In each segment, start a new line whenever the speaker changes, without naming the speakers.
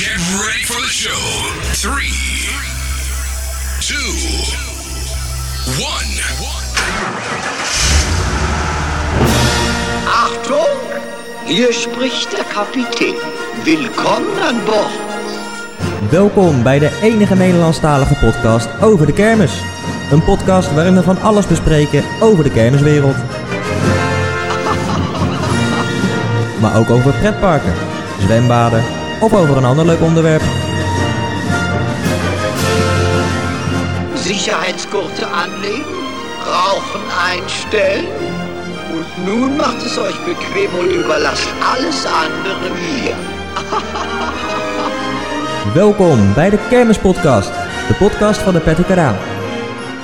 Ready for the show. Three, two, one.
Achtung! Hier spricht der Kapitän. Willkommen an Bord.
Welkom bij de enige Nederlandstalige podcast over de kermis. Een podcast waarin we van alles bespreken over de kermiswereld. Maar ook over pretparken, zwembaden of over een ander leuk onderwerp.
Sicherheitsgurte anlegen, rauchen einstellen. Und nun macht es euch bequem und überlasst alles andere mir.
Welkom bij de Kermispodcast, de podcast van de Pettikeraan.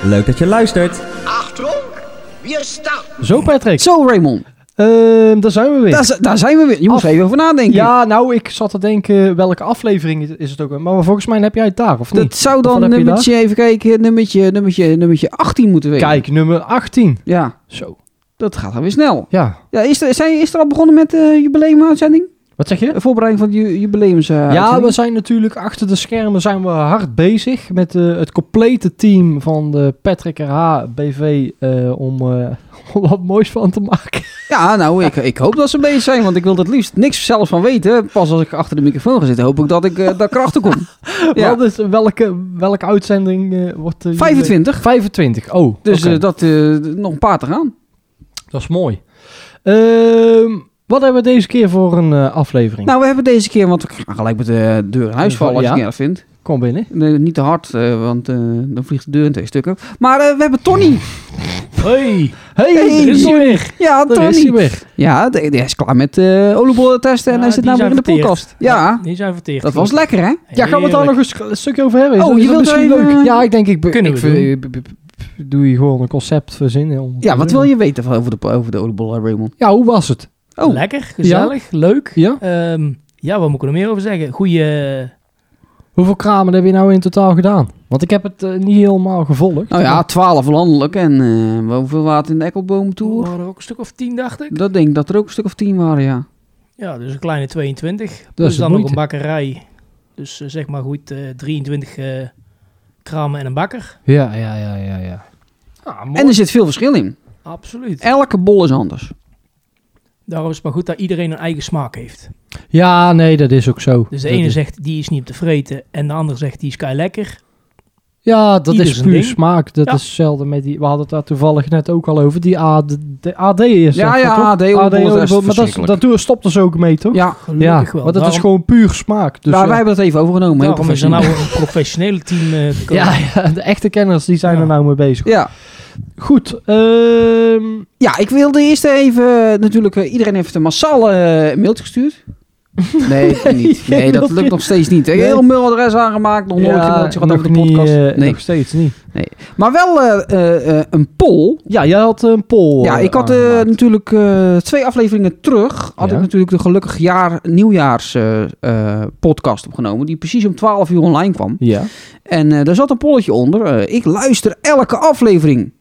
Leuk dat je luistert.
Achtung, wir starten.
Zo Patrick.
Zo Raymond.
Uh, daar zijn we weer.
Daar, daar zijn we weer. Je Af... moest even over nadenken.
Ja, nou, ik zat te denken welke aflevering is het ook. Maar volgens mij heb jij het daar, of niet?
Dat zou dan nummertje, je even kijken, nummertje, nummertje, nummertje 18 moeten weten.
Kijk, nummer 18.
Ja.
Zo.
Dat gaat dan weer snel.
Ja.
ja is, er, zijn, is er al begonnen met de uh, jubileumuitzending?
Wat zeg je?
De voorbereiding van de ju jubileums. Uh,
ja, we zijn natuurlijk achter de schermen zijn we hard bezig met uh, het complete team van de Patrick RH BV uh, om, om wat moois van te maken.
Ja, nou, ik, ik hoop dat ze bezig zijn, want ik wil het liefst niks zelfs van weten. Pas als ik achter de microfoon ga zitten, hoop ik dat ik eh, daar krachten kom.
ja. Wat is, welke, welke uitzending eh, wordt...
25.
25, oh.
Dus okay. dat, nog een paar te gaan.
Dat is mooi. Ehm... Wat hebben we deze keer voor een uh, aflevering?
Nou, we hebben deze keer, want ik ga gelijk met de deur in huis vallen als ja. je het vindt.
Kom binnen.
Nee, niet te hard, uh, want uh, dan vliegt de deur in twee stukken. Maar eh, we hebben Tony.
Hey, hey, hey er is hij weer.
Ja,
daar
Tony.
Is hij weer.
Ja, hij is klaar met uh, oliebollen testen en ja, hij zit namelijk nou in de podcast. Ja, ja,
die zijn verteerd.
Dat was lekker, hè? Heerlijk.
Ja, gaan we het daar nog een, een stukje over hebben?
Is oh,
dat,
je wilt misschien
even, leuk? Ja, ik denk ik... Kunnen ik, we ik, Doe je gewoon een concept verzinnen.
Ja, wat wil je weten over de, over de oliebollen, Raymond?
Ja, hoe was het?
Oh. Lekker, gezellig, ja. leuk.
Ja?
Um, ja, wat moet ik er meer over zeggen? Goeie...
Hoeveel kramen heb je nou in totaal gedaan? Want ik heb het uh, niet helemaal gevolgd.
Nou ja, twaalf landelijk en uh, hoeveel waren in de Ekkelboom Tour?
Waren er ook oh, een stuk of tien, dacht ik.
Dat denk ik, dat er ook een stuk of tien waren, ja.
Ja, dus een kleine 22. Dat Plus is dan nog een bakkerij. Dus uh, zeg maar goed, 23 kramen en een bakker.
Ja, ja, ja, ja, ja.
Ah, en er zit veel verschil in.
Absoluut.
Elke bol is anders.
Daarom is het maar goed dat iedereen een eigen smaak heeft.
Ja, nee, dat is ook zo.
Dus de dat ene is... zegt die is niet op te vreten en de ander zegt die is kei lekker.
Ja, dat Ieder is puur ding. smaak. Dat ja. is hetzelfde met die. We hadden het daar toevallig net ook al over. Die AD, de AD is.
Ja, ja, AD, AD, Ad, AD,
AD Maar dat, dat doe, stopt dus ook mee, toch?
Ja, eh,
gelukkig ja, wel. Maar dat daarom, is gewoon puur smaak. Dus,
daar, ja. Nou, wij hebben dat even overgenomen.
Daarom is er nou een professionele team uh,
ja, ja, de echte kenners die zijn er nou mee bezig.
Ja.
Goed. Um...
Ja, ik wilde eerst even... Natuurlijk, uh, iedereen heeft een massaal uh, mailtje gestuurd. Nee, nee, niet. nee dat lukt nog steeds niet. Ik heb heel mailadres aangemaakt, nog eh, nooit ja, een mailtje
gehad
de podcast.
Niet, nee. Nog steeds niet.
Nee. Maar wel uh, een poll.
Ja, jij had een poll eh,
Ja, ik had eh, natuurlijk eh, twee afleveringen terug. Had ja. ik natuurlijk de gelukkig jaar, nieuwjaars eh, podcast opgenomen. Die precies om 12 uur online kwam.
Ja.
En eh, daar zat een polletje onder. Eh, ik luister elke aflevering.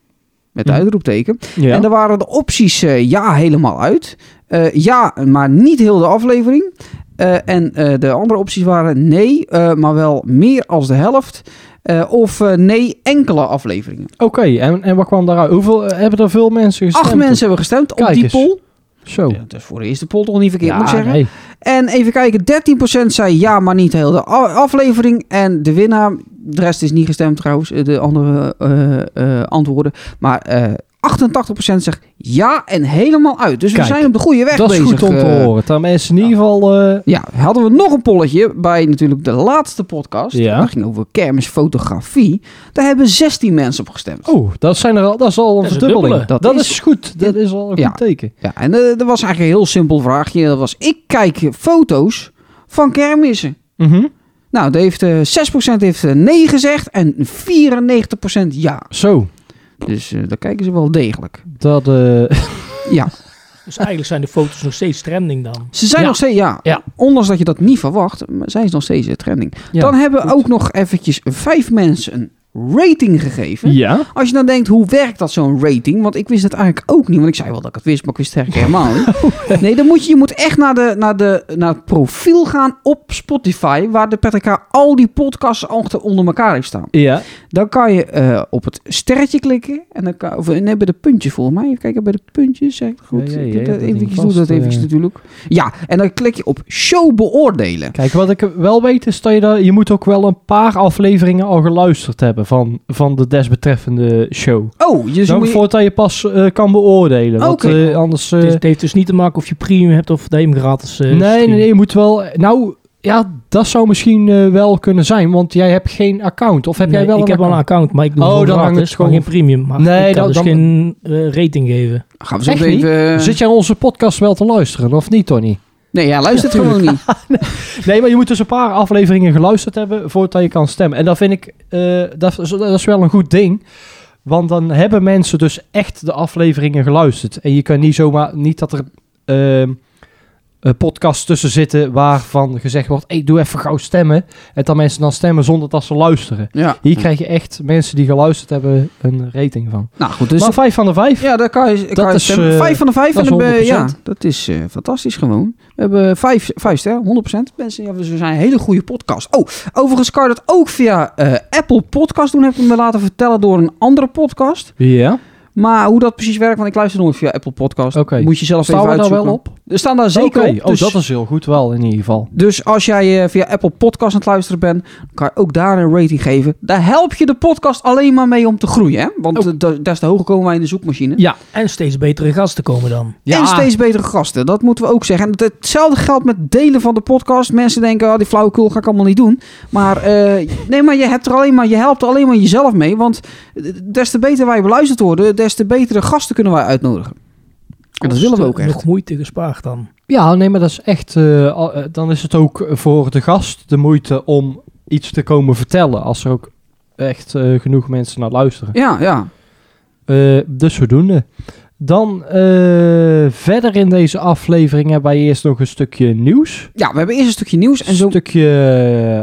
Met uitroepteken. Ja. En daar waren de opties uh, ja helemaal uit. Uh, ja, maar niet heel de aflevering. Uh, en de andere opties waren nee, eh, maar wel meer als de helft. Eh, of nee, enkele afleveringen.
Oké, okay, en, en wat kwam daaruit? Hoeveel, eh, hebben er veel mensen gestemd?
Acht mensen hebben gestemd Kijk op die eens. poll.
Zo.
Ja, dat is voor de eerste poll toch niet verkeerd, ja, moet ik zeggen. Nee. En even kijken, 13% zei ja, maar niet heel de aflevering. En de winnaar, de rest is niet gestemd trouwens, de andere uh, uh, antwoorden. Maar uh, 88% zegt ja en helemaal uit. Dus Kijk, we zijn op de goede weg
dat
bezig. eh.
Dat is goed om te horen. Dan mensen in ieder geval... eh,
Ja, hadden we nog een polletje bij natuurlijk de laatste podcast. Ja. Dat ging over kermisfotografie. Daar hebben 16 mensen op gestemd.
Oh, dat, zijn er al, dat is al een dat verdubbeling. Is dat, dat is, is, goed. Dat is al een
ja,
goed teken.
Ja, en eh, dat was eigenlijk een heel simpel vraagje. Dat was, ik kijk foto's van kermissen.
Mhm. Mm
nou, dat heeft, uh, 6% heeft uh, nee gezegd en 94% ja.
Zo.
Dus uh, daar kijken ze wel degelijk.
Dat, eh,
ja.
Dus eigenlijk zijn de foto's nog steeds trending dan?
Ze zijn
ja.
nog steeds, ja.
ja.
Ondanks dat je dat niet verwacht, maar zijn ze nog steeds trending. Ja, dan hebben we ook nog eventjes vijf mensen rating gegeven.
Ja.
Als je dan denkt, hoe werkt dat zo'n rating? Want ik wist het eigenlijk ook niet. Want ik zei wel dat ik het wist, maar ik wist het eigenlijk helemaal niet. Nee, dan moet je, je moet echt naar, de, naar, de, naar het profiel gaan op Spotify... waar de Patrick H. al die podcasts achter onder elkaar heeft staan.
Ja.
Dan kan je eh, op het sterretje klikken. En dan kan, of nee, bij de puntjes volgens mij. Even kijken, bij de puntjes. Zeg ik het goed?
Ja, ja, ja,
Ik
je
heb dat
hebt dat
eventjes,
ding
doe dat
vast,
eventjes
eh.
natuurlijk. Ja, en dan klik je op show beoordelen.
Kijk, wat ik wel weet is dat je daar... Je moet ook wel een paar afleveringen al geluisterd hebben van, van de desbetreffende show.
Oh, je,
Dus
moet je-
voordat je pas eh, kan beoordelen. Want
Oké.
eh, anders... eh,
Het, is- het heeft dus niet te maken of je premium hebt of dat je hem gratis eh,
nee, nee,
streamt.
nee, je moet wel... Nou, ja, dat zou misschien eh, wel kunnen zijn. Want jij hebt geen account. Of heb
Nee,
jij wel
ik
een
heb wel een
account?
account, maar ik doe
Oh,
gewoon
dan hangt
gratis,
het gewoon-
maar geen premium. Maar
Nee,
nee, ik kan
dan-
dus
dan-
geen eh, rating geven.
Gaan we zo
Echt
even...
niet? Zit jij onze podcast wel te luisteren, of niet, Tony?
Nee, ja, luistert gewoon niet.
Nee, maar je moet dus een paar afleveringen geluisterd hebben voordat je kan stemmen. En dat vind ik, eh, dat, is- dat is wel een goed ding. Want dan hebben mensen dus echt de afleveringen geluisterd. En je kan niet zomaar, niet dat er ehm, eh, podcasts tussen zitten waarvan gezegd wordt, hey, doe even gauw stemmen. En dat mensen dan stemmen zonder dat ze luisteren.
Ja.
Hier krijg je echt mensen die geluisterd hebben een rating van.
Nou goed, dus...
maar vijf van de vijf.
ja, daar kan je, kan je
is,
stemmen.
eh,
vijf van de vijf.
dat
en
is
dan ben je- ja,
100%.
dat is eh, fantastisch gewoon. We hebben vijf, vijf sterren, 100%. Mensen, ja, we zijn een hele goede podcast. Oh, overigens kan je dat ook via eh, Apple Podcast doen. Heb ik me laten vertellen door een andere podcast.
Ja.
Maar hoe dat precies werkt, want ik luister nooit via Apple Podcast.
Oké.
Moet je zelf
Staan
even
we daar
uitzoeken.
wel op?
Er staan daar zeker
Oké.
op.
Oh, dat is heel goed wel in ieder geval.
Dus als jij eh, via Apple Podcast aan het luisteren bent, kan je ook daar een rating geven. Daar help je de podcast alleen maar mee om te groeien. Hè? Want eh, da- daar is de hoge komen wij in de zoekmachine.
Ja.
En steeds betere gasten komen dan.
En steeds betere gasten. Dat moeten we ook zeggen. En het- hetzelfde geldt met delen van de podcast. Mensen denken, oh, die flauwekul ga ik allemaal niet doen. Maar, eh, nee, maar, je, hebt er alleen maar je helpt er alleen maar jezelf mee. Want eh, des te beter wij beluisterd worden, des te betere gasten kunnen wij uitnodigen. En dat willen we ook
Kost, eh,
echt.
Nog moeite gespaard dan.
Ja, nee, maar dat is echt. eh, al- eh, dan is het ook voor de gast de moeite om iets te komen vertellen. Als er ook echt eh, genoeg mensen naar luisteren.
Ja, ja.
Eh, dus zodoende. Dan eh, verder in deze aflevering hebben wij eerst nog een stukje nieuws.
Ja, we hebben eerst een stukje nieuws. En
Een
zo
stukje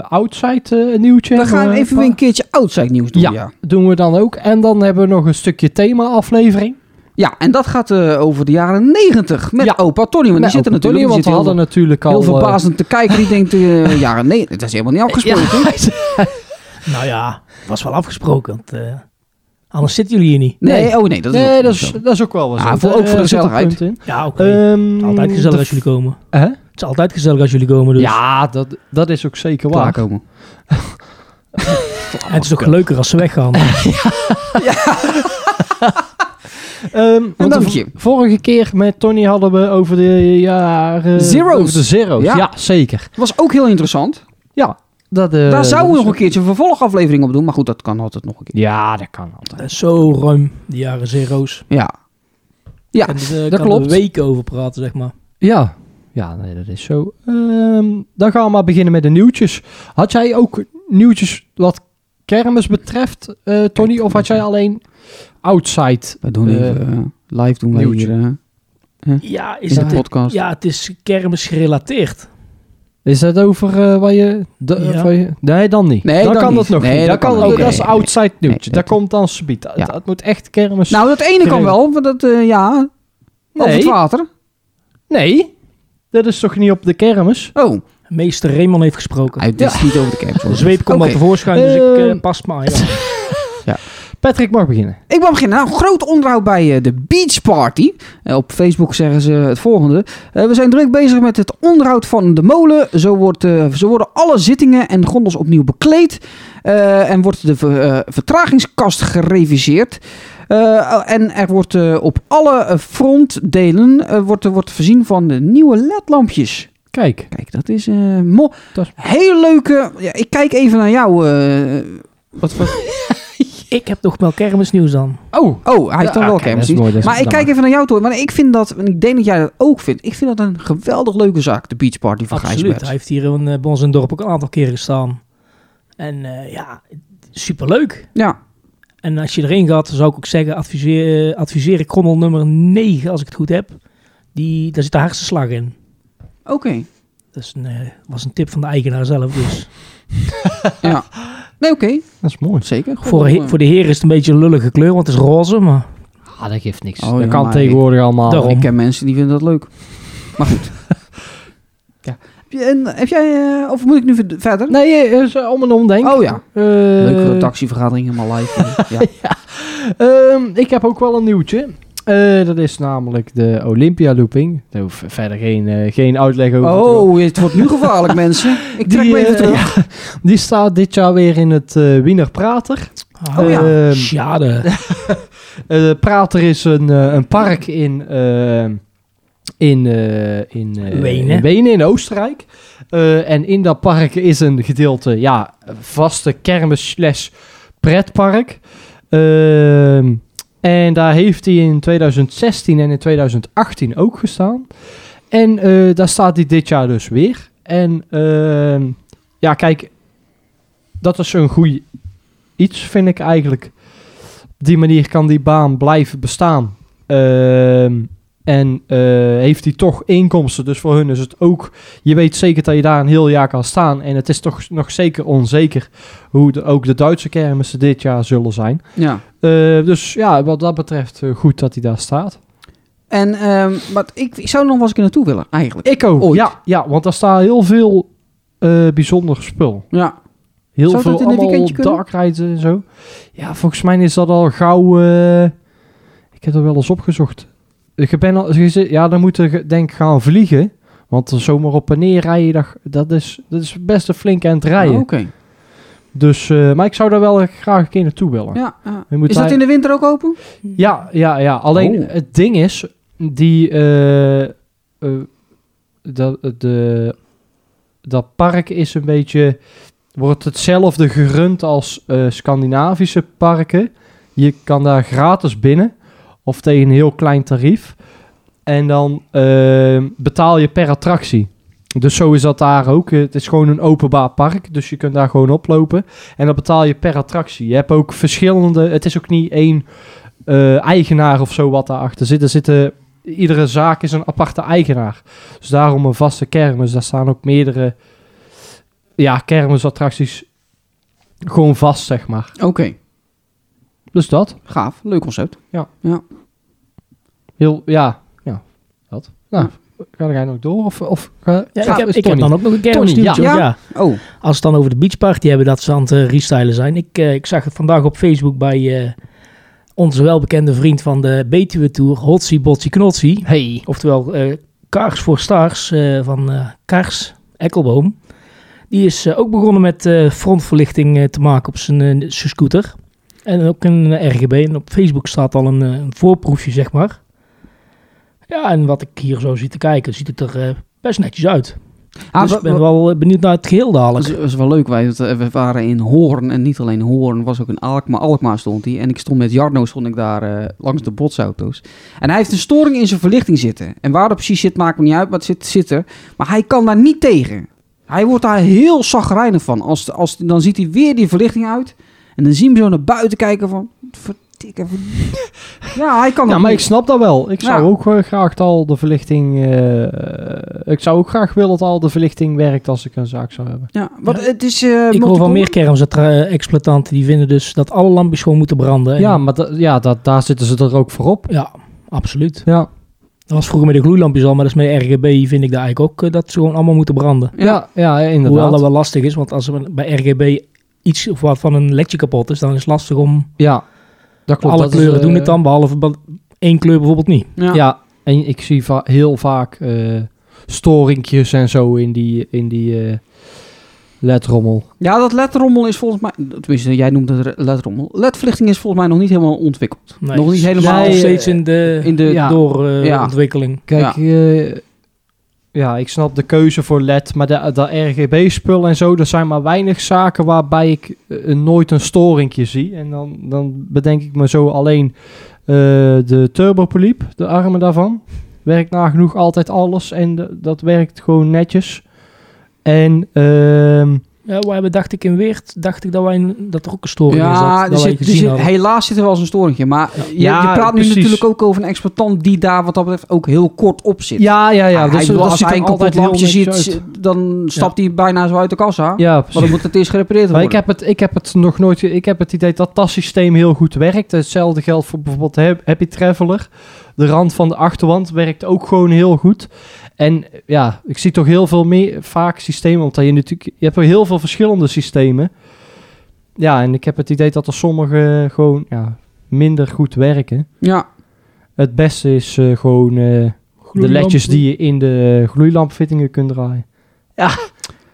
eh, outside eh, nieuwtje.
dan gaan
hebben
we even weer een keertje outside nieuws doen.
Ja.
ja.
Doen we dan ook. En dan hebben we nog een stukje thema-aflevering.
Ja, en dat gaat eh, over de jaren negentig met
Ja.
opa Tony. Want
Nou,
die zit er
Tony,
natuurlijk. die
Want
zit
we hadden natuurlijk al.
heel, heel
eh,
verbazend te kijken. Die denkt, eh, jaren negentig, dat is helemaal niet afgesproken.
Nou ja, was wel afgesproken. Want, eh, anders zitten jullie hier niet.
Nee, oh nee, dat is
nee,
ook
dat
zo.
is, dat is ook wel eh, wat.
Ah, voor- ook voor de gezelligheid.
Ja, oké.
Ehm,
altijd gezellig
de-
als jullie komen.
Hè?
Het is altijd gezellig als jullie komen. Dus.
Ja, dat, dat is ook zeker waar.
klaarkomen.
En het is toch leuker als ze weggaan.
Ehm, want
dank
de v-
je.
Vorige keer met Tony hadden we over de jaren...
Zero's.
Over de zero's,
Ja.
ja, zeker.
Was ook heel interessant.
Ja, dat... eh,
Daar zouden
dat
we
is
nog een
ook-
keertje een vervolgaflevering op doen. Maar goed, dat kan altijd nog een keer.
Ja, dat kan altijd.
Eh, Zo ruim, die jaren zero's.
Ja. Ja,
En, eh,
dat
kan er
klopt.
weken over praten, zeg maar.
Ja, ja nee, dat is zo. Ehm, dan gaan we maar beginnen met de nieuwtjes. Had jij ook nieuwtjes wat kermis betreft, eh, Tony? Of had jij alleen outside?
We doen
Eh,
even, eh, live doen we
nieuwtje.
hier eh,
Ja, is
in de
dat
podcast.
ja, het is kermis gerelateerd.
Is dat over eh, waar je... de-
Ja.
waar je- nee, dan niet.
Nee,
dan
dan
kan dat
niet.
nog
Nee,
niet.
dat
Dat,
kan
kan, oh,
niet.
dat is
Nee,
outside
nee,
nieuwtje.
nee,
dat komt dan subiet.
Ja.
Dat, dat moet echt kermis...
Nou, dat ene kan wel. want Dat, eh, ja, over
nee,
het water.
nee. Dat is toch niet op de kermis?
Oh,
Meester Raymond heeft gesproken.
hij dit is niet over de kerk.
De zweep komt
Oké.
al tevoorschijn, dus ik
Ehm.
eh, pas maar. Ja.
Patrick mag beginnen.
Ik wil beginnen. Nou, groot onderhoud bij eh, de Beach Party. Eh, op Facebook zeggen ze het volgende. Eh, we zijn druk bezig met het onderhoud van de molen. Zo, wordt, eh, zo worden alle zittingen en gondels opnieuw bekleed. Eh, en wordt de ver- eh, vertragingskast gereviseerd. Eh, en er wordt eh, op alle eh, frontdelen eh, wordt, wordt voorzien van de nieuwe ledlampjes.
Kijk.
Kijk, dat is eh mo.
Dat is-
Heel leuke. Ja, ik kijk even naar jou. eh.
Wat voor...
Ik heb nog wel kermisnieuws dan.
Oh.
oh, hij heeft toch
Ja,
wel
oké, dat is
kermis.
mooi, dat is
Maar ik
dan
kijk even naar jou toe. Maar ik vind dat, en ik denk dat jij dat ook vindt. Ik vind dat een geweldig leuke zaak, de Beach Party van
Absoluut.
Gijsbert.
Hij heeft hier in, eh, bij ons in het dorp ook een aantal keren gestaan. En eh, ja, superleuk.
Ja,
En als je erin gaat, zou ik ook zeggen, adviseer, eh, adviseer ik gondel nummer 9, als ik het goed heb. Die, daar zit de hardste slag in.
oké. Oh.
Dat is een, eh, was een tip van de eigenaar zelf, dus
Ja. Nee, oké.
Dat is mooi.
Zeker. eh,
Voor, he- voor de heren is het een beetje een lullige kleur, want het is roze, maar...
Ah, dat geeft niks.
Oh,
dat
ja,
kan
maar
tegenwoordig allemaal.
Daarom.
Oh, Ik ken mensen die vinden dat leuk. Maar goed. ja. Heb je- en heb jij, eh, of moet ik nu ver- verder?
Nee, eh, is, eh, om en om denk ik.
Oh ja.
Eh,
Leuke taxivergadering helemaal live. ja.
ehm, ik heb ook wel een nieuwtje. Eh, dat is namelijk de Olympia looping. Daar hoef verder geen, eh, geen uitleg over. te doen.
Oh, het wordt nu gevaarlijk, mensen. Ik trek
Die,
me even
eh,
terug.
Die staat dit jaar weer in het eh Wiener Prater.
Oh ja.
Ehm,
Schade.
Eh, Prater is een, eh, een park in, eh, in, eh, in, eh,
Wenen.
in Wenen, in Oostenrijk. Eh, en in dat park is een gedeelte, ja, vaste kermis slash pretpark. Ehm, en daar heeft hij in 2016 en in 2018 ook gestaan. En eh, daar staat hij dit jaar dus weer. En ehm, ja, kijk, dat is een goed iets, vind ik eigenlijk. Op die manier kan die baan blijven bestaan. Ehm, en eh, heeft hij toch inkomsten. Dus voor hun is het ook. Je weet zeker dat je daar een heel jaar kan staan. En het is toch nog zeker onzeker hoe de, ook de Duitse kermissen dit jaar zullen zijn.
Ja.
Eh, dus ja, wat dat betreft eh, goed dat hij daar staat.
En, ehm, maar ik, ik zou er nog wel eens kunnen naartoe willen, eigenlijk.
Ik ook.
Ooit.
Ja, ja, want daar staan heel veel eh, bijzonder spul.
Ja.
Heel
Zou dat
veel
in een
allemaal
weekendje kunnen?
dark rides en zo. Ja, volgens mij is dat al gauw... eh, ik heb er wel eens opgezocht. Je bent al, je zit- ja, dan moet je ge- denk ik gaan vliegen. Want zomaar op en neer rijden, dat, dat, is, dat is best een flink aan het rijden.
Ah, Oké.
Dus, eh, maar ik zou daar wel graag een keer naartoe willen.
Ja, ja.
Je moet
Is dat
daar-
in de winter ook open?
Ja, ja, ja. Alleen
Oh.
het ding is, die, eh, eh, dat, de, dat park is een beetje, wordt hetzelfde gerund als eh, Scandinavische parken. Je kan daar gratis binnen of tegen een heel klein tarief. En dan eh, betaal je per attractie. Dus zo is dat daar ook. Eh, Het is gewoon een openbaar park, dus je kunt daar gewoon oplopen. En dan betaal je per attractie. Je hebt ook verschillende... Het is ook niet één eh, eigenaar of zo wat daarachter zit. Er zitten... Iedere zaak is een aparte eigenaar. Dus daarom een vaste kermis. Daar staan ook meerdere ja, kermisattracties gewoon vast, zeg maar.
Oké.
Dus dat.
Gaaf. Leuk concept.
Heel, ja. Ja, dat. Nou,
Ja.
ga jij nog door? Of, of ga-
Ja,
Gaaf
ik heb,
is
ik heb
dus Tony.
dan ook nog een kermis
Tony, ja.
nieuwtje,
Ja?
want ja.
Oh.
Als we het dan over de beachparty hebben, dat ze aan het eh, restylen zijn. Ik, eh, ik zag het vandaag op Facebook bij eh, onze welbekende vriend van de Betuwe Tour, Hotsie Botsie Knotsie.
Hey.
Oftewel eh, Kaars voor Stars eh, van eh Kars Ekkelboom. Die is eh, ook begonnen met eh, frontverlichting eh, te maken op zijn, eh, zijn scooter. En ook een eh, RGB. En op Facebook staat al een, eh, een voorproefje, zeg maar. Ja, en wat ik hier zo zie te kijken, ziet het er eh, best netjes uit.
Ah, Dus,
dus
wa-
ik ben
wa-
wel eh, benieuwd naar het geheel
Dat
dadelijk.
is, dat is wel leuk. Wij want, eh, we waren in Hoorn. En niet alleen Hoorn, was ook in Alkmaar. Alkmaar stond hij. En ik stond met Jarno stond ik daar eh, langs de botsauto's. En hij heeft een storing in zijn verlichting zitten. En waar dat precies zit, maakt me niet uit. Maar het zit, zit er. Maar hij kan daar niet tegen. Hij wordt daar heel zagrijnig van. Als, als, dan ziet hij weer die verlichting uit. En dan zien we hem zo naar buiten kijken van... Verdikke, verd- Ja, hij kan
Ja,
dat
maar ik
niet.
snap dat wel. Ik zou
Ja.
ook eh, graag dat al de verlichting... eh, ik zou ook graag willen dat al de verlichting werkt als ik een zaak zou hebben.
Ja, want
Ja.
het is... eh,
ik hoor van
multiple-
meer kermisexploitanten die vinden dus dat alle lampjes gewoon moeten branden. En-
Ja, maar da- ja, dat, daar zitten ze er ook voor op.
ja, absoluut.
Ja,
Dat was vroeger met de gloeilampjes al, maar dat is met de RGB vind ik daar eigenlijk ook eh, dat ze gewoon allemaal moeten branden.
ja, ja
Hoewel
inderdaad.
dat wel lastig is, want als er bij RGB iets of wat van een ledje kapot is, dan is het lastig om
ja, dat klopt.
alle
dat is,
kleuren
eh,
doen het dan, behalve ba- één kleur bijvoorbeeld niet.
Ja.
Ja, en ik zie va- heel vaak eh storingjes en zo in die, in die eh, ledrommel.
Ja, dat ledrommel is volgens mij... Tenminste, jij noemt het ledrommel. Ledverlichting is volgens mij nog niet helemaal ontwikkeld.
Nee,
nog niet
het is
helemaal... eh,
nog
Nee,
steeds in de,
in de- eh,
ja.
Ja.
doorontwikkeling.
Kijk,
Ja.
ja. ja, ik snap de keuze voor LED, maar dat RGB-spul en zo, er zijn maar weinig zaken waarbij ik eh, nooit een storingje zie. En dan, dan bedenk ik me zo alleen eh, de turbopoliep, de armen daarvan. Werkt nagenoeg altijd alles en de- dat werkt gewoon netjes. En ehm,
ja. Ja, we hebben, dacht ik, in Weert, dacht ik dat, wij een, dat er ook een storing is.
Ja,
Dat,
er
dat wij
zit, er
gezien
zit-
hadden.
helaas zit er wel eens een storingje. Maar je,
Ja,
je praat
precies.
nu natuurlijk ook over een exploitant die daar wat dat betreft ook heel kort op zit.
Ja, ja, ja.
Ah, ik
Dus,
bedoel,
dat
als
ziet
hij
er
een kapot
altijd heel
lampje ziet,
netjes uit.
dan stapt hij bijna zo uit de kassa.
Ja,
Maar
precies.
dan moet het eerst gerepareerd
Maar
worden.
ik heb, het, ik heb het nog nooit. ge- Ik heb het idee dat dat systeem heel goed werkt. Hetzelfde geldt voor bijvoorbeeld Hap- Happy Traveler. De rand van de achterwand werkt ook gewoon heel goed. En ja, ik zie toch heel veel meer vaak systemen. Omdat je natuurlijk. Je hebt er heel veel verschillende systemen. Ja, en ik heb het idee dat er sommige gewoon ja, minder goed werken.
Ja,
Het beste is eh, gewoon eh, de
Gloeilamp.
ledjes die je in de gloeilampfittingen kunt draaien.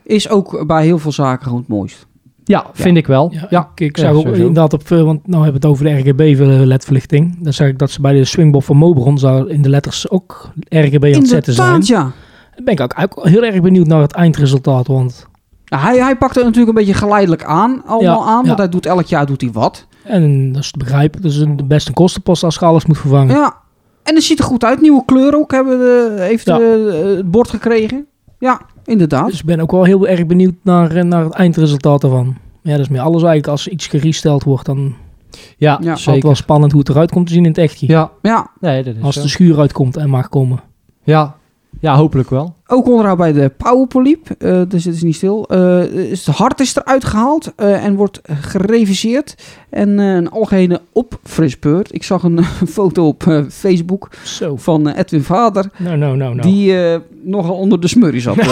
is ook bij heel veel zaken gewoon het mooist.
Ja, vind ik wel.
Ja,
ja.
ik, ik
Ja,
zag ook
sowieso.
inderdaad op, eh, want nou hebben we het over de RGB eh, LED-verlichting. Dan zag ik dat ze bij de swingbob van Mobron zou in de letters ook RGB aan het zetten zijn.
Inderdaad, ja.
Dan ben ik ook, ook heel erg benieuwd naar het eindresultaat, want
Nou, hij, hij pakt het natuurlijk een beetje geleidelijk aan, allemaal
Ja,
aan. Want
ja.
hij doet elk jaar doet hij wat.
en dat is te begrijpen, dat is een, de beste kostenpost als je alles moet vervangen.
Ja. En het ziet er goed uit. Nieuwe kleur ook hebben we de- heeft
Ja.
de- eh, het bord gekregen. Ja, inderdaad.
Dus ik ben ook wel heel erg benieuwd naar, eh, naar het eindresultaat daarvan. Maar ja, dat is meer alles eigenlijk. Als iets geresteld wordt, dan is
Ja,
Ja,
het
zeker.
wel spannend hoe het eruit komt te zien in het echtje.
Ja,
Ja,
nee, dat is
Als
zo.
de schuur uitkomt en mag komen.
Ja, ja hopelijk wel.
ook onderhoud bij de Powerpoliep. eh dus het is niet stil. Eh, is het hart is eruit gehaald eh, en wordt gereviseerd. En eh, een algehele opfrisbeurt. Ik zag een foto op eh, Facebook
Zo.
van eh, Edwin Vader.
Nou, nou, nou, nou.
Die eh, nogal onder de smurrie zat. eh.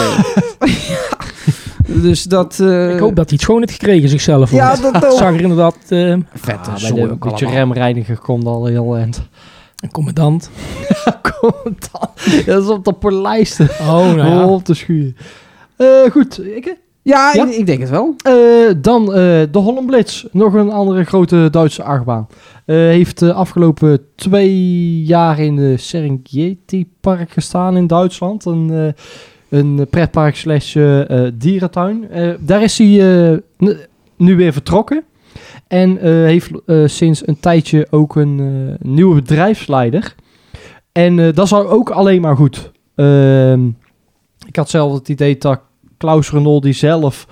ja. Dus dat... eh,
Ik hoop dat hij het schoon heeft gekregen zichzelf.
Ja,
want
dat
het
ook.
zag er inderdaad... eh,
Ah,
Vette
bij
zooi
de, een
ook
beetje
allemaal.
remreiniger komt al heel eind.
Een commandant.
Komt al. Dat is op de polijsten.
Oh, nou ja.
Op de schuur. Eh, goed, ik, hè?
Ja,
Ja?
Ik, ik denk het wel.
Eh, dan eh, de Holland Blitz. Nog een andere grote Duitse achtbaan. Eh, heeft de afgelopen twee jaar in de Serengeti Park gestaan in Duitsland. Een, eh, een pretpark slash eh, eh, dierentuin. Eh, daar is hij eh, n- nu weer vertrokken. En eh, heeft eh, sinds een tijdje ook een eh, nieuwe bedrijfsleider. En eh, dat is ook alleen maar goed. Ehm, ik had zelf het idee dat Klaus Renoldi zelf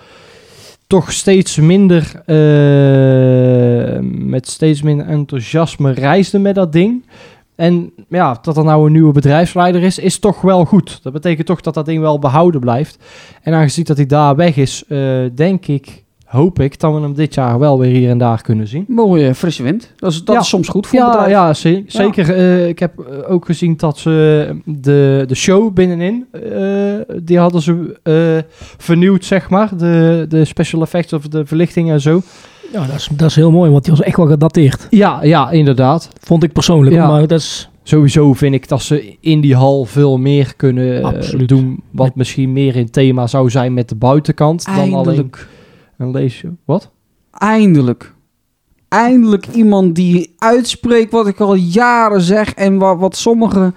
toch steeds minder, eh, met steeds minder enthousiasme reisde met dat ding. En ja, dat er nou een nieuwe bedrijfsleider is, is toch wel goed. Dat betekent toch dat dat ding wel behouden blijft. En aangezien dat hij daar weg is, eh, denk ik, hoop ik, dat we hem dit jaar wel weer hier en daar kunnen zien.
Mooie frisse wind. Dat is, dat
Ja.
is soms goed voor
Ja,
het bedrijf.
ja, ze- zeker. eh, ik heb eh, ook gezien dat ze ehm, de, de show binnenin, eh, die hadden ze eh, vernieuwd, zeg maar. De, de special effects of de verlichting en zo.
Ja, dat is, dat is heel mooi, want die was echt wel gedateerd.
Ja, ja, inderdaad.
Vond ik persoonlijk.
Ja.
Maar dat is...
Sowieso vind ik dat ze in die hal veel meer kunnen eh,
Absoluut.
doen. Wat misschien meer in thema zou zijn met de buitenkant. Dan alleen
Eindelijk.
een leesje. Wat?
Eindelijk. Eindelijk iemand die uitspreekt wat ik al jaren zeg. En wat, wat sommige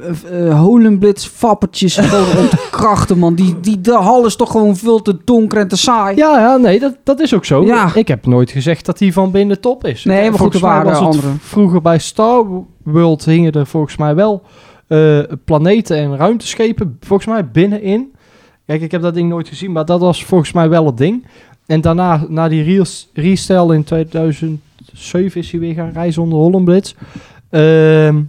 eh, eh, holenblitz fappertjes gewoon ontkrachten, man. Die, die, de hal is toch gewoon veel te donker en te saai.
Ja, ja nee, dat, dat is ook zo.
Ja.
Ik heb nooit gezegd dat die van binnen top is.
Nee, maar goed,
Volgens
er
mij
waren
was het
andere.
v- Vroeger bij Star World hingen er volgens mij wel eh, planeten en ruimteschepen. Volgens mij binnenin. Kijk, ik heb dat ding nooit gezien, maar dat was volgens mij wel het ding. En daarna, na die reels- restel in 2007, is hij weer gaan reizen onder Holland Blitz. Ehm,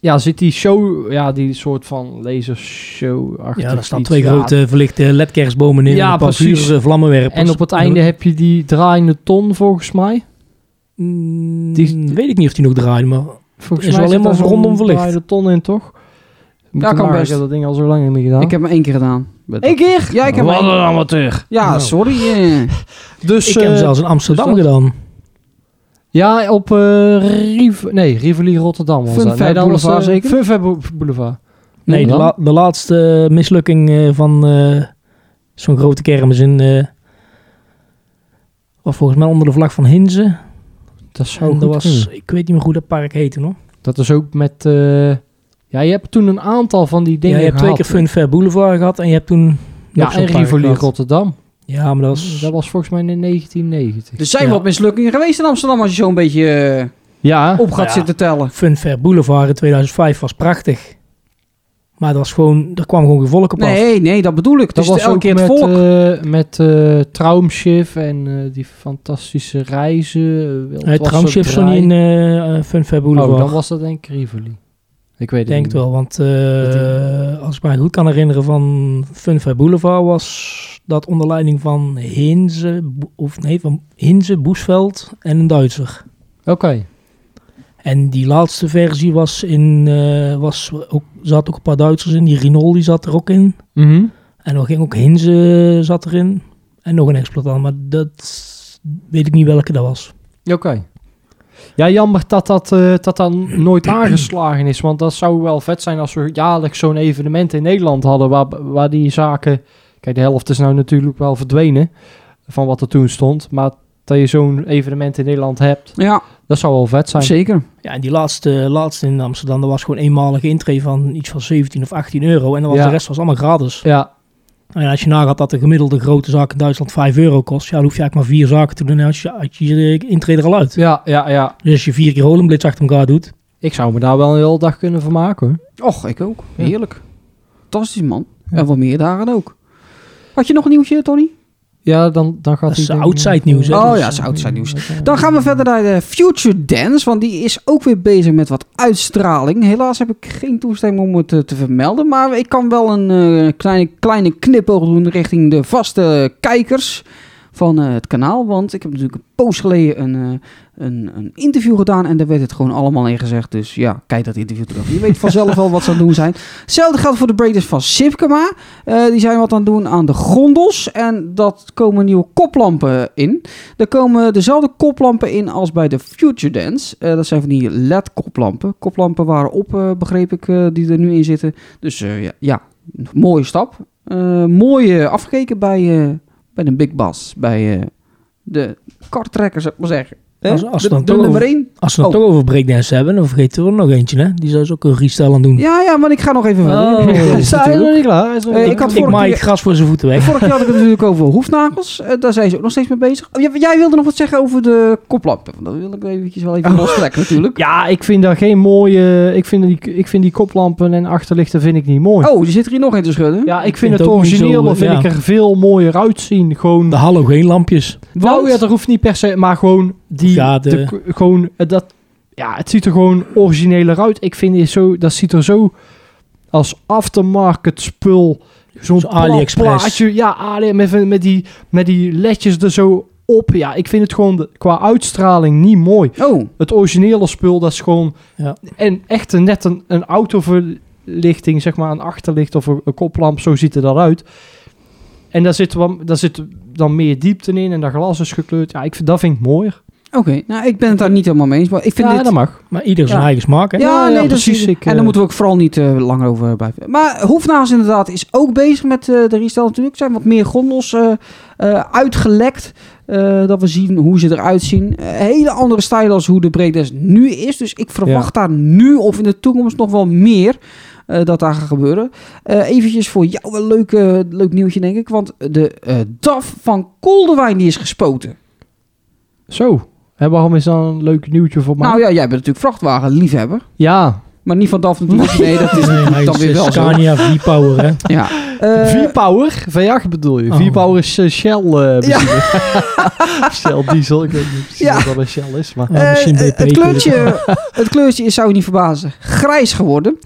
ja, zit die show, ja, die soort van lasershow achter.
Ja, daar staan twee grote verlichte ledkerstbomen in.
Ja,
en een paar
precies.
vurige vlammenwerpers.
En op het einde heb je die draaiende ton, volgens mij.
Mm,
Die-
weet ik niet of die nog draait, maar
Volgens
Is
mij
wel
zit
helemaal
daar zo'n
rondom verlicht.
draaiende ton in, toch? Moet
kan
maar,
best.
Ik heb dat ding al zo lang niet meer gedaan.
Ik heb hem één keer gedaan.
Eén keer?
Ja, ik heb hem
Wat
één-
een amateur.
Ja,
Nou.
sorry. eh.
Dus,
ik heb hem
eh,
zelfs in
dus
Amsterdam
dat-
gedaan.
Ja, op eh Riv nee, Rivoli Rotterdam. was dat.
Funfair
nee, dat was,
Boulevard
eh,
zeker?
Funfair Bo- Boulevard.
Nee, de,
dan?
la- de laatste mislukking eh, van eh, zo'n grote kermis in... eh was volgens mij onder de vlag van Hinze.
Dat
En
zou
dat
goed Hmm.
was,
kunnen.
ik weet niet meer hoe dat park heette hoor.
Dat is ook met... eh, ja, je hebt toen een aantal van die dingen
ja, je hebt twee
gehad.
keer Funfair Boulevard gehad en je hebt toen nog
Ja,
zo'n
en
park
Rivoli
gehad.
Rotterdam.
Ja, maar dat was...
Dat was volgens mij in 1990.
Er zijn
Ja.
wat mislukkingen geweest in Amsterdam als je zo'n beetje eh,
Ja,
op gaat
Ja.
zitten tellen.
Funfair Boulevard in 2005 was prachtig. Maar dat was gewoon, er kwam gewoon gevolg op af.
Nee, nee, dat bedoel ik. Het
Dat
is
Dus
was
elke
ook
keer het
met,
volk.
eh, met eh Traumschiff en eh, die fantastische reizen. Uh,
Het Traumschiff stond niet in eh Fun Fair Boulevard.
Oh, dan was dat denk ik Rivoli. Ik weet
Ik
het
denk
niet
het wel, want eh,
Dat-
als ik mij goed kan herinneren van Funfair Boulevard was dat onder leiding van Hinze, Bo- of nee, van Hinze, Boesveld en een Duitser.
Oké.
En die laatste versie was in, eh, was ook, zat ook een paar Duitsers in, die Rinaldi zat er ook in.
Mhm.
En dan ging ook Hinze zat erin. En nog een exploitant, maar dat weet ik niet welke dat was.
Oké. Ja, jammer dat dat, eh, dat dan nooit aangeslagen is. Want dat zou wel vet zijn als we jaarlijks zo'n evenement in Nederland hadden. Waar, waar die zaken. Kijk, de helft is nou natuurlijk wel verdwenen. Van wat er toen stond. Maar dat je zo'n evenement in Nederland hebt.
Ja,
Dat zou wel vet zijn.
zeker.
Ja, en die laatste, laatste in Amsterdam, dat was gewoon eenmalige intree van iets van 17 of 18 euro. En dan was
Ja.
de rest was allemaal gratis.
Ja,
En als je nagaat dat de gemiddelde grote zaak in Duitsland 5 euro kost, ja, dan hoef je eigenlijk maar vier zaken te doen en had je, had je je intrede er al uit.
ja, ja, ja.
Dus als je vier keer Holenblitz achter elkaar doet,
Ik zou me daar wel een hele dag kunnen vermaken hoor.
Och, ik ook.
Ja.
Heerlijk. Fantastisch, man.
Ja.
En wat meer dagen ook. Had je nog een nieuwtje, Tony?
Ja, dan, dan gaat
Dat is
die ding-
outside nieuws, hè?
Oh ja,
dus, eh,
dat is outside nieuws.
Oké.
Dan gaan we verder naar de Future Dance, want die is ook weer bezig met wat uitstraling. Helaas heb ik geen toestemming om het eh, te vermelden, maar ik kan wel een eh, kleine, kleine knipoog doen richting de vaste kijkers van eh, het kanaal. Want ik heb natuurlijk een poos geleden een, eh, een, een interview gedaan en daar werd het gewoon allemaal in gezegd. Dus ja, kijk dat interview terug. Je weet vanzelf wel wat ze aan het doen zijn. Hetzelfde geldt voor de breeders van Sipkema. Eh, die zijn wat aan het doen aan de gondels en dat komen nieuwe koplampen in. Er komen dezelfde koplampen in als bij de Future Dance. Eh, dat zijn van die LED-koplampen. Koplampen waren op, eh, begreep ik, eh, die er nu in zitten. Dus eh, ja, ja, mooie stap. Eh, mooi eh, afgekeken bij, eh, bij de Big Bass. Bij eh, de kartrekker, zou ik maar zeggen. Hè?
Als- als
de,
dan
de
toch
nummer
over-
1.
Als we het
Oh.
toch over breakdance hebben, dan vergeten we er nog eentje, hè? Die zou ze ook een restel aan doen.
Ja, ja, maar ik ga nog even verder.
Oh.
Dat is
Is hij
natuurlijk-
nog niet klaar? Hij is nog
Eh,
niet
ik had
ik
vorige
maai
keer-
het gras voor zijn voeten weg.
Vorig jaar had ik het natuurlijk over hoefnagels. Eh, daar zijn ze ook nog steeds mee bezig. Oh, jij, jij wilde nog wat zeggen over de koplampen. Want Dat wil ik eventjes wel even lostrekken natuurlijk.
Ja, ik vind daar geen mooie. Ik vind die, ik vind die koplampen en achterlichten vind ik niet mooi.
Oh, er zit er hier nog een te schudden.
ja, ik
vind
vind het
het ook niet
origineel.
zo,
Dan vind
ja.
ik er veel mooier uitzien. Gewoon.
De halogeenlampjes.
Nou ja, dat hoeft niet per se, maar gewoon die.
Ja, de-
de- gewoon eh, dat. Ja, het ziet er gewoon origineler uit. Ik vind het zo. Dat ziet er zo als aftermarket spul. Zo'n
Zo'n
plat
AliExpress.
plaatje. Ja, Ali met, met, die, met die ledjes er zo op. Ja, ik vind het gewoon de- qua uitstraling niet mooi.
Oh,
Het originele spul, dat is gewoon...
Ja.
En echt een, net een, een autoverlichting, zeg maar, een achterlicht of een, een koplamp, zo ziet het eruit. En daar zit, wel- daar zit dan meer diepte in en dat glas is gekleurd. Ja, ik, vind- dat vind ik mooier.
oké. Nou, ik ben het daar niet helemaal mee eens. Maar ik vind
ja,
dit...
dat mag.
Maar ieder zijn
Ja.
eigen smaak, hè?
Ja,
Ja,
nee,
ja,
dat
precies.
Is,
Ik,
en daar
eh,
moeten we ook vooral niet eh, langer over blijven. Maar Hoefnagels inderdaad is ook bezig met eh, de restel natuurlijk. Er zijn wat meer gondels eh, eh, uitgelekt. eh, dat we zien hoe ze eruit zien. Eh, hele andere stijl als hoe de breakdance nu is. Dus ik verwacht daar nu of in de toekomst nog wel meer eh, dat daar gaat gebeuren. Eh eventjes voor jou wel een leuk, eh, leuk nieuwtje denk ik. Want de eh, DAF van Koldewijn die is gespoten.
Zo. En waarom is dan een leuk nieuwtje voor mij?
Nou ja, jij bent natuurlijk vrachtwagenliefhebber.
ja.
Maar niet van DAF natuurlijk. Nee, dat is
Nee,
natuurlijk
hij
dan
is,
weer
eh,
wel zo.
Scania V-Power, hè?
Ja. Eh,
V-Power? V8 bedoel je?
Oh.
V-Power is eh, Shell eh, benzine. Shell diesel. Ik weet niet precies
Ja.
wat dat bij Shell is, maar...
Ja,
Eh,
Oh, misschien
eh,
BP
het,
kun je
kleurtje, het kleurtje is, zou je niet verbazen, grijs geworden.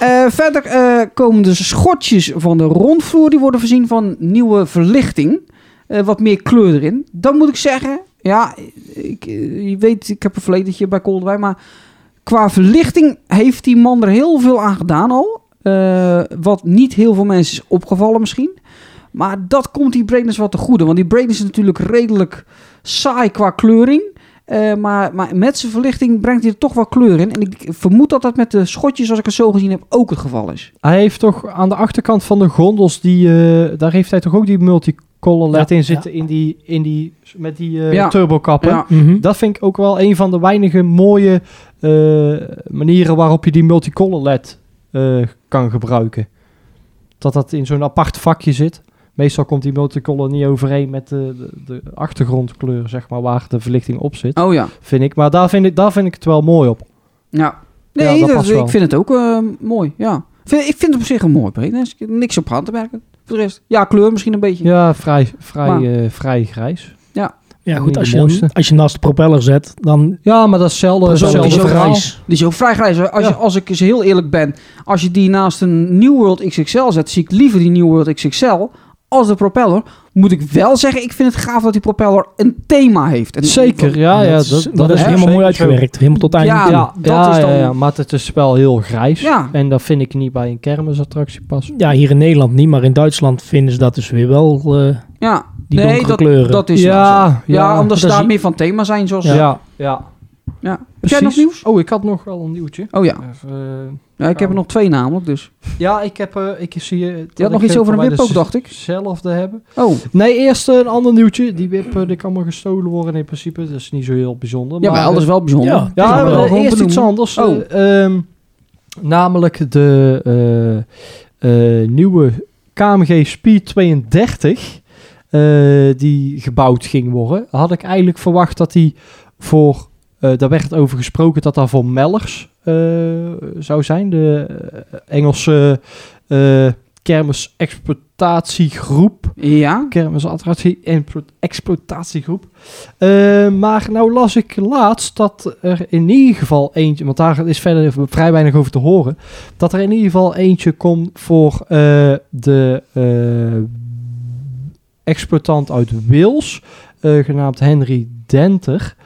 Eh, verder eh, komen dus schotjes van de rondvloer. Die worden voorzien van nieuwe verlichting. Eh, wat meer kleur erin. Dan moet ik zeggen, ja, ik, eh, je weet, ik heb een verledentje bij Koldewijn. Maar qua verlichting heeft die man er heel veel aan gedaan al. Eh, wat niet heel veel mensen is opgevallen misschien. Maar dat komt die brightness wat te goede. Want die brightness is natuurlijk redelijk saai qua kleuring. Eh, maar, maar met zijn verlichting brengt hij er toch wel kleur in. En ik vermoed dat dat met de schotjes, als ik het zo gezien heb, ook het geval is.
Hij heeft toch aan de achterkant van de gondels die, eh, daar heeft hij toch ook die multicolor LED
Ja,
in zitten in die, in die, met die eh,
Ja.
turbokappen.
Ja.
Mhm.
Dat vind ik ook wel een van de weinige mooie eh, manieren waarop je die multicolor LED eh, kan gebruiken. Dat dat in zo'n apart vakje zit. Meestal komt die multicolor niet overeen met de, de, de achtergrondkleur, zeg maar, waar de verlichting op zit,
Oh ja.
vind ik. Maar daar vind ik, daar vind ik het wel mooi op.
ja.
Ja,
Nee,
dat
dat-
past wel.
ik vind het ook eh, mooi. Ja. Vind- ik vind het op zich een mooi project. Daar is niks op aan te merken. Voor de rest, ja, kleur misschien een beetje.
Ja, vrij, vrij,
Maar-
eh, vrij grijs.
Ja,
Niet
goed,
de
als
mooiste.
je, als je naast de propeller zet, dan
Ja, maar dat is zelden,
Dat is ook
hetzelfde
niet zo
verhaal.
grijs.
Die is ook vrij grijs. Als, je,
Ja.
als ik eens heel eerlijk ben, als je die naast een New World XXL zet, zie ik liever die New World XXL als de propeller. Moet ik wel zeggen, ik vind het gaaf dat die propeller een thema heeft. En-
Zeker, ja, ja.
dat, is, dat is
hè,
helemaal mooi
zeker zo.
uitgewerkt. Helemaal tot eind.
Ja,
Ja,
Ja,
dat
ja,
is dan-
ja, ja, maar het is wel heel grijs.
Ja.
En dat vind ik niet bij een kermisattractie passen.
hier in Nederland niet, maar in Duitsland vinden ze dat dus weer wel. eh,
Ja,
Die
nee,
donkere
dat,
kleuren.
dat is wel
Ja,
zo.
ja,
ja, omdat ze
dat is-
daar meer van thema zijn. Zoals, ja.
Ja, ja.
Heb jij nog
precies.
nieuws?
Oh, ik had nog wel een nieuwtje.
Oh ja.
Even, eh,
ja, ik heb er nog twee namelijk dus.
ja, ik heb, eh, ik zie eh, dat
Je had nog
ik,
iets
eh,
over een
voor mij
wip
de
ook, dacht ik.
Hetzelfde hebben.
Oh,
Nee, eerst eh, een ander nieuwtje. Die wip eh, die kan maar gestolen worden in principe. Dat is niet zo heel bijzonder.
ja,
maar, eh,
wel, dat is wel bijzonder.
ja.
Ja,
maar
maar eh,
wel gewoon
eerst iets
benoemen.
anders.
Oh.
Eh, ehm, namelijk de eh, eh, nieuwe KMG Speed 32 eh, die gebouwd ging worden. Had ik eigenlijk verwacht dat die voor, eh, daar werd over gesproken dat dat voor Mellers eh, zou zijn. De eh, Engelse eh kermisexploitatiegroep
Ja,
kermisattractie en pro- exploitatiegroep. Eh, maar nou las ik laatst dat er in ieder geval eentje, want daar is verder vrij weinig over te horen, dat er in ieder geval eentje komt voor eh, de eh, exploitant uit Wales, eh, genaamd Henry Denter.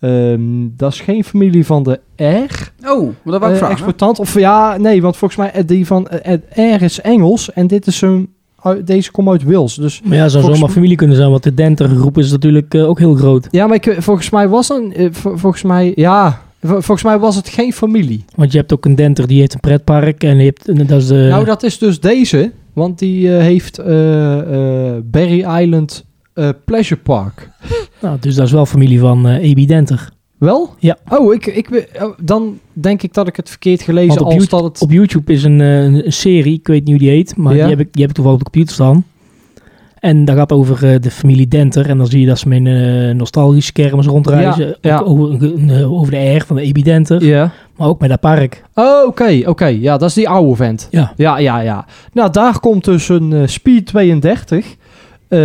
Ehm, dat is geen familie van de R.
oh, maar dat wou ik
Eh,
vragen.
Exportant of ja, nee, want volgens mij eh, die van eh, eh, R is Engels en dit is een, uit- deze komt uit Wales. Dus
Maar ja, zou
Volgens
zomaar
mij-
familie kunnen zijn, want de Denter groep is natuurlijk eh, ook heel groot.
Ja, maar ik, volgens mij was dan, eh, vo- volgens mij, ja, vo- volgens mij was het geen familie.
Want je hebt ook een Denter die heeft een pretpark en je hebt, en dat is de...
nou, dat is dus deze, want die eh, heeft eh, eh, Berry Island eh, Pleasure Park.
nou, dus dat is wel familie van eh AB Denter.
Wel?
Ja.
Oh, ik, ik, we- oh, dan denk ik dat ik het verkeerd gelezen
Want op,
als
YouTube,
dat het...
op YouTube is een, eh, een- een serie, ik weet niet hoe die heet, maar
Ja.
die, heb ik, die heb ik toevallig op de computer staan. En dat gaat over eh, de familie Denter. En dan zie je dat ze met een eh, nostalgische kermis rondreizen.
Ja, ja.
Ook Over, eh, over de R van de AB Denter.
Ja.
Maar ook met dat park.
Oh, oké, oké. Ja, dat is die oude vent.
Ja.
Ja, ja, ja. Nou, daar komt dus een eh, Speed 32. Eh,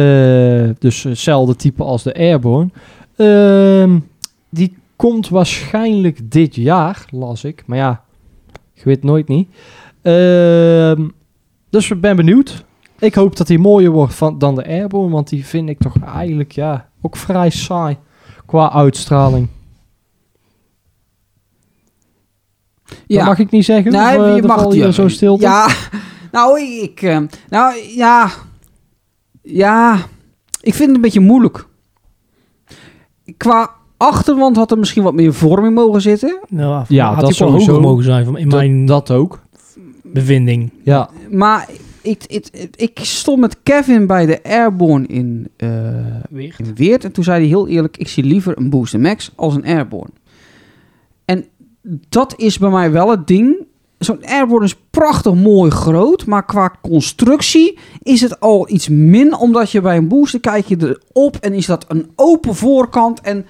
dus hetzelfde type als de Airborne. Ehm, die komt waarschijnlijk dit jaar, las ik. Maar ja, je weet nooit niet. Ehm, dus ik ben benieuwd. Ik hoop dat die mooier wordt van, dan de Airborne. Want die vind ik toch eigenlijk ja, ook vrij saai qua uitstraling. Dat
Ja.
mag ik niet zeggen.
Nee,
of, eh,
je
dan
mag
val
het
je
ja.
zo stil.
Ja, nou, ik... eh, nou, ja... Ja, ik vind het een beetje moeilijk. Qua achterwand had er misschien wat meer vorm in mogen zitten.
Nou,
Ja,
had
dat
die gewoon hoger
sowieso.
mogen zijn van- in mijn
dat ook.
bevinding.
Ja.
Maar ik, ik, ik stond met Kevin bij de Airborne in, eh,
Weer.
in Weert. En toen zei hij heel eerlijk, ik zie liever een Booster Max als een Airborne. En dat is bij mij wel het ding. Zo'n Airborne is prachtig mooi groot, maar qua constructie is het al iets min. Omdat je bij een booster kijk je erop en is dat een open voorkant. En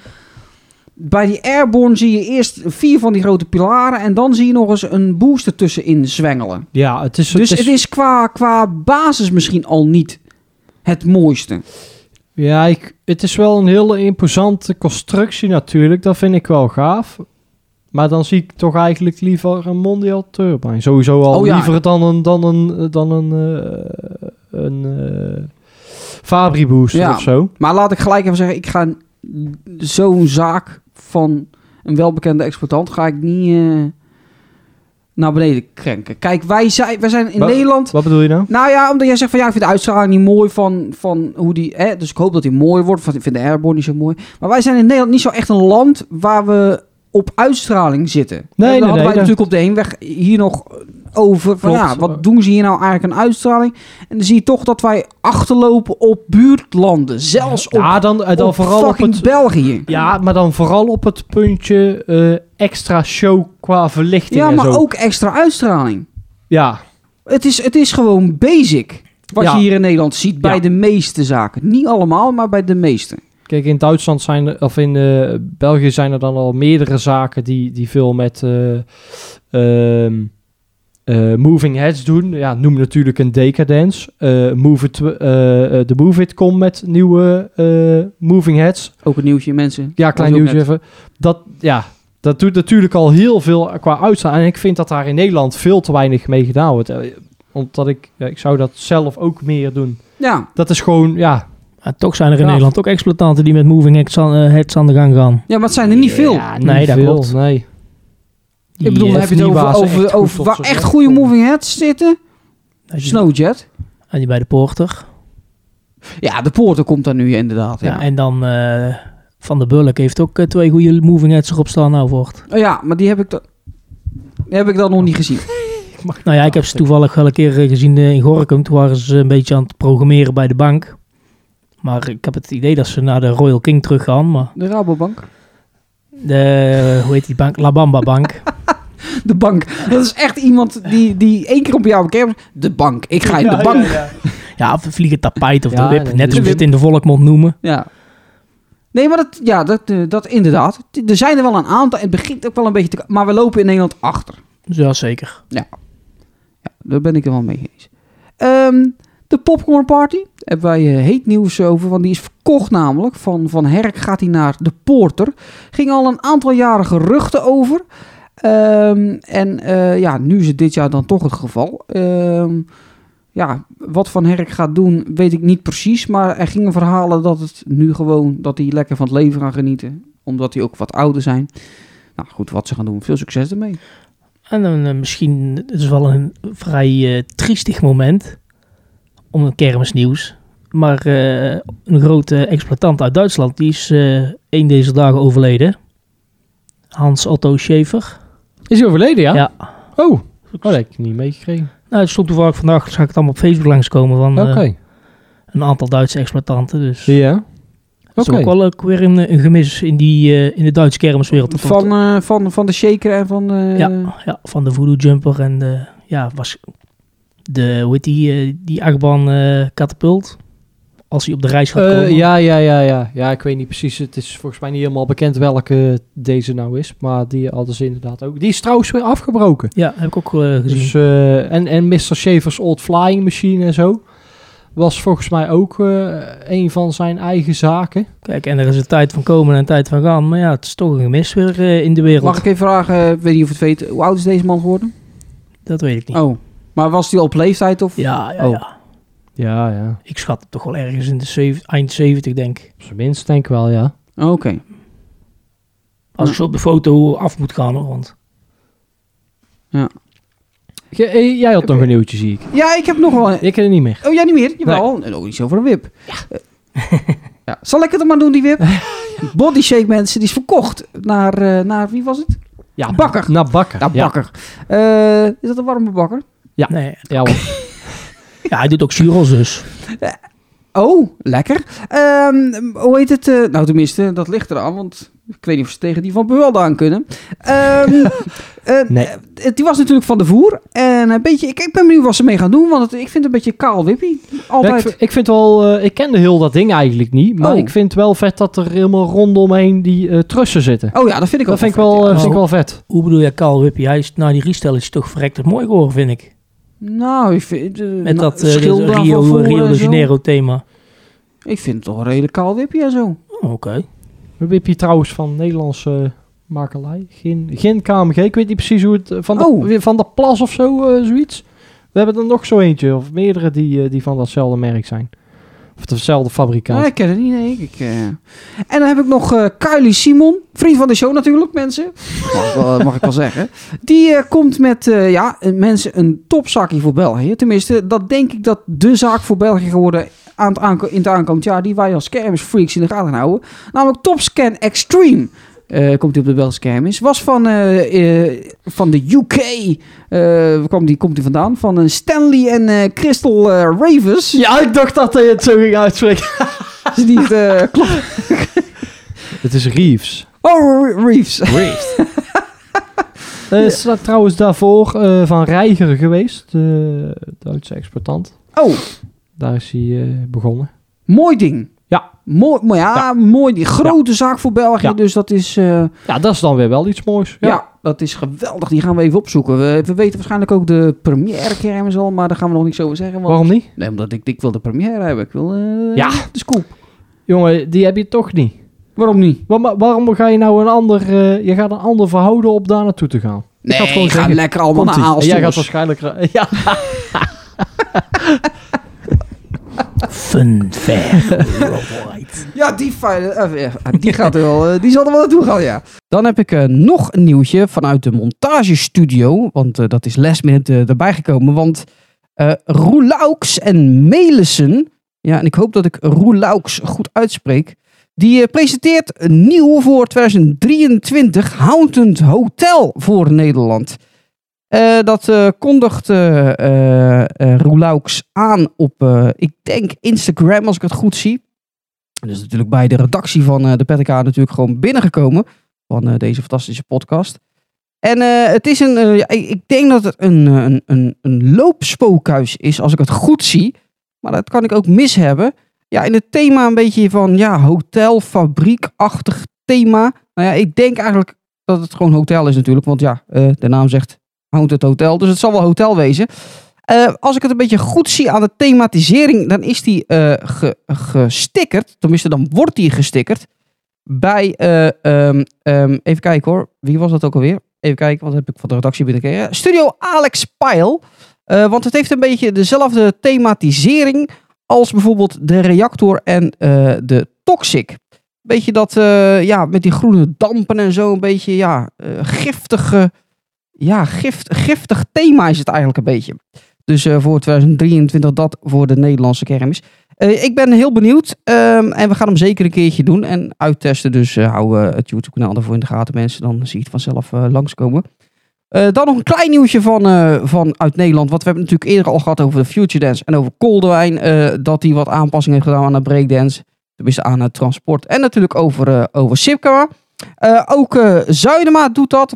bij die Airborne zie je eerst vier van die grote pilaren en dan zie je nog eens een booster tussenin zwengelen.
Ja, het is...
Dus het is qua, qua basis misschien al niet het mooiste.
ja, ik, het is wel een hele imposante constructie natuurlijk. Dat vind ik wel gaaf. Maar dan zie ik toch eigenlijk liever een Mondial Turbine. Sowieso al
Oh ja.
liever dan een... Dan een, eh, dan een, eh, een eh, Fabri booster
Ja.
of zo.
Maar laat ik gelijk even zeggen, ik ga n- zo'n zaak van een welbekende exploitant ga ik niet eh, naar beneden krenken. Kijk, wij zijn, wij zijn in
Wa-
Nederland.
Wat bedoel je nou?
Nou ja, omdat jij zegt van ja, ik vind de uitstraling niet mooi van, van hoe die. Hè, dus ik hoop dat die mooi wordt. Van, ik vind de Airborne niet zo mooi. Maar wij zijn in Nederland niet zo echt een land waar we op uitstraling zitten. Nee,
nee,
hadden
nee,
wij
dat-
natuurlijk op de heenweg hier nog over. Van,
Klopt.
ja, wat doen ze hier nou eigenlijk aan uitstraling? En dan zie je toch dat wij achterlopen op buurtlanden. Zelfs op,
ja, dan, eh, dan
op
vooral op
fucking
het...
België.
Ja, maar dan vooral op het puntje eh, extra show qua verlichting
Ja,
en
maar
zo.
ook extra uitstraling.
Ja,
Het is, het is gewoon basic. Wat
Ja.
je hier in Nederland ziet bij
Ja.
de meeste zaken. Niet allemaal, maar bij de meeste.
Kijk, in Duitsland zijn er, of in eh, België zijn er dan al meerdere zaken die, die veel met eh, ehm, eh, eh, moving Heads doen. Ja, noem natuurlijk een Decadence. Eh move it, eh eh, de Move It komt met nieuwe eh, Moving Heads.
Ook een nieuwtje, mensen.
Ja, klein
Dat is ook
nieuwtje even. Dat, ja, dat doet natuurlijk al heel veel qua uitstaan. En ik vind dat daar in Nederland veel te weinig mee gedaan wordt. Eh, Omdat ik, ja, ik zou dat zelf ook meer doen.
net. Ja.
Dat is gewoon, ja,
Maar toch zijn er in
Ja.
Nederland ook exploitanten die met moving heads aan, eh, heads aan de gang gaan.
ja, maar het zijn er niet veel.
Ja,
Nee,
niet
dat
veel,
klopt.
Nee.
Die,
ik bedoel,
eh,
dan heb je het
niet
over,
waar ze
over,
echt goed
over
tot
waar
z'n
echt
recht
goede
komen.
moving heads zitten.
als je-
Snowjet.
en die bij de porter.
Ja, de poorten komt dan nu inderdaad.
Ja.
Ja,
en dan eh, Van der Bulk heeft ook eh, twee goede moving heads erop staan nou voort.
Oh ja maar die heb ik dan... Die heb ik dan nog niet gezien.
Nou ja, ik heb ze toevallig wel een keer eh, gezien eh, in Gorkum. Toen waren ze een beetje aan het programmeren bij de bank. Maar ik heb het idee dat ze naar de Royal King terug gaan. Maar
De Rabobank.
de, hoe heet die bank? La Bamba Bank.
De bank. Dat is echt iemand die, die één keer op jou bekijkt. De bank. Ik ga in de bank. Ja,
Ja, of vliegend tapijt of
Ja,
de wip.
dat
Net
is-
hoe ze het in de volkmond noemen.
Nee, maar dat, ja, dat, eh, dat inderdaad. Die- Er zijn er wel een aantal. Het begint ook wel een beetje te... Maar we lopen in Nederland achter.
Dus Ja, zeker.
Ja, daar ben ik er wel mee eens. Ehm, de Popcorn Party. Daar hebben wij eh, heet nieuws over, want die is verkocht namelijk. Van, van Herk gaat hij naar de Porter. Ging al een aantal jaren geruchten over. Ehm, en eh, ja, nu is het dit jaar dan toch het geval. Ehm, ja, wat Van Herk gaat doen, weet ik niet precies. Maar er gingen verhalen dat het nu gewoon, dat hij lekker van het leven gaan genieten. Omdat die ook wat ouder zijn. Nou goed, wat ze gaan doen. Veel succes ermee.
En dan eh, misschien, het is wel een vrij eh, triestig moment om een kermisnieuws. Maar eh, een grote exploitant uit Duitsland, die is eh één deze dagen overleden. Hans Otto Schäfer.
Is hij overleden, ja?
Ja.
Oh, oh, dat heb ik niet meegekregen.
Nou, het stond toevallig vandaag, zag ik het allemaal op Facebook langskomen van eh,
Oké.
een aantal Duitse exploitanten. Dus
Ja.
dat is
Oké.
ook wel ook weer een, eh, een gemis in, die, eh, in de Duitse kermiswereld. Dat
Van, eh, van, van de shaker en van... eh,
Ja, ja, van de Voodoo Jumper en de, ja, was de, hoe heet die, eh, die achtbaan eh, katapult. Als hij op de reis gaat komen.
Eh, ja, ja, ja, ja. Ja, ik weet niet precies. Het is volgens mij niet helemaal bekend welke deze nou is. Maar die hadden ze inderdaad ook. Die is trouwens weer afgebroken.
Ja, heb ik ook eh, gezien.
Dus, eh, en, en Mr. Shaver's Old Flying Machine en zo. Was volgens mij ook eh, een van zijn eigen zaken.
Kijk, en er is een tijd van komen en een tijd van gaan. Maar ja, het is toch een gemis weer eh, in de wereld.
Mag ik even vragen, eh, ik weet niet of je het weet, hoe oud is deze man geworden?
Dat weet ik niet.
Oh, maar was hij al op leeftijd of?
Ja, ja,
Oh.
ja.
Ja, ja.
Ik schat het toch wel ergens in de zeven- eind 70, denk ik.
Op zijn minst denk ik wel, ja.
Oh, Oké.
Als ik zo op de foto af moet gaan, hoor. Want
Ge- eh, jij had nog een nieuwtje, zie ik.
Ja, ik heb nog wel een...
Ik heb het niet meer.
Oh, ja, niet meer? Jawel. En ook iets over een wip. Ja. ja. Zal ik het dan maar doen, die wip? Body Shake mensen, die is verkocht naar, eh, naar wie was het?
Ja,
Bakker.
Naar Nou, bakker.
Naar
ja.
Bakker. Eh, is dat een warme bakker?
nee.
Ja, hoor.
Ja, hij doet ook churros dus.
Oh, lekker. Ehm, hoe heet het? eh, nou, tenminste, dat ligt eraan, want ik weet niet of ze tegen die van Bewelde aan kunnen. Ehm, eh,
Nee.
eh, die was natuurlijk van de voer. En een beetje, ik, ik ben benieuwd wat ze mee gaan doen, want het- ik vind het een beetje kaal wippie.
Ja,
Altijd.
ik, vind- ik vind wel, eh, ik kende heel dat ding eigenlijk niet, maar
Oh.
ik vind wel vet dat er helemaal rondomheen die eh, trussen zitten.
oh ja, dat vind ik ook
dat vind ik,
vet,
wel,
ja.
eh,
ja.
vind ik wel vet.
Hoe bedoel je, Carl Wippie? Hij is, nou, die restel is toch verrekt mooi geworden, vind ik.
Nou, ik vind... eh,
Met
nou,
dat eh,
schilder van
Rio,
voer
Rio
en
de
eh, zo.
Janeiro thema.
Ik vind het toch een redelijk kaal wippie en zo.
Oh, Oké.
Wip je trouwens van Nederlandse eh, makelij? Geen, geen KMG, ik weet niet precies hoe het... eh, Van de,
Oh.
weer van de Plas of zo, eh, zoiets. We hebben er nog zo eentje, of meerdere die, eh, die van datzelfde merk zijn. Of dezelfde fabrikant.
Nou, ik ken het niet, nee. Ik, eh. En dan heb ik nog eh Kylie Simon, vriend van de show natuurlijk, mensen. Mag ik wel, mag ik wel zeggen. Die eh, komt met, eh, ja, eh, mensen, een topzakje voor België. Tenminste, dat denk ik dat de zaak voor België geworden aan het aanko- in het aankomend jaar, die wij als kermisfreaks in de gaten gaan houden. Namelijk Topscan Extreme. eh, komt die op de Belgische kermis. Was van, eh, eh, van de UK. Eh, waar kwam die, komt die vandaan? Van eh, Stanley en eh, Crystal eh, Ravens.
Ja, ik dacht dat hij het zo ging uitspreken.
Is die het, eh, klopt?
Het is Reeves.
Oh, Re- Reeves.
Eh, Is dat trouwens daarvoor eh, van Reiger geweest, de Duitse exportant?
Oh,
Daar is hij eh, begonnen.
mooi ding.
Ja.
Mooi, maar ja, mooi ding. Grote zaak voor België,
Ja.
dus dat is... eh,
Ja, dat is dan weer wel iets moois.
ja. dat is geweldig. Die gaan we even opzoeken. We, we weten waarschijnlijk ook de première kermis al, maar daar gaan we nog niks over zeggen. Want,
Waarom niet?
Nee, omdat ik, ik wil de première hebben. Ik wil eh,
Ja.
de scoop.
Jongen, die heb je toch niet.
Waarom niet?
Wa- maar waarom ga je nou een ander, eh, je gaat een ander verhouden op daar naartoe te gaan?
Nee,
ga het gewoon
ik ga
zeggen.
lekker allemaal naar
Komt-ie. En
Aalst.
jij gaat waarschijnlijk... ra- Ja,
Fun fair.
Ja, die, file, eh, eh, die, gaat er wel, eh, die zal er wel naartoe gaan, ja. Dan heb ik eh, nog een nieuwtje vanuit de montagestudio. Want eh, dat is last minute eh, erbij gekomen. Want eh Roelaux en Melissen... Ja, en ik hoop dat ik Roelaux goed uitspreek. Die eh, presenteert een nieuw voor 2023 Houtend Hotel voor Nederland. Eh, dat eh, kondigt eh eh, eh, Roelaux aan op, eh, ik denk, Instagram als ik het goed zie. Dat is natuurlijk bij de redactie van eh, de PTK natuurlijk gewoon binnengekomen. Van eh, deze fantastische podcast. En eh, het is een, eh, ja, ik, ik denk dat het een, eh, een, een, een loopspookhuis is, als ik het goed zie. Maar dat kan ik ook mis hebben. Ja, in het thema een beetje van, ja, hotel, fabriekachtig thema. Nou ja, ik denk eigenlijk dat het gewoon hotel is natuurlijk. Want ja, eh, de naam zegt houdt het hotel. Dus het zal wel hotel wezen. Eh, als ik het een beetje goed zie aan de thematisering, dan is die eh, ge- gestickerd. Tenminste, dan wordt die gestickerd. Bij, eh, ehm, ehm, even kijken hoor, wie was dat ook alweer? Even kijken, want dat heb ik van de redactie binnengekregen. Studio Alex Pijl. Eh, want het heeft een beetje dezelfde thematisering als bijvoorbeeld de reactor en eh, de toxic. Beetje dat, eh, ja, met die groene dampen en zo, een beetje, ja, eh, giftige, ja, gift, giftig thema is het eigenlijk een beetje. Dus eh, voor 2023 dat voor de Nederlandse kermis. Eh, ik ben heel benieuwd ehm, en we gaan hem zeker een keertje doen en uittesten. Dus eh, hou eh, het YouTube-kanaal ervoor in de gaten, mensen. Dan zie je het vanzelf eh, langskomen. Eh, dan nog een klein nieuwtje van, eh, van uit Nederland. Want we hebben natuurlijk eerder al gehad over de Future Dance en over Koldewijn. eh, dat hij wat aanpassingen heeft gedaan aan de breakdance. Tenminste aan het transport. En natuurlijk over, eh over Sipka. Eh, ook eh Zuidema doet dat.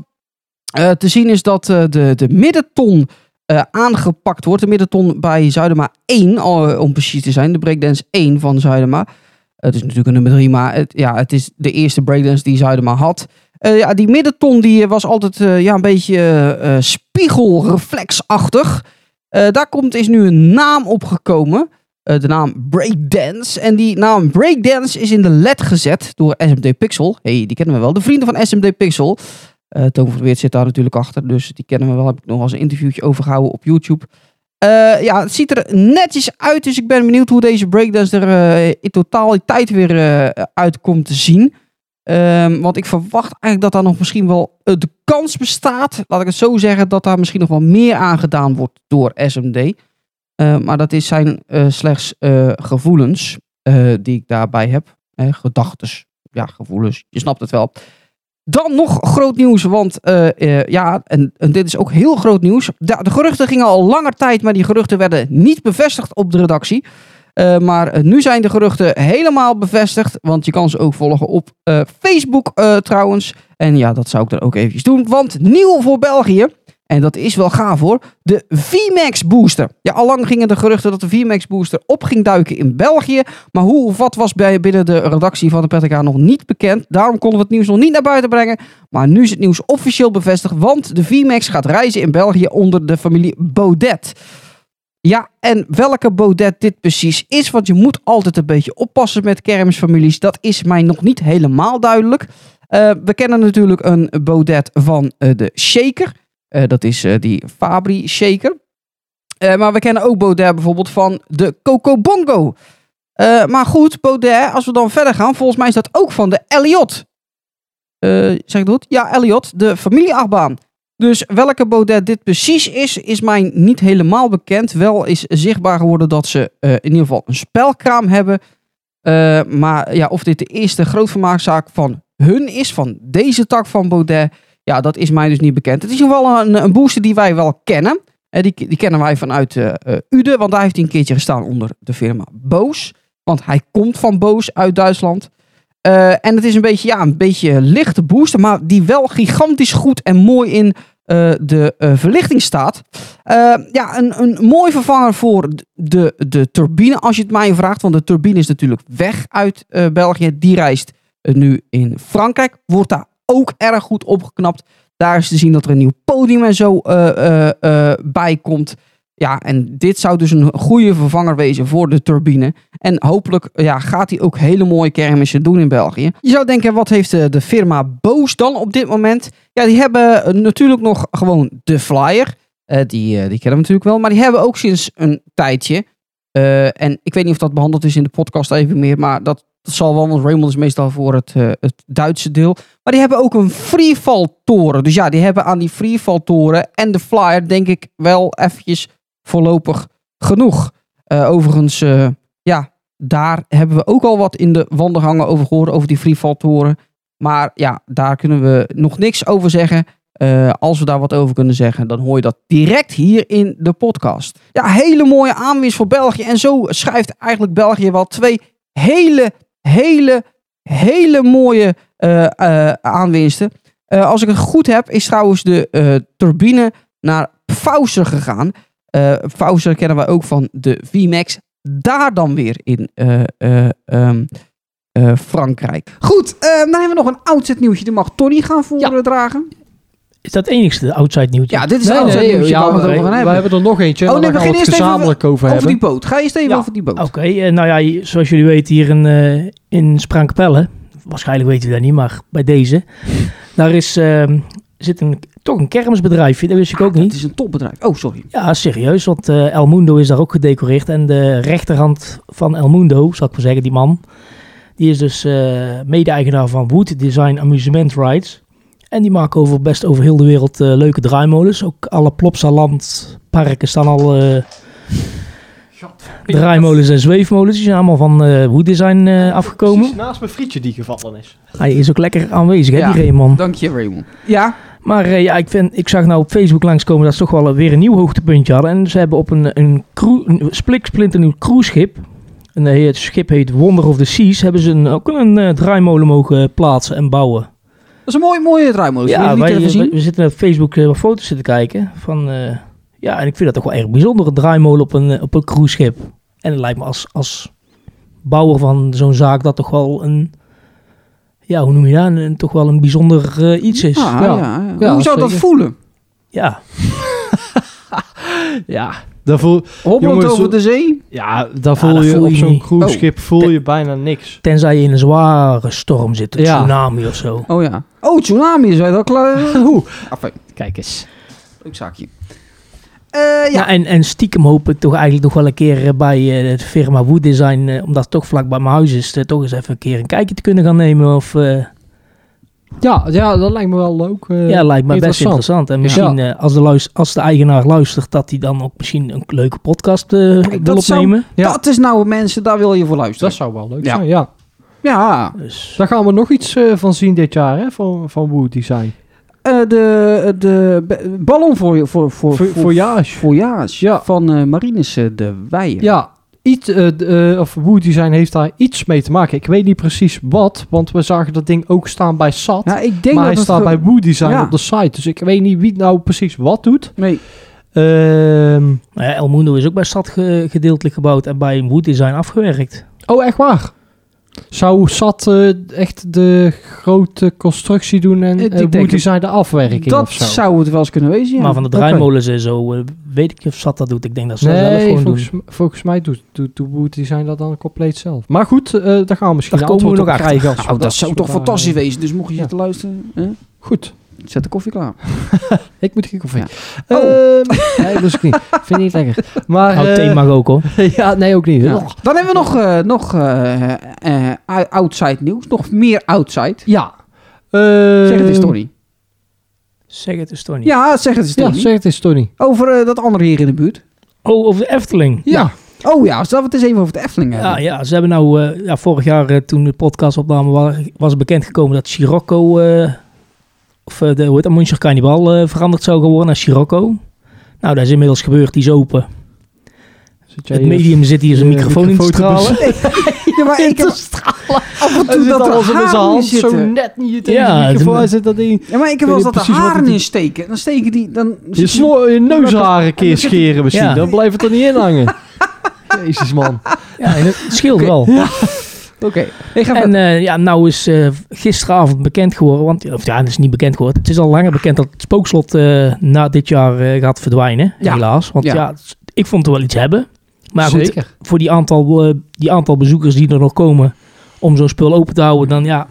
Eh, te zien is dat eh, de, de middenton eh, aangepakt wordt. De middenton bij Zuidema 1, al- eh, om precies te zijn. De breakdance 1 van Zuidema. Het is natuurlijk een nummer 3, maar het, ja, het is de eerste breakdance die Zuidema had. Eh, ja, die middenton die eh, was altijd eh, ja, een beetje eh, eh, spiegelreflexachtig. Eh, daar komt, is nu een naam opgekomen. Eh, de naam Breakdance. En die naam Breakdance is in de led gezet door SMD Pixel. hey, die kennen we wel. De vrienden van SMD Pixel. Eh Toon van der Weert zit daar natuurlijk achter. Dus die kennen we wel. Heb ik nog als een interviewtje overgehouden op YouTube. Eh, ja, het ziet er netjes uit. Dus ik ben benieuwd hoe deze breakdance er eh, in totaal die tijd weer eh, uit komt te zien. Ehm, want ik verwacht eigenlijk dat daar nog misschien wel eh, de kans bestaat. Laat ik het zo zeggen. Dat daar misschien nog wel meer aan gedaan wordt door SMD. Eh, maar dat is zijn eh, slechts eh, gevoelens eh, die ik daarbij heb. Eh, gedachtes. Ja, gevoelens. Je snapt het wel. Dan nog groot nieuws, want eh, eh, ja, en, en dit is ook heel groot nieuws. De, de geruchten gingen al langer tijd, maar die geruchten werden niet bevestigd op de redactie. Eh, maar eh, nu zijn de geruchten helemaal bevestigd, want je kan ze ook volgen op eh, Facebook eh, trouwens. En ja, dat zou ik dan ook eventjes doen, want nieuw voor België, en dat is wel gaaf hoor, de VMAX booster. Ja, allang gingen de geruchten dat de VMAX booster op ging duiken in België. Maar hoe of wat was bij, binnen de redactie van de Pettica nog niet bekend. Daarom konden we het nieuws nog niet naar buiten brengen. Maar nu is het nieuws officieel bevestigd. Want de VMAX gaat reizen in België onder de familie Baudet. Ja, en welke Baudet dit precies is, want je moet altijd een beetje oppassen met kermisfamilies. Dat is mij nog niet helemaal duidelijk. Eh, we kennen natuurlijk een Baudet van eh, de Shaker. Eh, dat is eh, die Fabri Shaker. Eh, maar we kennen ook Baudet bijvoorbeeld van de Coco Bongo. Eh, maar goed, Baudet, als we dan verder gaan, volgens mij is dat ook van de Elliot. Eh, zeg ik dat goed? Ja, Elliot, de familieachtbaan. Dus welke Baudet dit precies is, is mij niet helemaal bekend. Wel is zichtbaar geworden dat ze eh, in ieder geval een spelkraam hebben. Eh, maar ja, of dit de eerste grootvermaakzaak van hun is, van deze tak van Baudet, ja, dat is mij dus niet bekend. Het is in ieder geval een, een booster die wij wel kennen. Eh, die, die kennen wij vanuit eh eh, Uden, want daar heeft hij een keertje gestaan onder de firma Boos. Want hij komt van Boos uit Duitsland. Eh, en het is een beetje, ja, een beetje lichte booster, maar die wel gigantisch goed en mooi in eh, de eh, verlichting staat. Eh, ja, een, een mooi vervanger voor de, de turbine, als je het mij vraagt. Want de turbine is natuurlijk weg uit eh, België. Die reist eh, nu in Frankrijk. Wordt daar ook erg goed opgeknapt. Daar is te zien dat er een nieuw podium en zo eh, eh, eh, bij komt. Ja, en dit zou dus een goede vervanger wezen voor de turbine. En hopelijk ja, gaat hij ook hele mooie kermissen doen in België. Je zou denken, wat heeft eh, de firma Boos dan op dit moment? Ja, die hebben eh, natuurlijk nog gewoon de flyer. Eh, die, eh, die kennen we natuurlijk wel. Maar die hebben ook sinds een tijdje. eh, en ik weet niet of dat behandeld is in de podcast even meer. Maar dat, dat zal wel, want Raymond is meestal voor het, eh, het Duitse deel. Maar die hebben ook een freefall toren. Dus ja, die hebben aan die freefall toren en de flyer denk ik wel eventjes voorlopig genoeg. Eh, overigens, eh, ja, daar hebben we ook al wat in de wandelgangen over gehoord, over die freefall toren. Maar ja, daar kunnen we nog niks over zeggen. Eh, als we daar wat over kunnen zeggen, dan hoor je dat direct hier in de podcast. Ja, hele mooie aanwinst voor België. En zo schrijft eigenlijk België wel twee hele, hele, hele mooie eh, eh, aanwinsten. Eh, als ik het goed heb, is trouwens de eh, turbine naar Pfauser gegaan. Eh Pfauser kennen we ook van de VMAX. Daar dan weer in eh, eh, ehm, eh, Frankrijk. Goed, eh, dan hebben we nog een outset nieuwtje. Die mag Tony gaan voordragen.
Is dat het enigste de outside nieuwtje?
Ja, dit is
Nee,
een outset
nee,
nieuwtje
ja,
waar we het
we,
over gaan hebben.
hebben dus er nog eentje.
Oh,
Oh,
nee,
nee, we gaan
begin
we het
eerst even
gezamenlijk over
Over Oh,
hebben.
die boot. Ga eerst even
Ja.
over die boot.
Oké, eh, nou ja, zoals jullie weten hier in, eh in Spraankapelle, waarschijnlijk weten jullie dat niet, maar bij deze, daar is, ehm, zit een, toch een kermisbedrijfje, dat wist ik ook
Het
niet.
is een topbedrijf. Oh, sorry.
Ja, serieus, want eh, El Mundo is daar ook gedecoreerd en de rechterhand van El Mundo, zal ik maar zeggen, die man, die is dus eh, mede-eigenaar van Wood Design Amusement Rides. En die maken over, best over heel de wereld eh, leuke draaimolens. Ook alle Plopsaland parken staan al... eh, Draaimolens en zweefmolens die zijn allemaal van eh Wood Design eh, afgekomen.
naast mijn frietje die gevallen is.
Hij is ook lekker aanwezig, hè,
Ja.
die Raymond.
Dank je, Raymond. Ja,
Maar eh, ja, ik, vind, ik zag nou op Facebook langskomen dat ze toch wel eh, weer een nieuw hoogtepuntje hadden. En ze hebben op een, een, cru- een splik- splinternieuw cruiseschip, en, eh, het schip heet Wonder of the Seas, hebben ze een, ook een eh, draaimolen mogen plaatsen en bouwen.
Oh, dat is een mooie, mooie draaimolen. Ja,
ja,
niet
wij,
even zien.
we, we zitten op Facebook eh, wat foto's zitten kijken van... eh, ja, en ik vind dat toch wel erg bijzonder, een draaimolen op een, eh, op een cruiseschip. En het lijkt me als, als bouwer van zo'n zaak dat toch wel een... Ja, hoe noem je dat? Een, een- toch wel een bijzonder eh, iets is.
Ah, ja,
ja.
ja.
Ja,
Hoe zou dat
zeker.
voelen?
Ja,
Ja, daar voel,
Hobbelend
Jongens,
over
zo-
de zee?
ja, daar
dat
voel je Oh.
voel
op
je
zo'n
niet.
cruiseschip voel je bijna niks.
tenzij je in een zware storm zit, een
Ja.
tsunami of zo.
Oh ja. Oh, tsunami is wel klaar.
Oeh,
Enfin,
kijk eens.
leuk zaakje. Eh,
Ja,
ja.
en, en stiekem hoop ik toch eigenlijk nog wel een keer eh, bij eh, het firma Wood Design, eh, omdat het toch vlak bij mijn huis is, eh, toch eens even een keer een kijkje te kunnen gaan nemen. Of, eh,
Ja, ja, dat lijkt me wel ook. eh,
Ja, lijkt me best
interessant.
interessant. En misschien eh, als, de luis- als de eigenaar luistert, dat hij dan ook misschien een leuke podcast eh, wil
dat zou-
opnemen.
ja.
Dat is nou, mensen, daar wil je voor luisteren.
Dat zou wel leuk
Ja.
zijn, ja.
Ja.
Dus,
Daar gaan we nog iets eh, van zien dit jaar, hè, van, van Wood Design.
Eh, de, de be- ballon voor, je- voor, voor,
Vo- Voyage.
voyage
Ja.
van eh Marinus eh, de Weijer.
Ja, iets, eh, d- eh, of Wood Design heeft daar iets mee te maken. Ik weet niet precies wat, want we zagen dat ding ook staan bij SAT.
Ja, ik denk
maar
dat
hij
het
staat
ge-
bij Wood Design
Ja.
op de site. Dus ik weet niet wie nou precies wat doet.
Nee,
Ehm,
nou ja, El Mundo is ook bij Stad ge- gedeeltelijk gebouwd en bij Wood Design afgewerkt.
oh, echt waar? Zou SAT eh, echt de grote constructie doen en
Ik
eh,
denk het.
Wood Design de afwerking
dat
of zo?
zou het wel eens kunnen wezen, ja.
maar van de
oké.
draaimolens en zo, eh, weet ik niet of Zat dat doet. Ik denk dat ze dat zelf
Nee,
gewoon
volgens,
doen.
volgens mij doet, doet, doet Wood Design dat dan compleet zelf. Maar goed, eh, daar gaan we misschien
Daar
een
komen
antwoord
we nog
op
achter.
krijgen. als we
Nou, dat zou
als
toch
we daar,
fantastisch
eh,
wezen. Dus mocht je
ja.
zitten luisteren, hè,
Goed.
zet de koffie klaar.
Ik moet geen koffie.
Ja.
Ehm,
Oh.
nee, dat is ik niet. Vind ik niet lekker. Maar,
Oud
eh,
thema ook hoor.
ja, nee, ook niet.
Ja.
Ja.
Dan hebben we nog, eh, nog eh, eh, outside nieuws. Nog meer outside.
Ehm,
Zeg het eens, Tony.
Zeg het eens, Tony.
Ja, zeg het eens,
Ja,
Tony.
zeg het eens, Tony.
Over eh, dat andere hier in de buurt.
Oh, over de Efteling.
Ja.
Oh ja, zullen we het eens even over de Efteling hebben?
Ja, ja, ze hebben nou, eh, ja, vorig jaar eh, toen de podcast opname was, was bekendgekomen dat Scirocco, eh, of eh, de, hoe heet dat, Münster Carnival eh, veranderd zou gaan worden naar Scirocco. Nou, dat is inmiddels gebeurd, die is open.
Zit jij
Het
hier-
medium zit hier zijn
je
microfoon in te
microfoon te
stralen.
Ja, maar ik heb af en
Hij
toe
zit
Oh, dat
alles
er
in zijn
haren in
hand, zo
zitten.
net niet tegen
Ja,
de microfoon.
het-
Hij zit dat in.
Ja, maar ik heb
Ik
wel eens
weet
dat er
precies wat
haren
het-
in steken. Dan steken die... Dan
Je, snor, je neusharen een keer scheren misschien.
Ja.
Dan blijft het er niet in hangen. Jezus, man.
Ja, en het scheelt wel.
Oké. Ik ga
En eh, ja, nou is eh, gisteravond bekend geworden, want of ja, het is niet bekend geworden. Het is al langer bekend dat het spookslot eh, na dit jaar eh, gaat verdwijnen,
Ja.
helaas. Want
Ja.
ja. het- ik vond het wel iets hebben. Maar goed,
Zeker.
voor die aantal, eh, die aantal bezoekers die er nog komen om zo'n spul open te houden, dan ja,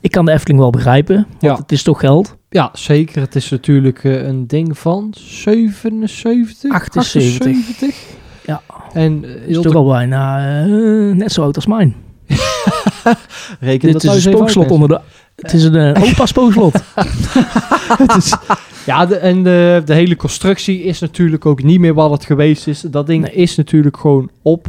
ik kan de Efteling wel begrijpen. Want
Ja.
het is toch geld.
Ja, zeker. Het is natuurlijk eh, een ding van 77,
78.
78.
Ja.
En eh,
Het is
heel
toch
te-
al bijna eh, net zo oud als mijn.
reken dat
Dit is een
thuis even
spookslot
uit,
onder de... Het is een eh, opa spookslot.
Het is- ja, de, en de, de hele constructie is natuurlijk ook niet meer wat het geweest is. Dat ding
Nee.
is natuurlijk gewoon op.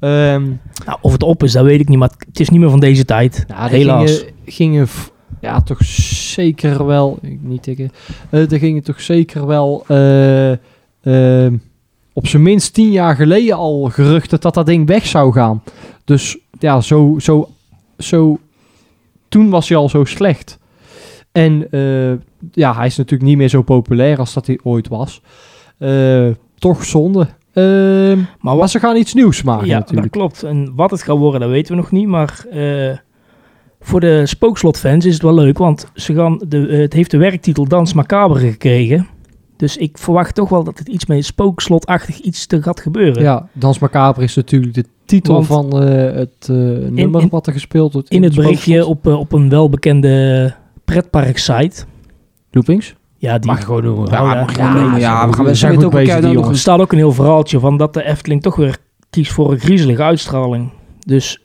Ehm
nou, of het op is, dat weet ik niet, maar het is niet meer van deze tijd.
nou, er
Helaas.
Gingen, gingen v- ja, toch zeker wel. ik- Niet tikken. Eh er gingen toch zeker wel. eh, ehm, op zijn minst tien jaar geleden al geruchten dat dat ding weg zou gaan. Dus ja, zo. zo, zo toen was hij al zo slecht. En eh, ja, hij is natuurlijk niet meer zo populair als dat hij ooit was. Eh, toch zonde. Ehm,
Maar
maar ze gaan iets nieuws maken
ja,
natuurlijk.
dat klopt. En wat het gaat worden, dat weten we nog niet. Maar eh, voor de Spookslot-fans is het wel leuk, want ze gaan de, eh, het heeft de werktitel Dans Macabre gekregen. Dus ik verwacht toch wel dat het iets met spookslotachtig iets te gaat gebeuren.
Ja, Dans Macabre is natuurlijk de titel
Want-
van eh, het eh, nummer
in-
wat er gespeeld wordt.
In het berichtje
Spookslot.
op, eh, op een welbekende pretparksite.
Loopings.
Ja, die Nou
Mag je gewoon doen.
Ja, mag je gewoon
Nou ja,
noemen.
ja, we gaan
We
best
zijn
weten
goed
ook
bezig, die
kijken naar
Er
nog
jongens.
staat ook een heel verhaaltje van dat de Efteling toch weer kiest voor een griezelige uitstraling. Dus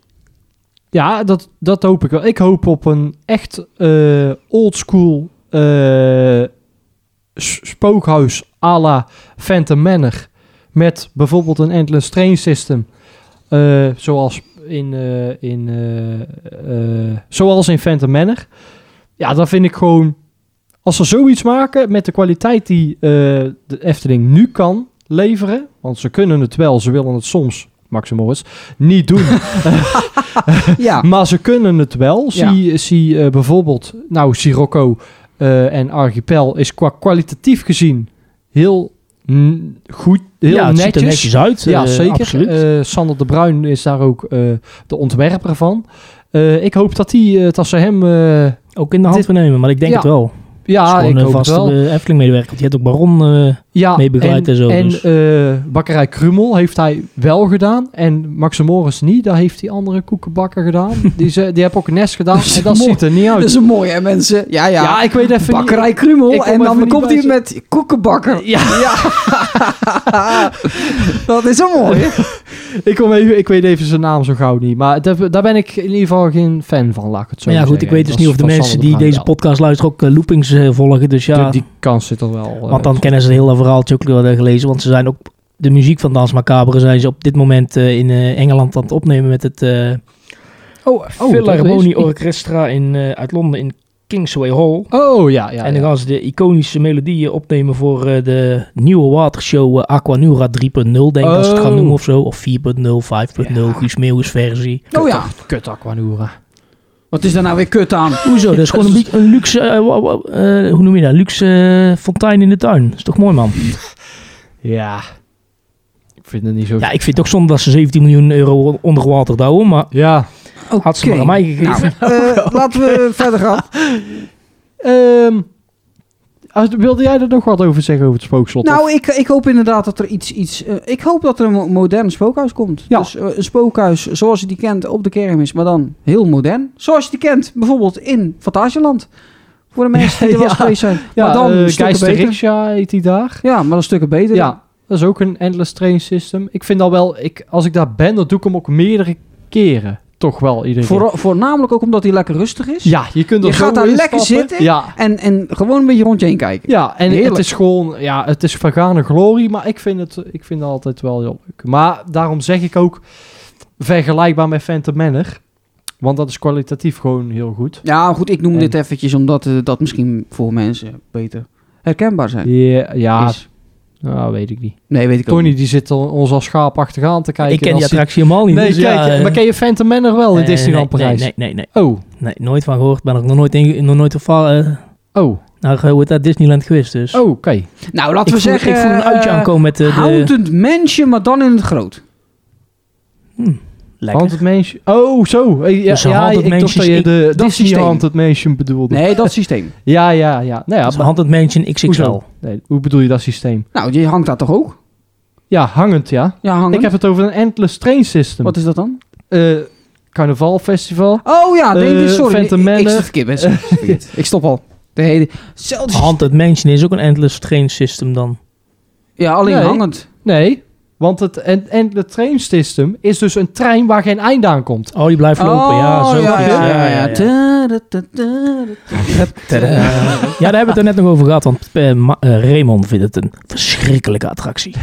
Ja, dat, dat hoop ik wel. Ik hoop op een echt eh oldschool eh, s- spookhuis à la Phantom Manor. Met bijvoorbeeld een endless train system. Eh, zoals, in, eh, in, eh, eh, zoals in Phantom Manor. Ja, dan vind ik gewoon... Als ze zoiets maken met de kwaliteit die eh, de Efteling nu kan leveren... Want ze kunnen het wel, ze willen het soms, Max en Moritz, niet doen.
een-
Ah.
Ja.
Maar ze kunnen het wel.
Ja.
Zie, zie eh, bijvoorbeeld, nou, Sirocco eh, en Archipel is qua kwalitatief gezien heel mm, goed, heel
ja, het
netjes.
ziet er netjes uit.
Ja,
eh,
zeker.
Absoluut.
Eh, Sander de Bruin is daar ook eh, de ontwerper van. Eh, ik hoop dat, die, eh, dat ze hem... eh,
ook in de hand
dit-
te nemen, maar ik denk
Ja.
het wel. Het
ja,
is
Ah, ik
gewoon een
hoop het
vaste
wel.
eh, Efteling-medewerker. Die heeft ook Baron... eh,
ja,
mee begeleid
en,
en zo,
En
dus.
eh, Bakkerij Krummel heeft hij wel gedaan. En Max Morris niet. Daar heeft die andere koekenbakker gedaan. die, ze, die heb ook Nes gedaan.
Dat is
En dat
mooi.
ziet er niet
Dat
uit.
is een mooie, hè, mensen. Ja, ja.
ja, ik weet even niet-
Bakkerij Krummel.
ik kom
En
even
dan
niet
komt
bij
hij
ze.
met koekenbakker.
Ja,
Dat is een mooie.
ik, kom even, ik weet even zijn naam zo gauw niet. Maar daar, daar ben ik in ieder geval geen fan van, laat ik het zo
maar ja, goed,
zeggen.
ik weet dus
Dat
niet of
is
de
van
mensen
Sander
die
de
deze
Bruin
podcast luisteren ook eh, loopings eh, volgen. Dus
wel.
ja,
Die, die kans zit er wel. eh,
want dan kennen ze het hele verhaaltje ook wel eh, gelezen. Want ze zijn ook... De muziek van Dans Macabre zijn ze op dit moment eh, in eh, Engeland aan het opnemen met het... eh
Oh, oh, dat
Philharmonie
is-
Orchestra in, eh, uit Londen in Kingsway Hall.
Oh, ja, ja.
en dan
ja.
gaan ze de iconische melodieën opnemen voor eh, de nieuwe watershow eh, Aquanura 3.0, denk ik, als ze het gaan
Oh.
noemen of zo. Of 4.0, 5.0, Guus Meeuwis versie.
Oh ja.
Kut Aquanura.
Wat is daar nou weer kut aan?
Hoezo? Dat is gewoon een beetje een luxe, eh, wa- wa- eh, hoe noem je dat, luxe eh, fontein in de tuin. Dat is toch mooi, man?
Ja. Ik vind het niet zo...
Ja, ik vind het ook zonde dat ze 17 miljoen euro onder water douwen, maar
Ja.
had ze maar aan mij gegeven.
Eh, laten we verder gaan.
Ehm, als- wilde jij er nog wat over zeggen over het spookslot?
Nou, ik, ik hoop inderdaad dat er iets... iets eh, ik hoop dat er een mo- modern spookhuis komt.
Ja.
Dus eh, een spookhuis zoals je die kent op de kermis, maar dan heel modern. Zoals je die kent bijvoorbeeld in Fantasieland. Voor de mensen die er wel
Ja.
eens geweest zijn.
ja,
maar dan
eh,
stukken
Gijs de
beter.
Riksja heet die daar.
Ja, maar dan stukken beter.
Ja, dat is ook een endless train system. Ik vind al wel, ik, als ik daar ben, dan doe ik hem ook meerdere keren. Toch wel iedere keer.
Voor, voornamelijk ook omdat hij lekker rustig is.
Ja, je kunt er
Je
zo
gaat daar
in
lekker
stappen.
zitten.
Ja.
En, en gewoon een beetje rond je heen kijken.
Ja, en
Heerlijk.
het is gewoon, ja, het is vergane glorie, maar ik vind het, ik vind het altijd wel heel leuk. Maar daarom zeg ik ook vergelijkbaar met Phantom Manor, want dat is kwalitatief gewoon heel goed.
Ja, goed, ik noem
En-
dit eventjes omdat eh, dat misschien voor mensen beter herkenbaar zijn.
Ja, ja
Is.
nou, weet ik niet.
Nee, weet ik ook
Tony
niet.
die zit al- ons als schaap achteraan te kijken.
ik ken
en
die
als hij-
attractie helemaal niet.
Nee,
dus
kijk,
ja, eh,
maar ken je Phantom Manor wel in
eh,
Disneyland
nee,
Parijs?
Nee, nee, nee,
Oh,
nee, nee, nooit van gehoord. Ben ik nog nooit, in, nog nooit op, va- eh,
oh,
Nou, hoe heet dat? Disneyland geweest dus.
oh, oké.
Nou, laten
ik,
we
voel,
zeggen...
ik voel een uitje
eh,
aankomen met eh, de...
Houdend mensje, maar dan in het groot.
Hm,
Hand
Lekker.
het Mansion. Oh, zo. Eh, Ja,
Dus een
ja,
Haunted
ik dacht dat
Mansion
je de
dat systeem.
Disney Haunted Mansion bedoelde.
Nee, dat systeem.
Ja, ja, ja. Nou ja,
Ja,
maar-
Haunted Mansion XXL.
hoezo? Nee, hoe bedoel je dat systeem?
Nou, die hangt daar toch ook?
Ja, hangend, ja.
Ja, hangen.
Ik heb het over een endless train system.
Wat is dat dan?
Eh, carnavalfestival.
Oh ja, nee,
Eh,
dit- sorry.
Phantom
ik- ik,
Manor.
ik, verkeerd, mensen. Ik verkeerd. ik stop al. De hele... Zelfde systeem.
Haunted Mansion is ook een endless train system dan.
Ja, alleen
Nee.
hangend.
Nee, want het en- endless train system is dus een trein waar geen einde aan komt.
Oh, die blijft lopen. ja, zo.
ja,
precies.
ja, ja,
ja,
ja. Da, da, da, da, da.
Tadaa. Ja, daar hebben we het er net nog over gehad, want eh, Ma- eh, Raymond vindt het een verschrikkelijke attractie.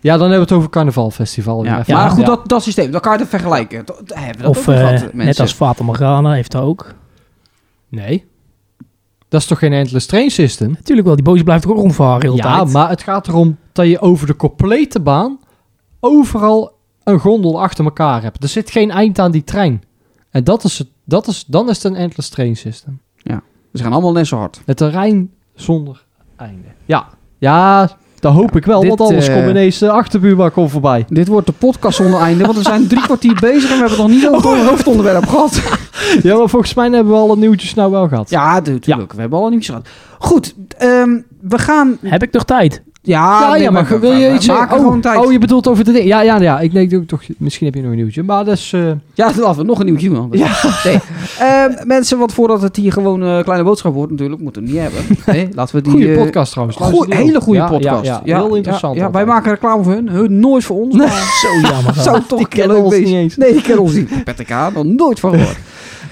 Ja, dan hebben we het over carnavalfestival.
Ja,
Ja,
maar goed,
ja.
dat, dat systeem, dat kan je het vergelijken. Dat, dat hebben we dat
of
ook
eh,
nog gehad,
net
mensen.
als Fata Morgana heeft dat ook.
Nee. Dat is toch geen endless train system?
Natuurlijk wel, die bootje blijft toch ook rondvaren heel de
ja,
tijd.
maar het gaat erom dat je over de complete baan overal een gondel achter elkaar hebt. Er zit geen eind aan die trein. En dat is het, dat is, dan is het een endless train system.
Ze gaan allemaal net zo hard.
Het terrein zonder einde. Ja, ja dat hoop ik wel,
dit,
want anders
eh,
komt ineens de achterbuurman al voorbij.
Dit wordt de podcast zonder einde, want we zijn drie kwartier bezig en we hebben nog niet over het hoofdonderwerp gehad.
Ja, maar volgens mij hebben we alle nieuwtjes nou wel gehad.
Ja, natuurlijk. We hebben al een uurtje gehad. Goed, ehm, we gaan...
Heb ik nog tijd?
Ja,
ja,
nee,
ja, maar
we-
wil
we-
je
we
iets
maken
zeggen?
gewoon
Oh,
tijd.
oh, je bedoelt over de ding. Ja, ja, ja. Ik denk ook toch, misschien heb je nog een nieuwtje. Maar dat is... eh,
Ja, laten we nog een nieuwtje doen. Ja. Nee. Ehm, mensen, want voordat het hier gewoon een kleine boodschap wordt natuurlijk, moeten we het niet hebben. Nee, laten we die...
goede
eh,
podcast trouwens.
goeie-
Luister die ook.
hele goede
Ja,
podcast.
Ja, ja, heel interessant.
Ja, ja, wij
altijd.
maken reclame voor hun. Hun nooit voor ons. maar-
Zo jammer.
Zou toch een keer
kennen
leuk
ons
wezen.
niet eens.
Nee, die kennen ons niet. Pet ik aan, nog nooit van gehoord.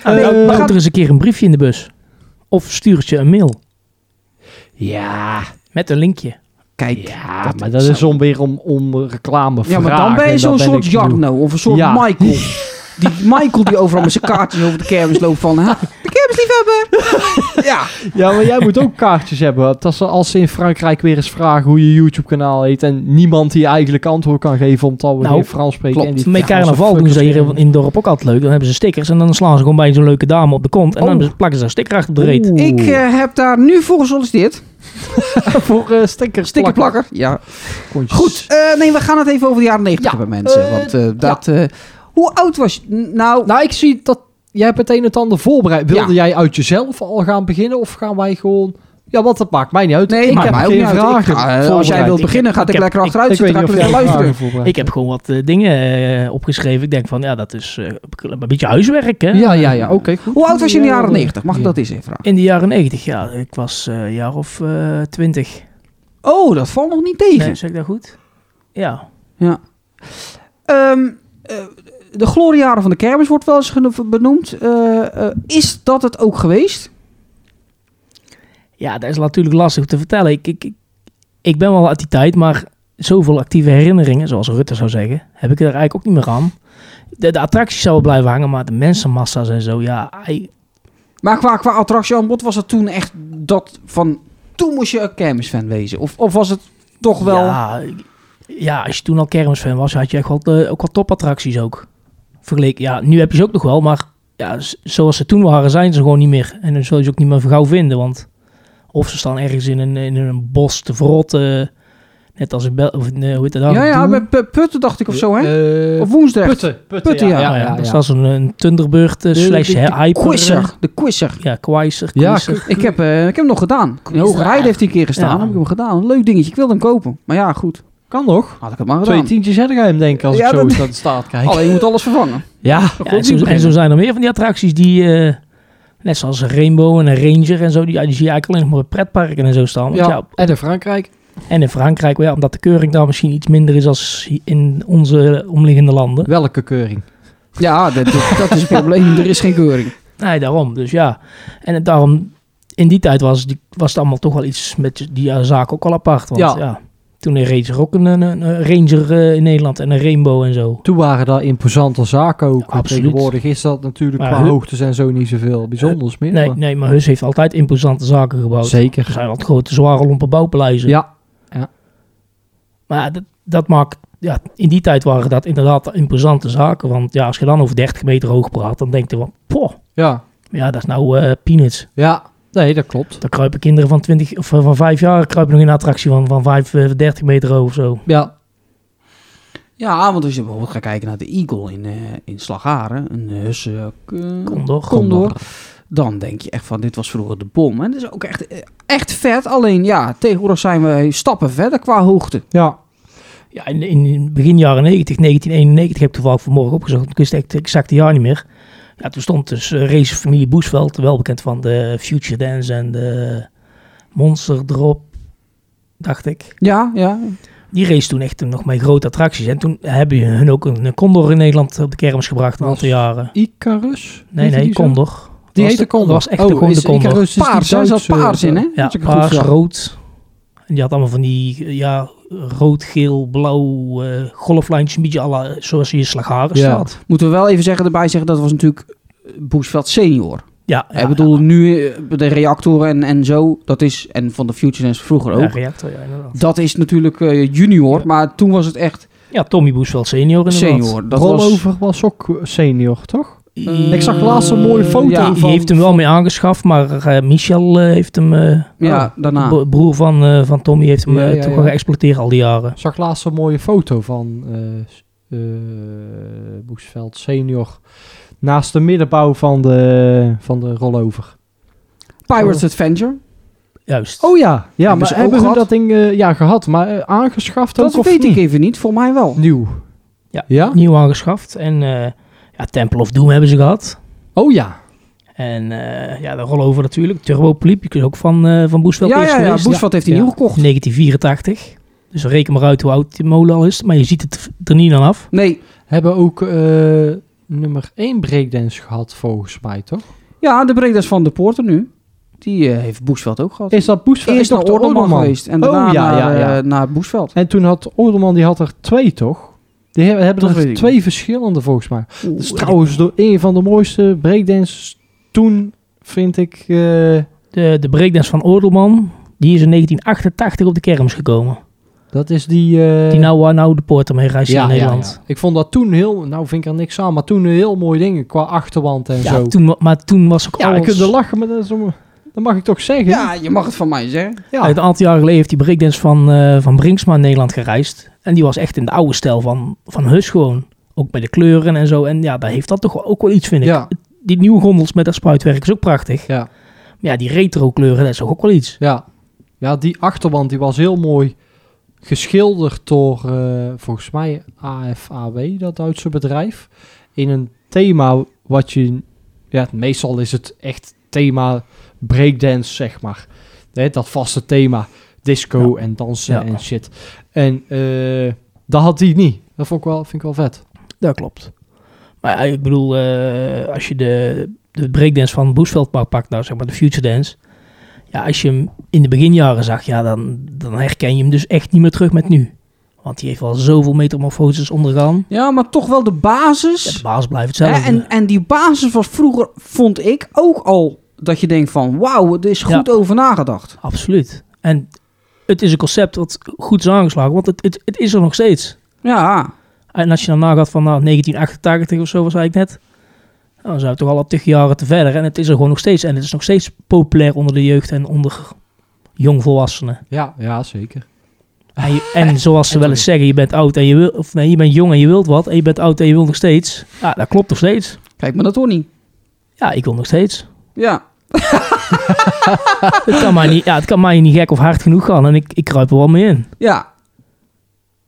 Ah,
Nee,
nou,
we
nou,
gaan-
er eens een keer een briefje in de bus. Of stuur het je een mail
Ja,
met een linkje.
Kijk,
ja maar dat is om weer om, om reclame
Ja, maar dan ben je zo'n soort Jarno of een soort
Ja.
Michael. Die Michael die overal met zijn kaartjes over de kermis loopt van... "Ha, De kermisliefhebber! ja.
Ja, maar jij moet ook kaartjes hebben. Want Als ze, als ze in Frankrijk weer eens vragen hoe je YouTube-kanaal heet... en niemand die eigenlijk antwoord kan geven omdat we
Nou,
geen Frans spreken...
klopt.
en die
Met
Franse
carnaval doen ze
fuckers
hier in
weer-
in het dorp ook altijd leuk. Dan hebben ze stickers en dan slaan ze gewoon bij zo'n leuke dame op de kont. En dan
Oh.
hebben ze- plakken ze een sticker achter de reet.
Ik eh, heb daar nu voor gesolliciteerd.
voor eh stickers
Stikkerplakker. Ja.
Kontjes.
Goed. eh, nee, we gaan het even over de jaren negentig
Ja,
hebben, mensen.
eh,
want eh, dat... eh, hoe oud was je? N- Nou,
Nou, ik zie dat jij hebt het een en het ander voorbereid. Wilde
Ja.
jij uit jezelf al gaan beginnen of gaan wij gewoon... Ja, want dat maakt mij niet uit.
nee,
ik
maakt
heb
mij ook
geen
niet uit. Ik
vragen
ga, eh, als
voorbereid.
jij wilt
Ik-
beginnen, ga ik,
ik heb-
lekker
ik-
achteruit
Ik weet
zitten.
niet
Ga
of
ik
jij
lekker luisteren.
vragen voorbereid
Ik heb gewoon wat eh, dingen eh, opgeschreven. Ik denk van, ja, dat is eh, een beetje huiswerk, hè?
hebt. Ja, ja, ja. Oké, goed.
Hoe oud was je in de
Ja,
jaren
ja.
negentig? Mag ik dat eens even vragen?
In de jaren 90, ja. Ik was eh, een jaar of twintig.
Oh, dat valt nog niet tegen.
zeg ik dat goed? Ja.
Ehm, eh, de gloriejaren van de kermis wordt wel eens geno- benoemd. Eh, eh, is dat het ook geweest?
Ja, dat is natuurlijk lastig te vertellen. Ik, ik, ik- ik ben wel uit die tijd, maar zoveel actieve herinneringen, zoals Rutte zou zeggen, heb ik er eigenlijk ook niet meer aan. De, de attracties zouden blijven hangen, maar de mensenmassa's en zo, ja. ai,
Maar qua, qua attractieaanbod was het toen echt dat van... Toen moest je een kermisfan wezen. Of, of was het toch wel...
Ja, ja, als je toen al kermisfan was, had je echt wel, eh, ook wel topattracties ook. Vergeleken, ja, nu heb je ze ook nog wel, maar ja, z- zoals ze toen waren, zijn ze gewoon niet meer. En dan zul je ze ook niet meer gauw vinden, want of ze staan ergens in een, in een bos te verrotten, net als in Bel... Of, in, eh, hoe heet dat dan?
ja, ja
Doel?
met Pu- Putten dacht ik of zo, hè?
Eh,
of Woensdag.
putten. Putten,
Putten,
ja.
ja.
ja, ja,
ja,
dat is
ja.
als een, een Thunderbird eh,
de-
slash
de- de
hè, hyper. eh,
Quizzer. De Quizzer.
Ja, Quizzer,
Ja,
Quizzer.
Ik heb, eh, ik heb hem nog gedaan. In Hoge Rijden heeft hij een keer gestaan.
Ja.
Heb ik hem gedaan. Een leuk dingetje. Ik wilde hem kopen. Maar ja, goed.
Kan nog.
Had ik het maar
Twee
gedaan.
tientjes hebben ga hem denken als
Ja,
ik zo
dat-
eens naar de staat kijk.
Alleen je moet alles vervangen.
Ja.
Ja, en, zo, en zo zijn er meer van die attracties die, eh, net zoals een Rainbow en een Ranger en zo, die, ja, die zie je eigenlijk alleen nog maar bij pretparken en zo staan. Want ja,
Ja, en in Frankrijk.
en in Frankrijk, wel, ja, omdat de keuring daar misschien iets minder is als in onze omliggende landen.
Welke keuring?
Ja, dat, dat- dat is het probleem. Er is geen keuring.
Nee, daarom. Dus ja, en het daarom, in die tijd was, die, was het allemaal toch wel iets met die eh, zaak ook wel apart. Want ja,
Ja.
toen reed er ook een, een, een Ranger eh, in Nederland en een Rainbow en zo.
Toen waren daar imposante zaken ook.
Ja, absoluut.
Tegenwoordig is dat natuurlijk
Maar
qua
hun-
hoogtes en zo niet zoveel bijzonders meer.
Nee,
maar-
nee, maar Hus heeft altijd imposante zaken gebouwd.
Zeker.
Er zijn altijd grote, zware, lompe bouwpaleizen.
Ja,
Maar dat, dat maakt, ja, in die tijd waren dat inderdaad imposante zaken. Want ja, als je dan over 30 meter hoog praat, dan denkt je van, poh,
ja,
ja, dat is nou eh, peanuts.
ja. Nee, dat klopt.
Dan kruipen kinderen van, 20, of, eh, van 5 jaar kruipen nog in een attractie van, van 5, eh, 30 meter hoog of zo.
Ja,
Ja, want als je bijvoorbeeld gaat kijken naar de Eagle in, eh, in Slagharen, een Husse eh,
Condor.
Condor, dan denk je echt van dit was vroeger de bom. En dat is ook echt, eh, echt vet, alleen ja, tegenwoordig zijn we stappen verder qua hoogte.
Ja,
Ja, in, in begin jaren 90, 1991 heb ik toevallig vanmorgen opgezocht. Ik wist echt het exacte jaar niet meer. Ja, toen stond dus eh, race familie Boesveld, wel bekend van de Future Dance en de Monster Drop, dacht ik.
Ja, ja.
Die race toen echt nog met grote attracties. En toen hebben je hun ook een, een Condor in Nederland op de kermis gebracht een aantal jaren.
Icarus?
Nee,
Heette
nee,
die zo?
Condor.
Die
Was
heette
de-
Condor. Oh,
was echt de Condor,
is
Condor.
Icarus is die
Paars, hè? zat
Duitse-
paars in, hè?
Ja,
Als ik het goed
paars,
zag.
rood. En die had allemaal van die eh, ja, rood, geel, blauw eh golflijntjes. Een beetje à la, zoals hier Slagharen
Ja.
staat.
Moeten we wel even zeggen, erbij zeggen, dat was natuurlijk eh, Boesveld senior.
Ja,
ik bedoel, nu eh, de reactoren en, en zo, dat is, en van de Future Dance vroeger
ja,
ook,
ja, reactor, ja, inderdaad.
dat is natuurlijk eh, junior, maar toen was het echt
Ja, Tommy Boesveld senior inderdaad.
senior. Dat was,
Rollover was ook senior, toch?
Eh,
Ik zag laatst een mooie foto
ja,
Die
van...
heeft hem wel mee aangeschaft, maar eh, Michel eh, heeft hem, eh,
ja, daarna.
bro- broer van, eh, van Tommy, heeft hem
Ja,
eh,
ja,
toch
ja.
gaan geëxploiteerd al die jaren.
zag laatst een mooie foto van eh, s- eh, Boesveld senior naast de middenbouw van de, van de rollover.
Oh.
Pirates Adventure.
Juist.
Oh ja, ja
Hebben
maar
ze ook
hebben ze
gehad?
dat ding eh, ja, gehad, maar eh, aangeschaft
Dat
ook of
weet ik
niet?
even niet, voor mij wel.
Nieuw.
Ja.
ja?
Nieuw aangeschaft. En eh, ja, Temple of Doom hebben ze gehad.
Oh ja.
En eh, ja, de rollover natuurlijk. Turbo Poliep, je is ook van, eh van Boesveld
ja,
eerst
ja, ja,
geweest.
Boesveld heeft hij
Ja.
nieuw gekocht.
1984. Dus reken maar uit hoe oud die molen al is. Maar je ziet het er niet aan af.
Nee,
Hebben ook eh, nummer 1 breakdance gehad volgens mij, toch?
ja, de breakdance van de Porter nu, die eh, heeft Boesveld ook gehad.
Is dat Boesveld?
Eerst
is
naar
dat de
Ordelman
Ordelman?
geweest en daarna
Oh, ja,
naar,
ja, ja.
eh, naar Boesveld.
En toen had Ordelman, die had er twee, toch? Die hebben, hebben
Dat weet
er
ik
twee verschillende volgens mij.
Oeh,
Dat is trouwens door een van de mooiste breakdances toen, vind ik. eh,
De, de breakdance van Ordelman, die is in 1988 op de kermis gekomen.
Eh.
dat is die... eh,
die nou, waar nou de poort ermee reist
ja,
in
ja,
Nederland.
ja. Ik vond dat toen heel... Nou vind ik er niks aan, maar toen heel mooie dingen qua achterwand en
Ja,
zo.
toen, wa- maar toen was ook
ja,
alles...
ik kunt er lachen, maar dat, is om- dat mag ik toch zeggen?
Ja, je mag het van mij zeggen.
Ja.
Ja, Een aantal jaren geleden heeft die breakdance van, eh, van Brinksma in Nederland gereisd. En die was echt in de oude stijl van, van Hus gewoon. Ook bij de kleuren en zo. En ja, daar heeft dat toch wel- ook wel iets, vind ik.
Ja.
Die nieuwe gondels met dat spuitwerk is ook prachtig.
Ja.
Maar ja, die retro kleuren, dat is toch ook wel iets.
Ja. ja, die achterwand die was heel mooi geschilderd door eh, volgens mij AFAW, dat Duitse bedrijf. In een thema wat je... Ja, meestal is het echt thema breakdance, zeg maar. Hè, dat vaste thema. Disco en dansen
Ja.
en shit. En eh, dat had die niet. Dat vond ik wel, vind ik wel vet.
Dat klopt. Maar ja, ik bedoel, eh, als je de, de breakdance van Boesveld pa- pakt, nou zeg maar de Future Dance. Ja, als je hem in de beginjaren zag, ja, dan, dan herken je hem dus echt niet meer terug met nu. Want die heeft wel zoveel metamorfoses ondergaan.
Ja, maar toch wel de
Ja, de
basis.
baas blijft hetzelfde.
Hè, en, en die basis was vroeger, vond ik, ook al dat je denkt van... Wauw, er is goed over nagedacht.
Absoluut. En het is een concept wat goed is aangeslagen, want het, het, het is er nog steeds.
Ja,
En als je dan nagaat van nou, 1988 of zo was eigenlijk net, nou, dan zijn we toch al op tig jaren te verder. En het is er gewoon nog steeds. En het is nog steeds populair onder de jeugd en onder jongvolwassenen.
Ja, ja zeker.
En, je- en zoals ze wel eens zeggen, je bent oud en je wil, of nee, je bent jong en je wilt wat. En je bent oud en je wilt nog steeds. Ja, dat klopt nog steeds.
kijk maar dat hoor niet.
Ja, ik wil nog steeds.
Ja,
Het kan mij niet, ja, het kan mij niet gek of hard genoeg gaan. En ik, ik kruip er wel mee in.
ja.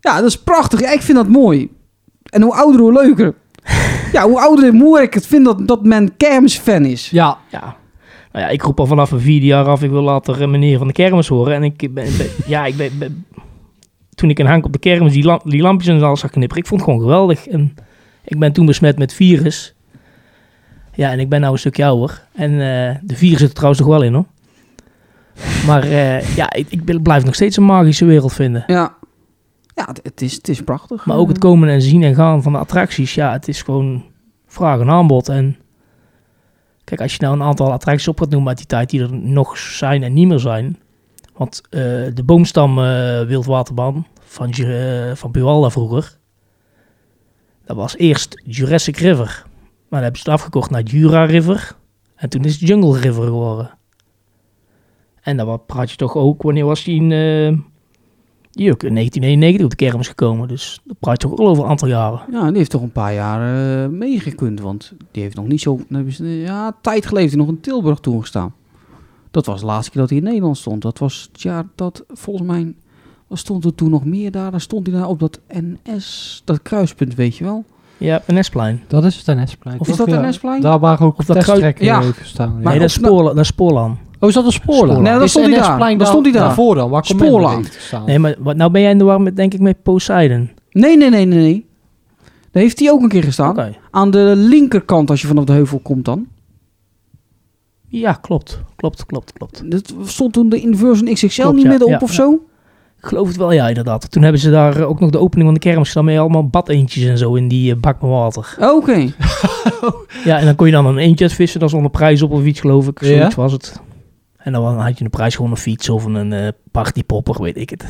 Ja, dat is prachtig. Ja, ik vind dat mooi. En hoe ouder, hoe leuker. ja, hoe ouder, hoe moeilijker ik het vind dat, dat men kermisfan is.
Ja,
Ja. Nou ja, ik roep al vanaf mijn vierde jaar af, ik wil later een meneer van de kermis horen. En ik ben, ben- ja, ik ben, ben- toen ik in Hank op de kermis die, lam- die lampjes en alles zag knipperen, ik vond het gewoon geweldig. En ik ben toen besmet met virus. Ja, en ik ben nou een stukje ouder. En eh, de virus zit er trouwens toch wel in, hoor. Maar eh, ja, ik, ik blijf het nog steeds een magische wereld vinden.
Ja, ja het, het is, het is prachtig.
Maar ook het komen en zien en gaan van de attracties. Ja, het is gewoon vraag en aanbod. En kijk, als je nou een aantal attracties op gaat noemen uit die tijd die er nog zijn en niet meer zijn. Want eh, de boomstam eh, Wildwaterbaan van, Ju- eh, van Bualda vroeger. Dat was eerst Jurassic River. Maar dan hebben ze het afgekocht naar Jura River. En toen is het Jungle River geworden. En dan praat je toch ook, wanneer was die in... eh, Die is ook in 1991 op de kermis gekomen. Dus dat praat je toch al over een aantal jaren.
Ja, en die heeft toch een paar jaar eh, meegekund. Want die heeft nog niet zo... Ja, tijd geleden heeft hij nog in Tilburg toen gestaan. Dat was de laatste keer dat hij in Nederland stond. Dat was het jaar dat volgens mij... Wat stond er toen nog meer daar? Daar stond hij daar op dat NS, dat kruispunt, weet je wel.
Ja, op een Nesplein.
Dat is het NS-plein.
Of is dat NS-plein?
Daar waren ook
Of dat
testtrekken
kruid- ja.
even staan.
Maar
nee, dat is,
op- nou-
spoor, dat is Spoorlaan.
Oh, is dat een spoorlaan?
Nee, daar
Is
stond hij
NS
daar.
plein
Daar stond hij daar.
Daarvoor dan, waar Commando
Spoorlaan.
heeft gestaan.
Nee, maar wat, nou ben jij in de war met, denk ik, met Poseidon.
Nee, nee, nee, nee, nee. Daar heeft hij ook een keer gestaan.
Oké.
Aan de linkerkant als je vanaf de heuvel komt dan.
Ja, klopt. Klopt, klopt, klopt.
Dat stond toen de Inversion XXL
Klopt,
niet
ja,
middenop
ja,
of
ja.
zo.
Ik geloof het wel, ja, inderdaad. Toen hebben ze daar eh, ook nog de opening van de kermis gedaan met allemaal badeentjes en zo in die eh, bak met water.
Oké.
Ja, en dan kon je dan een eentje uitvissen, dat is onder prijs op of iets, geloof ik. Zoiets
Ja.
was het. En dan had je een prijs gewoon een fiets of een eh, partypopper, weet ik het.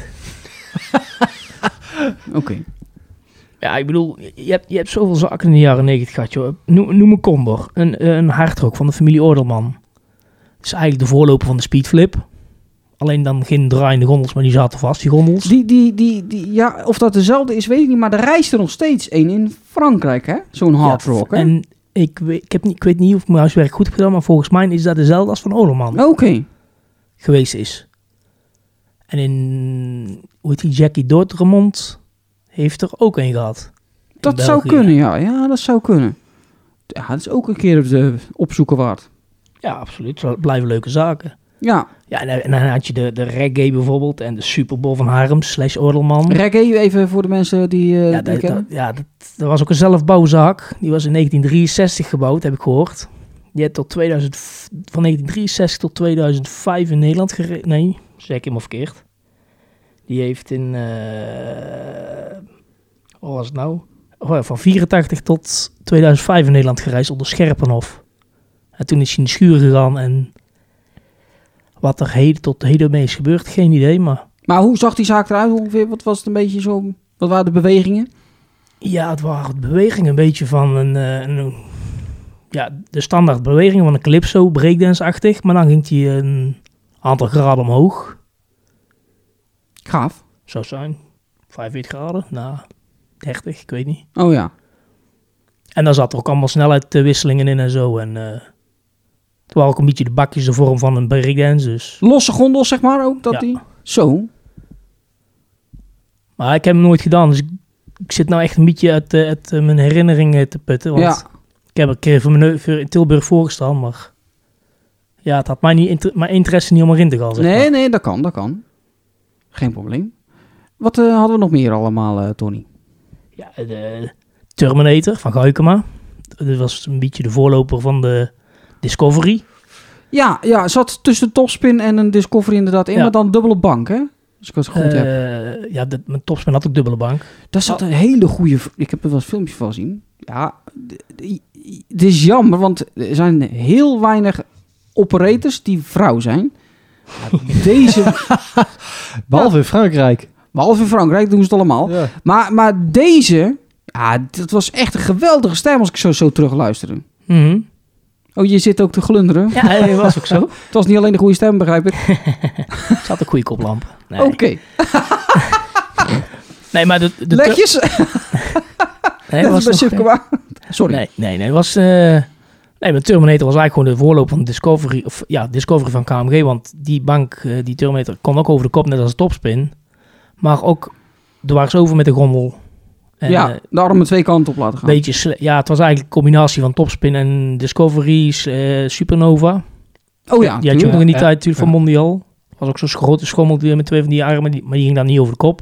Oké.
Ja, ik bedoel, je hebt, je hebt zoveel zaken in de jaren negentig gehad, joh. Noem, noem een Condor, een, eh, een hardrock van de familie Ordelman. Dat is eigenlijk de voorloper van de speedflip. Alleen dan geen draaiende gondels, maar die zaten vast, die gondels.
Die, die, die, die, ja, of dat dezelfde is, weet ik niet. Maar er reist er nog steeds één in Frankrijk, hè? Zo'n hard
Ja,
rock, hè?
En ik weet, ik, heb niet, ik weet niet of ik mijn huiswerk goed heb gedaan, maar volgens mij is dat dezelfde als van Orleman
Oké.
geweest is. En in, hoe heet die, Jackie Dortmund heeft er ook een gehad. In
Dat zou
België.
kunnen, ja. Ja, dat zou kunnen. Ja, dat is ook een keer op de opzoeken waard.
Ja, absoluut. Dat blijven leuke zaken.
Ja,
Ja, en, en dan had je de, de reggae bijvoorbeeld en de Super Bowl van Harem slash Orleman.
reggae even voor de mensen die, eh
ja,
die
dat, dat-
kennen.
ja dat, dat was ook een zelfbouwzaak. Die was in 1963 gebouwd, heb ik gehoord. Die heeft tot 2000, v- van 1963 tot 2005 in Nederland gereden. Nee, zeg ik helemaal verkeerd. Die heeft in... eh, wat was het nou? Oh, ja, van 84 tot 2005 in Nederland gereisd onder Scherpenhof. En toen is hij in de schuur gegaan en... Wat er heden tot heden mee is gebeurd, geen idee, maar...
Maar hoe zag die zaak eruit ongeveer? Wat was het een beetje zo? Wat waren de bewegingen?
Ja, het waren bewegingen een beetje van een, eh, een- ja, de standaard bewegingen van een calypso, breakdance-achtig. Maar dan ging hij een aantal graden omhoog.
Gaaf.
Zou zijn 45 graden, nou 30, ik weet niet.
Oh ja.
En daar zat er ook allemaal snelheidwisselingen in en zo. En eh het waren ook een beetje de bakjes de vorm van een breakdance. Dus.
Losse gondels, zeg maar ook. Dat
Ja.
die... Zo.
Maar ik heb hem nooit gedaan, dus ik, ik zit nou echt een beetje uit, eh, uit eh, mijn herinneringen te putten. Want
Ja.
Ik heb een keer voor mijn neus in Tilburg voorgestaan, maar ja, het had mij niet inter- mijn interesse niet om erin te gaan. zeg
Nee,
maar.
nee, dat kan, dat kan. Geen probleem. Wat eh, hadden we nog meer allemaal, eh, Tony?
Ja, de Terminator van Guykema. Dat was een beetje de voorloper van de Discovery.
Ja, ja, zat tussen topspin en een Discovery inderdaad in,
Ja.
maar dan dubbele bank, hè? Als ik het goed heb.
Eh, oh. ja, dat, mijn topspin had ook dubbele bank.
Daar zat een hele goede. Ik heb er wel eens filmpjes van gezien. Ja, d- d- het is jammer, want er zijn heel weinig operators die vrouw zijn. Maar deze,
Behalve in Frankrijk.
behalve in Frankrijk doen ze het allemaal.
Ja.
Maar, maar deze, ja, dat was echt een geweldige stem als ik zo, zo terugluister.
Mhm.
Oh, je zit ook te glunderen.
Ja, dat was ook zo.
Het was niet alleen de goede stem, begrijp ik.
Er zat een goede koplamp. Nee,
Oké,
nee maar de, de ter-
letjes.
nee,
Dat
was
is bij
nog-
Sipke Sorry.
Oh, Nee, nee, nee. het Was, eh, nee, maar Terminator was eigenlijk gewoon de voorloper van Discovery, of, ja, Discovery van KMG. Want die bank, eh, die Terminator, kon ook over de kop, net als een topspin. Maar ook dwars over met de gondel. En,
ja,
eh,
de armen twee kanten op laten gaan.
beetje sle- ja, het was eigenlijk een combinatie van topspin en Discovery, eh, Supernova.
oh ja,
Die had je ook
tuurlijk.
nog in die
Ja,
tijd natuurlijk
ja.
van Mondial. Was ook zo'n grote schommel die- met twee van die armen, die- maar die ging dan niet over de kop.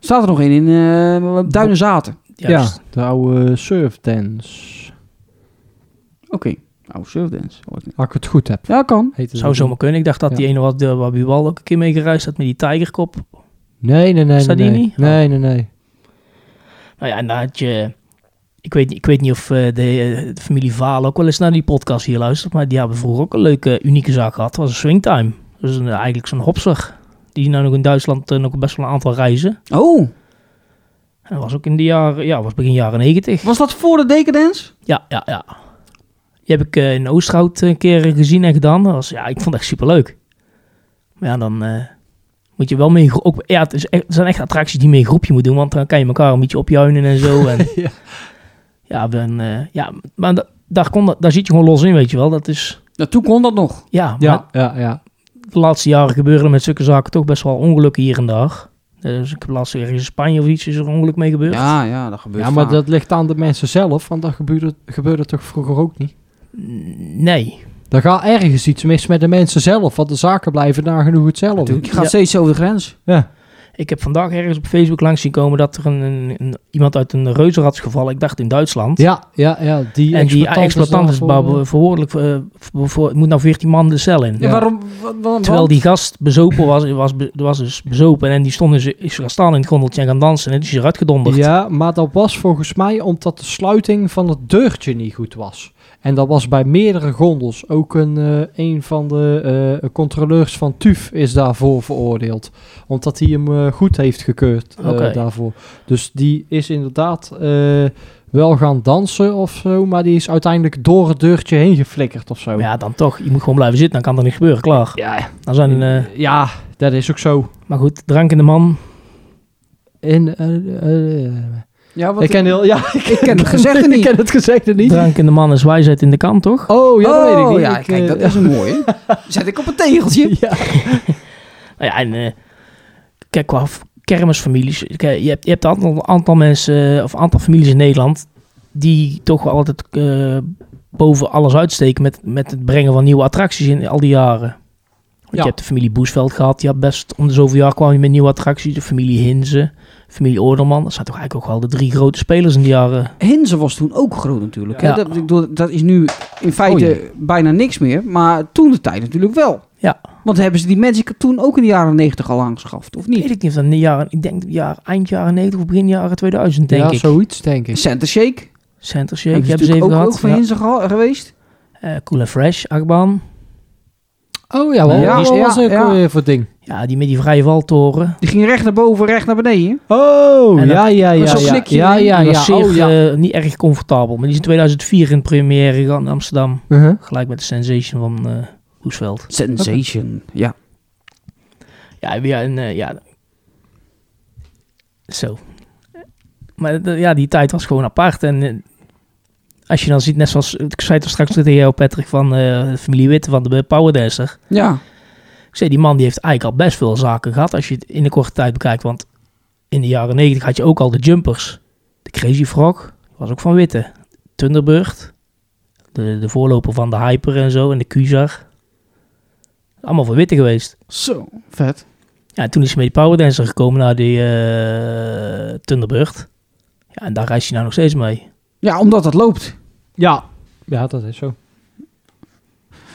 Staat er nog een in eh Duinenzaten.
Ja,
Juist.
de oude surfdance.
Oké. Oh, surfdance. hoor ik niet.
Als ik het goed heb.
Ja, kan.
Heet het
Zou zomaar kunnen. Ik dacht dat
Ja.
die ene was de, waar Buwal ook een keer mee gereisd had met die tijgerkop.
Nee, nee, nee.
Is dat
nee,
die
nee.
niet?
Nee, nee, nee.
Nou ja, en dan had je... Ik weet, niet- ik weet niet of eh, de, eh, de familie Vaal ook wel eens naar die podcast hier luistert, maar die hebben vroeger ook een leuke, unieke zaak gehad. Dat was een swingtime. Dus een, eigenlijk zo'n hopser. Die nou nog in Duitsland eh, nog best wel een aantal reizen.
Oh,
En dat was ook in de jaren, ja, was begin jaren negentig.
was dat voor de Decadence?
Ja, ja, ja. Die heb ik eh, in Oosterhout een keer gezien en gedaan. Dat was, ja, ik vond het echt superleuk. Maar ja, dan eh, moet Moet je wel mee ook, ja, het, is echt, het zijn echt attracties die je mee een groepje moet doen, want dan kan je elkaar een beetje opjuinen en zo. En,
Ja.
ja. Ja, ben, eh, ja, maar da- daar, kon, dat- daar zit je gewoon los in, weet je wel. Dat is,
Nou, toen kon dat nog.
ja, maar
Ja, ja, ja.
de laatste jaren gebeuren er met zulke zaken toch best wel ongelukken hier en daar. Dus ik heb laatst weer in Spanje of iets is er een ongeluk mee gebeurd.
Ja, ja, dat gebeurt
Ja, maar
vaak.
dat ligt aan de mensen zelf, want dat gebeurde, gebeurde toch vroeger ook niet?
Nee.
Er gaat ergens iets mis met de mensen zelf, want de zaken blijven nagenoeg hetzelfde.
Je gaat
Ja.
steeds over de grens.
Ja.
Ik heb vandaag ergens op Facebook langs zien komen dat er een, een- een- iemand uit een reuzenrad is gevallen. Ik dacht in Duitsland.
Ja, ja, ja. Die
en die
exploitant
exploitant is
daarvoor-
daarvoor verantwoordelijk. eh, voor- voor- moet nou 14 man de cel in.
Ja, waarom? wa- wa-
Terwijl
want-
die gast bezopen was, was, be- was dus bezopen. En die stond in is gaan staan in het gondeltje en gaan dansen. En die is eruit gedonderd.
Ja, maar dat was volgens mij omdat de sluiting van het deurtje niet goed was. En dat was bij meerdere gondels. Ook een, eh, een van de eh, controleurs van TUF is daarvoor veroordeeld. Omdat hij hem eh, goed heeft gekeurd eh,
Oké.
daarvoor. Dus die is inderdaad eh, wel gaan dansen of zo. Maar die is uiteindelijk door het deurtje heen geflikkerd of zo.
Maar ja, dan toch. Je moet gewoon blijven zitten. Dan kan er niks gebeuren. Klaar.
ja,
Dan zijn, eh,
ja dat is ook zo.
maar goed, drankende man.
En, eh, eh,
Ja, wat
ik ken heel... Ja, ik
ken het gezegde
Ik
niet.
ken het gezegde niet.
Drankende man is wijsheid in de kant, toch?
Oh, ja, dat weet ik
Oh,
niet.
ja,
Ik,
kijk,
eh,
dat is een mooie. Zet ik op een tegeltje.
Ja.
Nou ja, en eh, kijk, qua f- kermisfamilies. Kijk, je, hebt, je hebt een aantal, aantal mensen, eh, of een aantal families in Nederland, die toch wel altijd eh, boven alles uitsteken met, met het brengen van nieuwe attracties in al die jaren. Want
Ja.
je hebt de familie Boesveld gehad, die had best om de zoveel jaar kwam je met nieuwe attracties. De familie Hinze, familie Oordelman. Dat zijn toch eigenlijk ook wel de drie grote spelers in die jaren.
Hinze was toen ook groot natuurlijk. hè.
Ja.
Dat, ik bedoel, dat is nu in feite
Oh,
bijna niks meer. Maar toen de tijd natuurlijk wel.
Ja.
Want hebben ze die Magic toen ook in de jaren 90 al aangeschaft, of
Weet
niet?
ik niet of dat in de jaren, ik denk jaar, eind jaren 90 of begin jaren 2000 denk
ja,
ik.
zoiets denk ik.
Center Shake.
Center Shake
Hebben ze
hebben ze
natuurlijk
even
ook,
gehad.
ook van
Ja.
Hinze geha- geweest.
Eh, cool and Fresh, achtbaan.
Oh ja, wel,
Ja,
wat was
ja,
ook
ja.
weer voor ding?
Ja, die met die vrije valtoren.
Die ging recht naar boven, recht naar beneden.
Oh,
En dat-
ja, ja, ja.
Met zo'n
Ja,
slikje
ja,
erin.
ja.
Die
ja.
was zeer,
Oh, ja.
eh, niet erg comfortabel. Maar die is in 2004 in première gegaan in Amsterdam.
Uh-huh.
Gelijk met de Sensation van eh Hoesveld.
Sensation. Ja.
Ja, weer een... eh, ja. Zo. Maar de- ja, die tijd was gewoon apart. En eh, als je dan ziet, net zoals... Ik zei het al straks tegen jou, Patrick, van eh, de familie Witte van de Powerdancer.
Ja.
Ik zei, die man die heeft eigenlijk al best veel zaken gehad als je het in de korte tijd bekijkt. Want in de jaren 90 had je ook al de jumpers. De Crazy Frog was ook van Witte. Thunderbird. De, de voorloper van de Hyper en zo. En de Cusar. Allemaal van Witte geweest.
Zo. Vet.
Ja, en toen is hij met die Powerdancer gekomen naar die eh, Thunderbird. Ja, en daar reist hij nou nog steeds mee.
Ja, omdat dat loopt.
Ja. ja, dat is zo.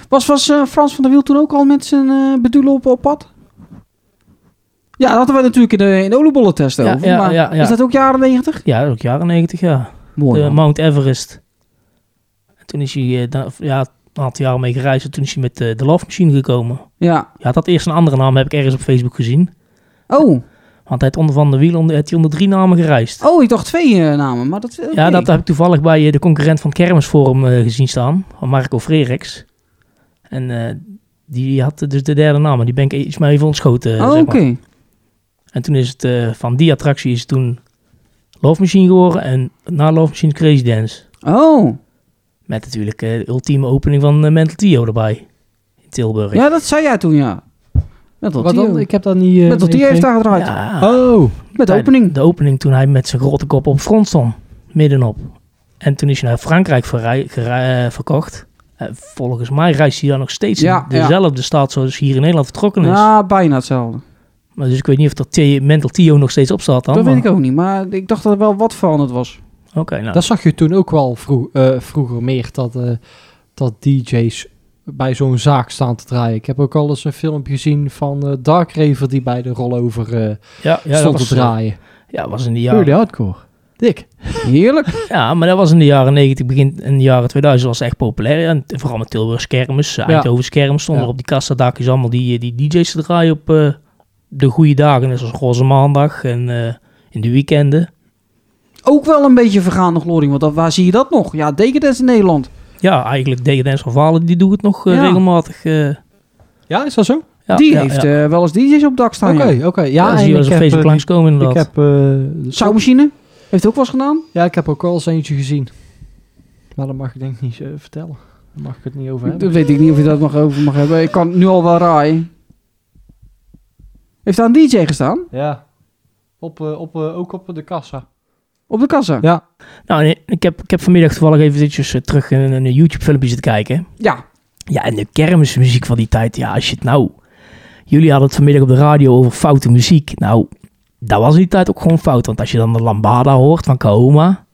Was, was eh, Frans van der Wiel toen ook al met zijn eh bedoelen op, op pad? Ja, dat hadden we natuurlijk in de, in de oliebollentesten
Ja,
over.
ja,
maar
ja, ja.
Is dat ook jaren 90?
Ja, dat is ook jaren 90, ja.
Mooi.
de
man.
Mount Everest. En toen is hij eh, daar- ja, een aantal jaren mee gereisd. En toen is hij met eh, de Love Machine gekomen.
Ja.
Ja, dat eerst een andere naam heb ik ergens op Facebook gezien.
Oh,
Want hij had onder van de wiel onder, had hij onder drie namen gereisd.
oh, ik dacht twee eh, namen, maar dat... oké.
Ja, dat heb ik toevallig bij eh, de concurrent van Kermisforum eh, gezien staan. Van Marco Frerex. En eh, die had dus de derde naam. en Die ben ik iets mee even ontschoten. eh,
Oh,
zeg
oké.
maar. En toen is het eh, van die attractie is toen Love Machine geworden. En na Love Machine Crazy Dance.
Oh,
Met natuurlijk eh, de ultieme opening van eh, Mental Tio erbij. In Tilburg.
ja, dat zei jij toen, ja. Met
Wat dan?
Lottie.
Ik heb dat niet... eh,
Met Lottie heeft
meegekregen.
daar gedraaid.
Ja.
Oh.
Met de
Ja,
opening.
De opening toen hij met zijn grote kop op het front stond. Middenop. En toen is hij naar Frankrijk verrij- gerij- eh, verkocht. Eh, volgens mij reist hij dan nog steeds
Ja,
in dezelfde staat zoals hier in Nederland vertrokken is.
Ja, bijna hetzelfde.
Maar dus ik weet niet of dat T- Mental Tio nog steeds op staat dan.
dat weet
maar-
ik ook niet, maar ik dacht dat er wel wat veranderd was.
Oké, nou.
Dat zag je toen ook wel vroeg, eh, vroeger meer, dat, eh, dat DJ's bij zo'n zaak staan te draaien. Ik heb ook al eens een filmpje gezien van eh, Dark Raver die bij de rollover eh,
ja, ja, dat
stond
was, eh,
te draaien.
ja, was in de
eh, Ja.
jaren...
de hardcore. Dik.
Heerlijk.
Ja, maar dat was in de jaren 90, begin in de jaren 2000 was het echt populair. En vooral met Tilburgs kermis, Eindhoven's kermis, stonden
Ja.
er op die kassadakjes allemaal die, eh, die DJ's te draaien op eh, de goede dagen. net Zoals Roze Maandag en eh, in de weekenden.
Ook wel een beetje vergaande glorie, want dat, waar zie je dat nog? Ja, Dekendens in Nederland.
Ja, eigenlijk DNS van Valen, die doet het nog eh,
Ja.
regelmatig. eh.
Ja, is dat zo?
Ja,
die
ja,
heeft
ja.
eh, wel eens DJ's op het dak staan.
Oké,
ja.
oké. Ja,
Ja,
en
zie je wel
ik
eens op
heb,
Facebook
eh, die-
langskomen
Ik
inderdaad.
heb, eh,
Zoutmachine heeft het ook wel eens gedaan.
ja, ik heb ook al eens eentje gezien. Maar dat mag ik denk ik niet eh, vertellen. Daar mag ik het niet over hebben.
Dat weet ik niet of je dat nog over mag hebben. Ik kan het nu al wel raaien. Heeft daar een DJ gestaan?
Ja. Op, eh, op, eh, ook op de kassa.
Op de kassa?
Ja.
Nou, nee, ik heb, ik heb vanmiddag toevallig eventjes eh, terug een, een YouTube-filmpje zitten kijken.
Ja.
Ja, en de kermismuziek van die tijd. Ja, als je het nou... Jullie hadden het vanmiddag op de radio over foute muziek. Nou, dat was in die tijd ook gewoon fout. Want als je dan de lambada hoort van Kahoma...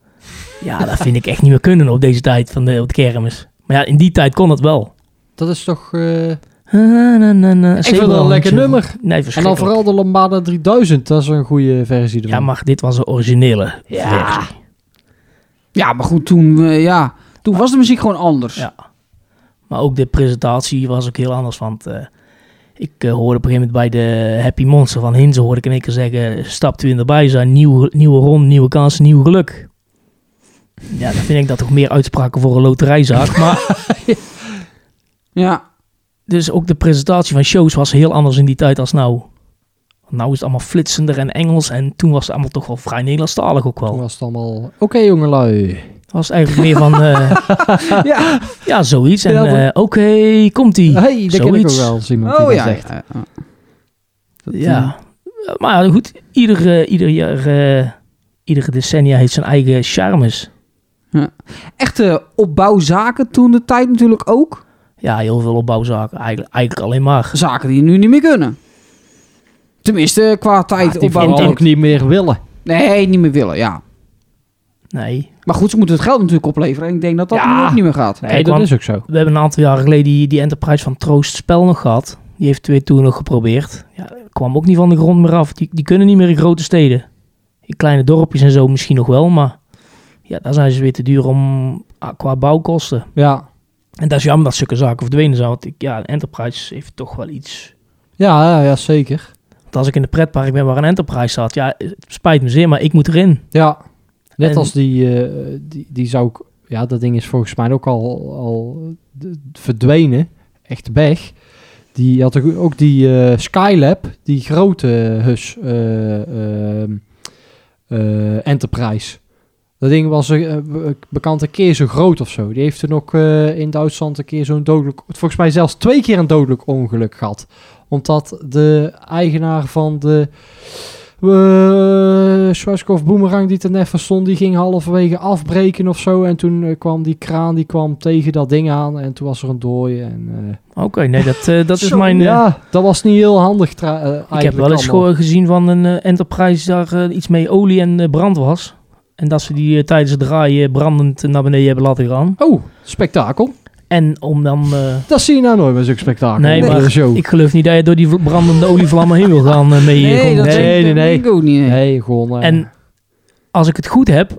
Ja, dat vind ik echt niet meer kunnen op deze tijd van de, op de kermis. Maar ja, in die tijd kon het wel.
Dat is toch... eh,
Ik
vind het wel een lekker nummer.
Nee,
en dan
verschrikkelijk.
vooral de Lambada 3000. Dat is een goede versie ervan.
Ja, maar dit was een originele versie.
Ja, maar goed, toen, eh, ja, toen was de muziek gewoon anders.
Ja. Maar ook de presentatie was ook heel anders. Want eh, ik eh, hoorde op een gegeven moment bij de Happy Monster van Hinze... hoorde ik in één keer zeggen... stapt u in de bijzijn, nieuwe, nieuwe ronde, nieuwe kans, nieuw geluk. Ja, dan vind ik dat toch meer uitspraken voor een loterijzaak. maar
Ja.
dus ook de presentatie van shows was heel anders in die tijd als nou. Want nou is het allemaal flitsender en Engels... en toen was het allemaal toch wel vrij Nederlandstalig ook
Toen
wel.
was het allemaal... Oké, jongelui.
Het was eigenlijk meer van... eh,
ja.
ja, zoiets. En
Ja,
eh, oké, komt-ie.
hey, dat ken ik ook
Zoiets.
wel, Simon.
Oh
dat
ja.
zegt.
ja, ja.
Ja, maar goed, ieder, eh, ieder jaar, eh iedere decennia heeft zijn eigen charmes.
Echte opbouwzaken toen de tijd natuurlijk ook.
Ja, heel veel opbouwzaken, eigenlijk, eigenlijk alleen maar.
Zaken die nu niet meer kunnen. Tenminste, qua tijd
Die
opbouwen.
vooral ook niet meer willen.
Nee, niet meer willen, ja.
Nee,
Maar goed, ze moeten het geld natuurlijk opleveren. En ik denk dat dat
Ja.
nu ook niet meer gaat.
Nee,
Kijk,
dat
want-
is ook zo.
we hebben een aantal jaren geleden die, die Enterprise van Troost Spel nog gehad. Die heeft twee toen nog geprobeerd. Ja, dat kwam ook niet van de grond meer af. Die, die kunnen niet meer in grote steden. In kleine dorpjes en zo misschien nog wel, maar ja, daar zijn ze weer te duur om ah, qua bouwkosten.
Ja.
En dat is jammer dat zulke zaken verdwenen zijn, want ik, ja, Enterprise heeft toch wel iets
Ja, ja, ja, zeker.
Want als ik in de pretpark ben waar een Enterprise staat, ja, het spijt me zeer, maar ik moet erin.
Ja. Net
En-
als die, eh, die, die zou ik... Ja, dat ding is volgens mij ook al, al eh, d- verdwenen. Echt weg. Die had ook- ook die eh, Skylab, die grote hus eh, ehm, eh, Enterprise. Dat ding was een eh, be- bekend een keer zo groot of zo. Die heeft toen ook eh, in Duitsland een keer zo'n dodelijk... Volgens mij zelfs twee keer een dodelijk ongeluk gehad. Omdat de eigenaar van de... eh Schwarzkopf Boomerang die ten even stond, die ging halverwege afbreken of zo. En toen eh, kwam die kraan, die kwam tegen dat ding aan. En toen was er een dooi en... eh,
Oké, nee, dat, eh, dat is
Zo,
mijn... eh,
Ja, dat was niet heel handig. tra- eh,
ik heb
eigenlijk
wel eens
allemaal.
geho- gezien van een eh, Enterprise daar eh, iets mee olie en eh, brand was. En dat ze die eh, tijdens het draaien brandend naar beneden hebben laten gaan.
Oh, spektakel.
En om dan... eh,
Dat zie je nou nooit bij zo'n spektakel.
nee,
op de
maar
show.
ik geloof niet dat je door die v- brandende olievlammen heen wil gaan eh, mee. eh,
Nee,
gewoon-
dat
nee,
denk
nee,
ik-
nee.
denk ik ook niet. nee.
Nee, gewoon... eh,
En als ik het goed heb,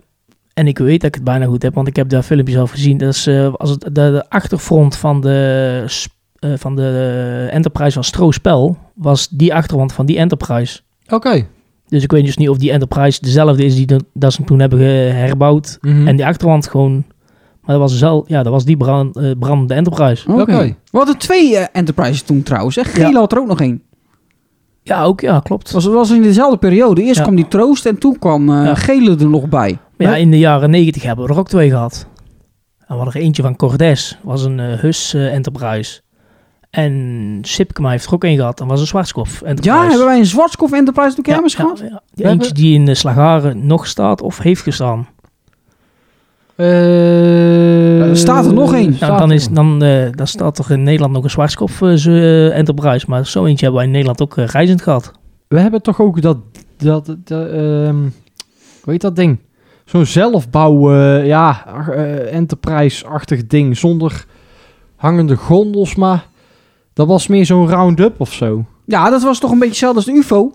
en ik weet dat ik het bijna goed heb, want ik heb daar filmpjes al gezien. Dat is eh, als het, de, de achterfront van de, s- eh, van de Enterprise was Stroospel, was die achterwand van die Enterprise.
Oké.
Dus ik weet dus niet of die Enterprise dezelfde is die de- dat ze hem toen hebben ge- herbouwd.
Mhm.
En die achterwand gewoon... Maar dat was, zelf, ja, dat was die brand, eh, brandende Enterprise.
Oké.
Oké.
We hadden twee eh, Enterprises toen trouwens. Hè. Gele
Ja.
had er ook nog één.
Ja, ook, ja, klopt.
Het was, was in dezelfde periode. Eerst
Ja.
kwam die Troost en toen kwam eh,
Ja.
Gele er nog bij.
Maar ja, in de jaren 90 hebben we er ook twee gehad. En we hadden er eentje van Cordes, was een eh, Hus eh, Enterprise. En Sipkema heeft er ook één gehad, dat was een Zwartskopf Enterprise.
Ja, hebben wij een Zwartskopf Enterprise op de kermis
ja,
gehad?
ja, ja. Die eentje die in de Slagaren nog staat of heeft gestaan.
Eh,
Er staat er nog één. Nou,
Nou,
staat
dan,
er
is,
nog.
dan, eh, dan staat er in Nederland nog een Zwartskopf eh, zo, eh, Enterprise. Maar zo eentje hebben wij in Nederland ook eh, reizend gehad.
We hebben toch ook dat... dat, dat ehm, hoe heet dat ding? Zo'n zelfbouw, eh, ja, ach- eh, enterprise-achtig ding. Zonder hangende gondels, maar... Dat was meer zo'n round-up of zo.
Ja, dat was toch een beetje hetzelfde als de UFO.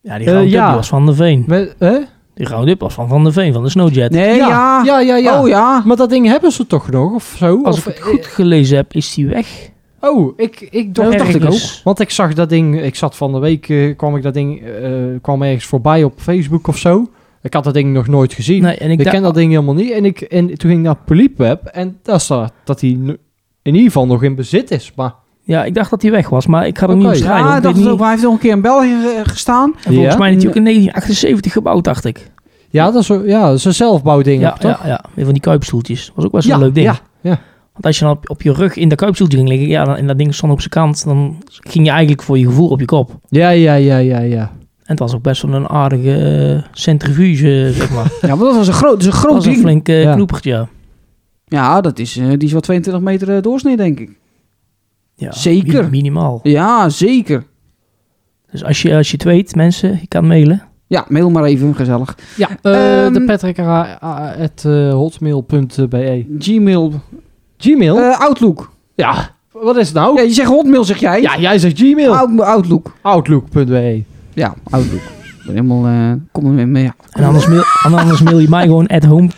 Ja, die
Eh,
Roundup
ja.
die was van de Veen.
Met, hè?
Die Roundup was van Van de Veen, van de Snowjet.
Nee, Eh, ja.
ja. Ja, ja, ja.
Oh ja.
Maar dat ding hebben ze toch nog, of zo?
Als
Of-
ik
eh,
het goed gelezen heb, is die weg.
Oh, ik, ik dacht,
Ja,
dacht ik ook.
ergens.
Want ik zag dat ding, ik zat van de week, eh, kwam ik dat ding, eh, kwam ergens voorbij op Facebook of zo. Ik had dat ding nog nooit gezien.
Nee, en
ik
ik dacht-
ken dat ding helemaal niet. En, ik, en toen ging ik naar Poliepweb en daar staat dat hij nu- in ieder geval nog in bezit is. Maar
Ja, ik dacht dat hij weg was, maar ik ga er niet op
Oké.
strijden.
Ja,
want
ik
ik
dacht
weet
het Ah, ook,
niet-
maar hij heeft nog een keer in België eh, gestaan.
En volgens
Ja?
mij is hij ook in 1978 gebouwd, dacht ik.
Ja, dat is, zo- ja, dat is een zelfbouwding,
Ja,
toch?
ja, ja. Weer van die kuipstoeltjes. was ook best wel
Ja,
een leuk ding.
ja, ja.
Want als je dan op, op je rug in de kuipstoeltje ging liggen, ja, dan- en dat ding stond op zijn kant, dan ging je eigenlijk voor je gevoel op je kop.
Ja, ja, ja, ja, ja.
En het was ook best wel een aardige eh, centrifuge, zeg maar.
Ja, maar dat was een groot, dat is een
Dat
groot
was een
ding.
flink eh,
Ja.
knoepertje, ja.
Ja, dat is, eh, die is wel 22 meter eh, doorsnee, denk ik.
ja.
Zeker.
mi- Minimaal.
Ja, zeker.
Dus als je, als je het weet, mensen, je kan mailen.
Ja, mail maar even, gezellig.
Ja, eh,
Ehm,
de Patrick Ara- a- at, eh, hotmail.be.
Gmail.
Gmail?
eh, Outlook.
ja, wat is het nou?
Ja, je zegt Hotmail, zeg jij?
Ja, jij zegt Gmail.
Out- Outlook.
Outlook.be.
Ja, Outlook. Ik ben helemaal... eh, kom er weer mee, ja.
En anders mail, en anders mail je mij gewoon at home.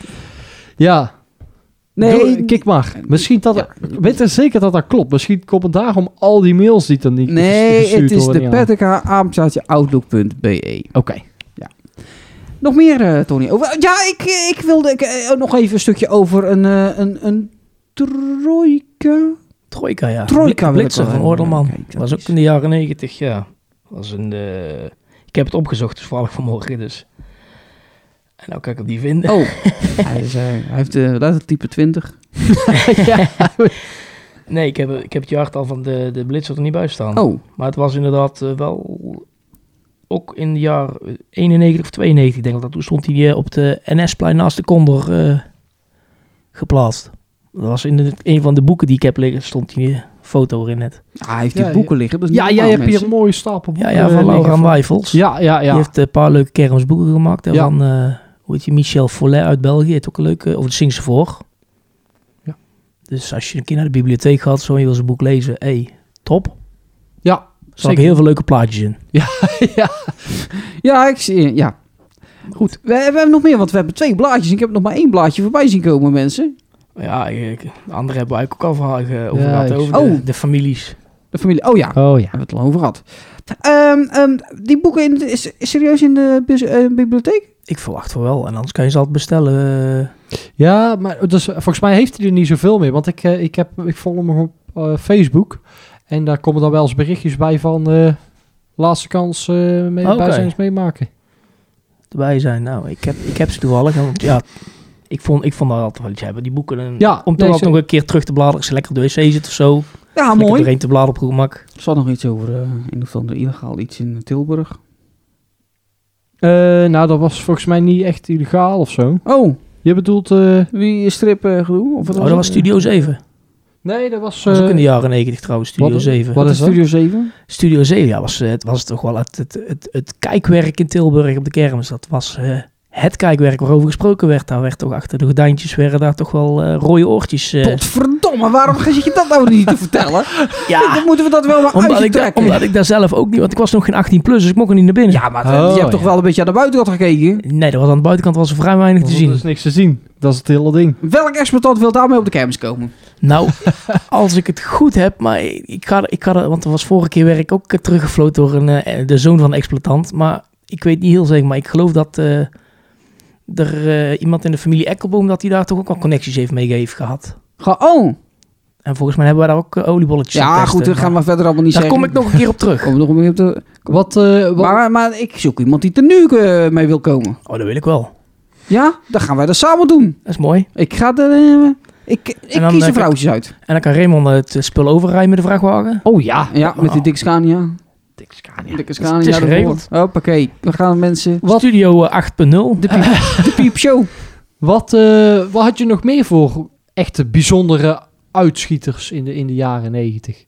Ja,
Nee,
doe- kijk maar. Misschien dat... Weet er zeker dat dat klopt. Misschien komt het daarom al die mails die dan niet
nee
gestuurd
het is
worden
de
aan.
Petka, apenstaartje, outlook.be.
Oké.
Nog meer, eh, Tony? Over, ja, ik, ik wilde ik, eh, nog even een stukje over een, eh, een, een trojka.
Trojka, ja.
Trojka wil ik
Blitzer
wel
van
hebben.
Ordelman.
Kijk, dat
was ook
is-
in de jaren negentig, ja. Was een, eh, ik heb het opgezocht, dus vooral vanmorgen. Dus. En nou kan ik hem niet vinden.
Oh, hij, is, eh, hij heeft eh, dat is het type 20.
Nee, ik heb, ik heb het jaartal van de, de Blitzer er niet bij staan.
Oh,
Maar het was inderdaad eh, wel ook in de jaar eh, 91 of 92, denk ik. Dat toen stond hij eh, op de NS-plein naast de Condor eh, geplaatst. Dat was in de- een van de boeken die ik heb liggen, stond die eh, foto erin net.
Ah, hij heeft die
Ja,
boeken liggen. Dat is
Ja,
niet
jij
normaal,
hebt hier een
mensen.
mooie stapel
Ja,
boeken,
ja van
eh,
Laura
liggen.
Wijfels.
Ja, ja, ja.
Die heeft een paar leuke kermisboeken gemaakt. En
Ja.
van, eh, hoe heet je, Michel Follet uit België. Heeft ook een leuke, of het zingt ze voor.
Ja.
Dus als je een keer naar de bibliotheek gaat, zo en je wil zijn boek lezen. Hé, hey, top.
Ja,
Er staan ook
Zeker.
heel veel leuke plaatjes in.
Ja, ik zie, ja. Goed, we, we hebben nog meer, want we hebben twee blaadjes. Ik heb nog maar één blaadje voorbij zien komen, mensen.
Ja, ik- de andere hebben we eigenlijk ook al verhaal eh, over
Ja,
gehad.
ik-
Over
Oh.
de, de families.
De familie, oh ja,
Oh ja.
hebben we het al over gehad. Ehm, ehm, die boeken in, de- is, is serieus in de bis- eh, bibliotheek?
Ik verwacht van wel. En anders kan je ze altijd bestellen. eh.
Ja, maar dus, volgens mij heeft hij er niet zoveel meer. Want ik, eh, ik, heb, ik volg hem op eh, Facebook. En daar komen dan wel eens berichtjes bij van... eh, laatste kans eh mee,
Oké.
bij zijn eens meemaken.
erbij zijn. Nou, ik heb, ik heb ze toevallig. en Want ja, ik vond, ik vond dat altijd wel iets hebben. Die boeken. En
Ja,
om toch
deze-
altijd nog een keer terug te bladeren. Als je lekker op de wc zit of zo.
Ja,
lekker
mooi.
doorheen te bladeren op het gemak.
Er zat nog iets over eh, een of ander illegaal iets in Tilburg.
Eh, nou, dat was volgens mij niet echt illegaal of zo.
Oh,
Je bedoelt... eh,
wie is strip eh, gedoe? Of wat
Oh, dat was
het?
Studio 7.
nee, dat was...
Dat was ook in de
eh,
jaren 90 trouwens, Studio
wat- Wat
7.
Wat
is
is
dat?
Studio 7?
Studio 7, ja, was, eh, het was toch wel het, het, het, het kijkwerk in Tilburg op de kermis. Dat was eh, het kijkwerk waarover gesproken werd. Daar werd toch achter de gordijntjes, werden daar toch wel eh, rode oortjes. eh,
Potverdomme, waarom zit je dat nou niet te vertellen?
ja,
Dan moeten we dat wel maar
omdat ik, daar,
uittrekken.
omdat ik daar zelf ook niet, want ik was nog geen 18 plus, dus ik mocht er niet naar binnen.
Ja, maar eh,
Oh,
je hebt
ja.
toch wel een beetje aan de buitenkant gekeken?
Nee, er was aan de buitenkant was er vrij weinig te
Er
zien.
is niks te zien. Dat is het hele ding.
Welk exploitant wil daarmee op de kermis komen?
Nou, als ik het goed heb, maar ik ga, er- ik ga er, want er was vorige keer werd ik ook eh, teruggefloten door een, eh, de zoon van de exploitant. Maar ik weet niet heel zeker, maar ik geloof dat eh, er eh, iemand in de familie Ekkelboom, dat hij daar toch ook al connecties heeft mee heeft gehad.
Ga, oh,
En volgens mij hebben we daar ook eh, oliebolletjes aan
ja
testen.
goed, dat gaan we verder allemaal niet
Daar
zeggen.
kom ik nog een keer op terug.
Kom nog een beetje op de...
Wat, eh, wat-
Maar, maar ik zoek iemand die er nu eh, mee wil komen.
Oh, dat wil ik wel.
Ja, dan gaan wij dat samen doen.
Dat is mooi.
Ik ga er... eh, ik ik
En dan,
kies
eh,
een vrouwtjes uit.
En dan kan Raymond het eh, spul overrijden met de vrachtwagen.
Oh ja.
Ja, met die dikke Scania.
Dikke Scania.
Dikke
Het
Scania
is
ervoor.
geregeld.
Hoppakee, we gaan mensen...
Studio eh, 8.0.
De piep, de piepshow.
Wat, eh, wat had je nog meer voor echte bijzondere uitschieters in de, in de jaren negentig?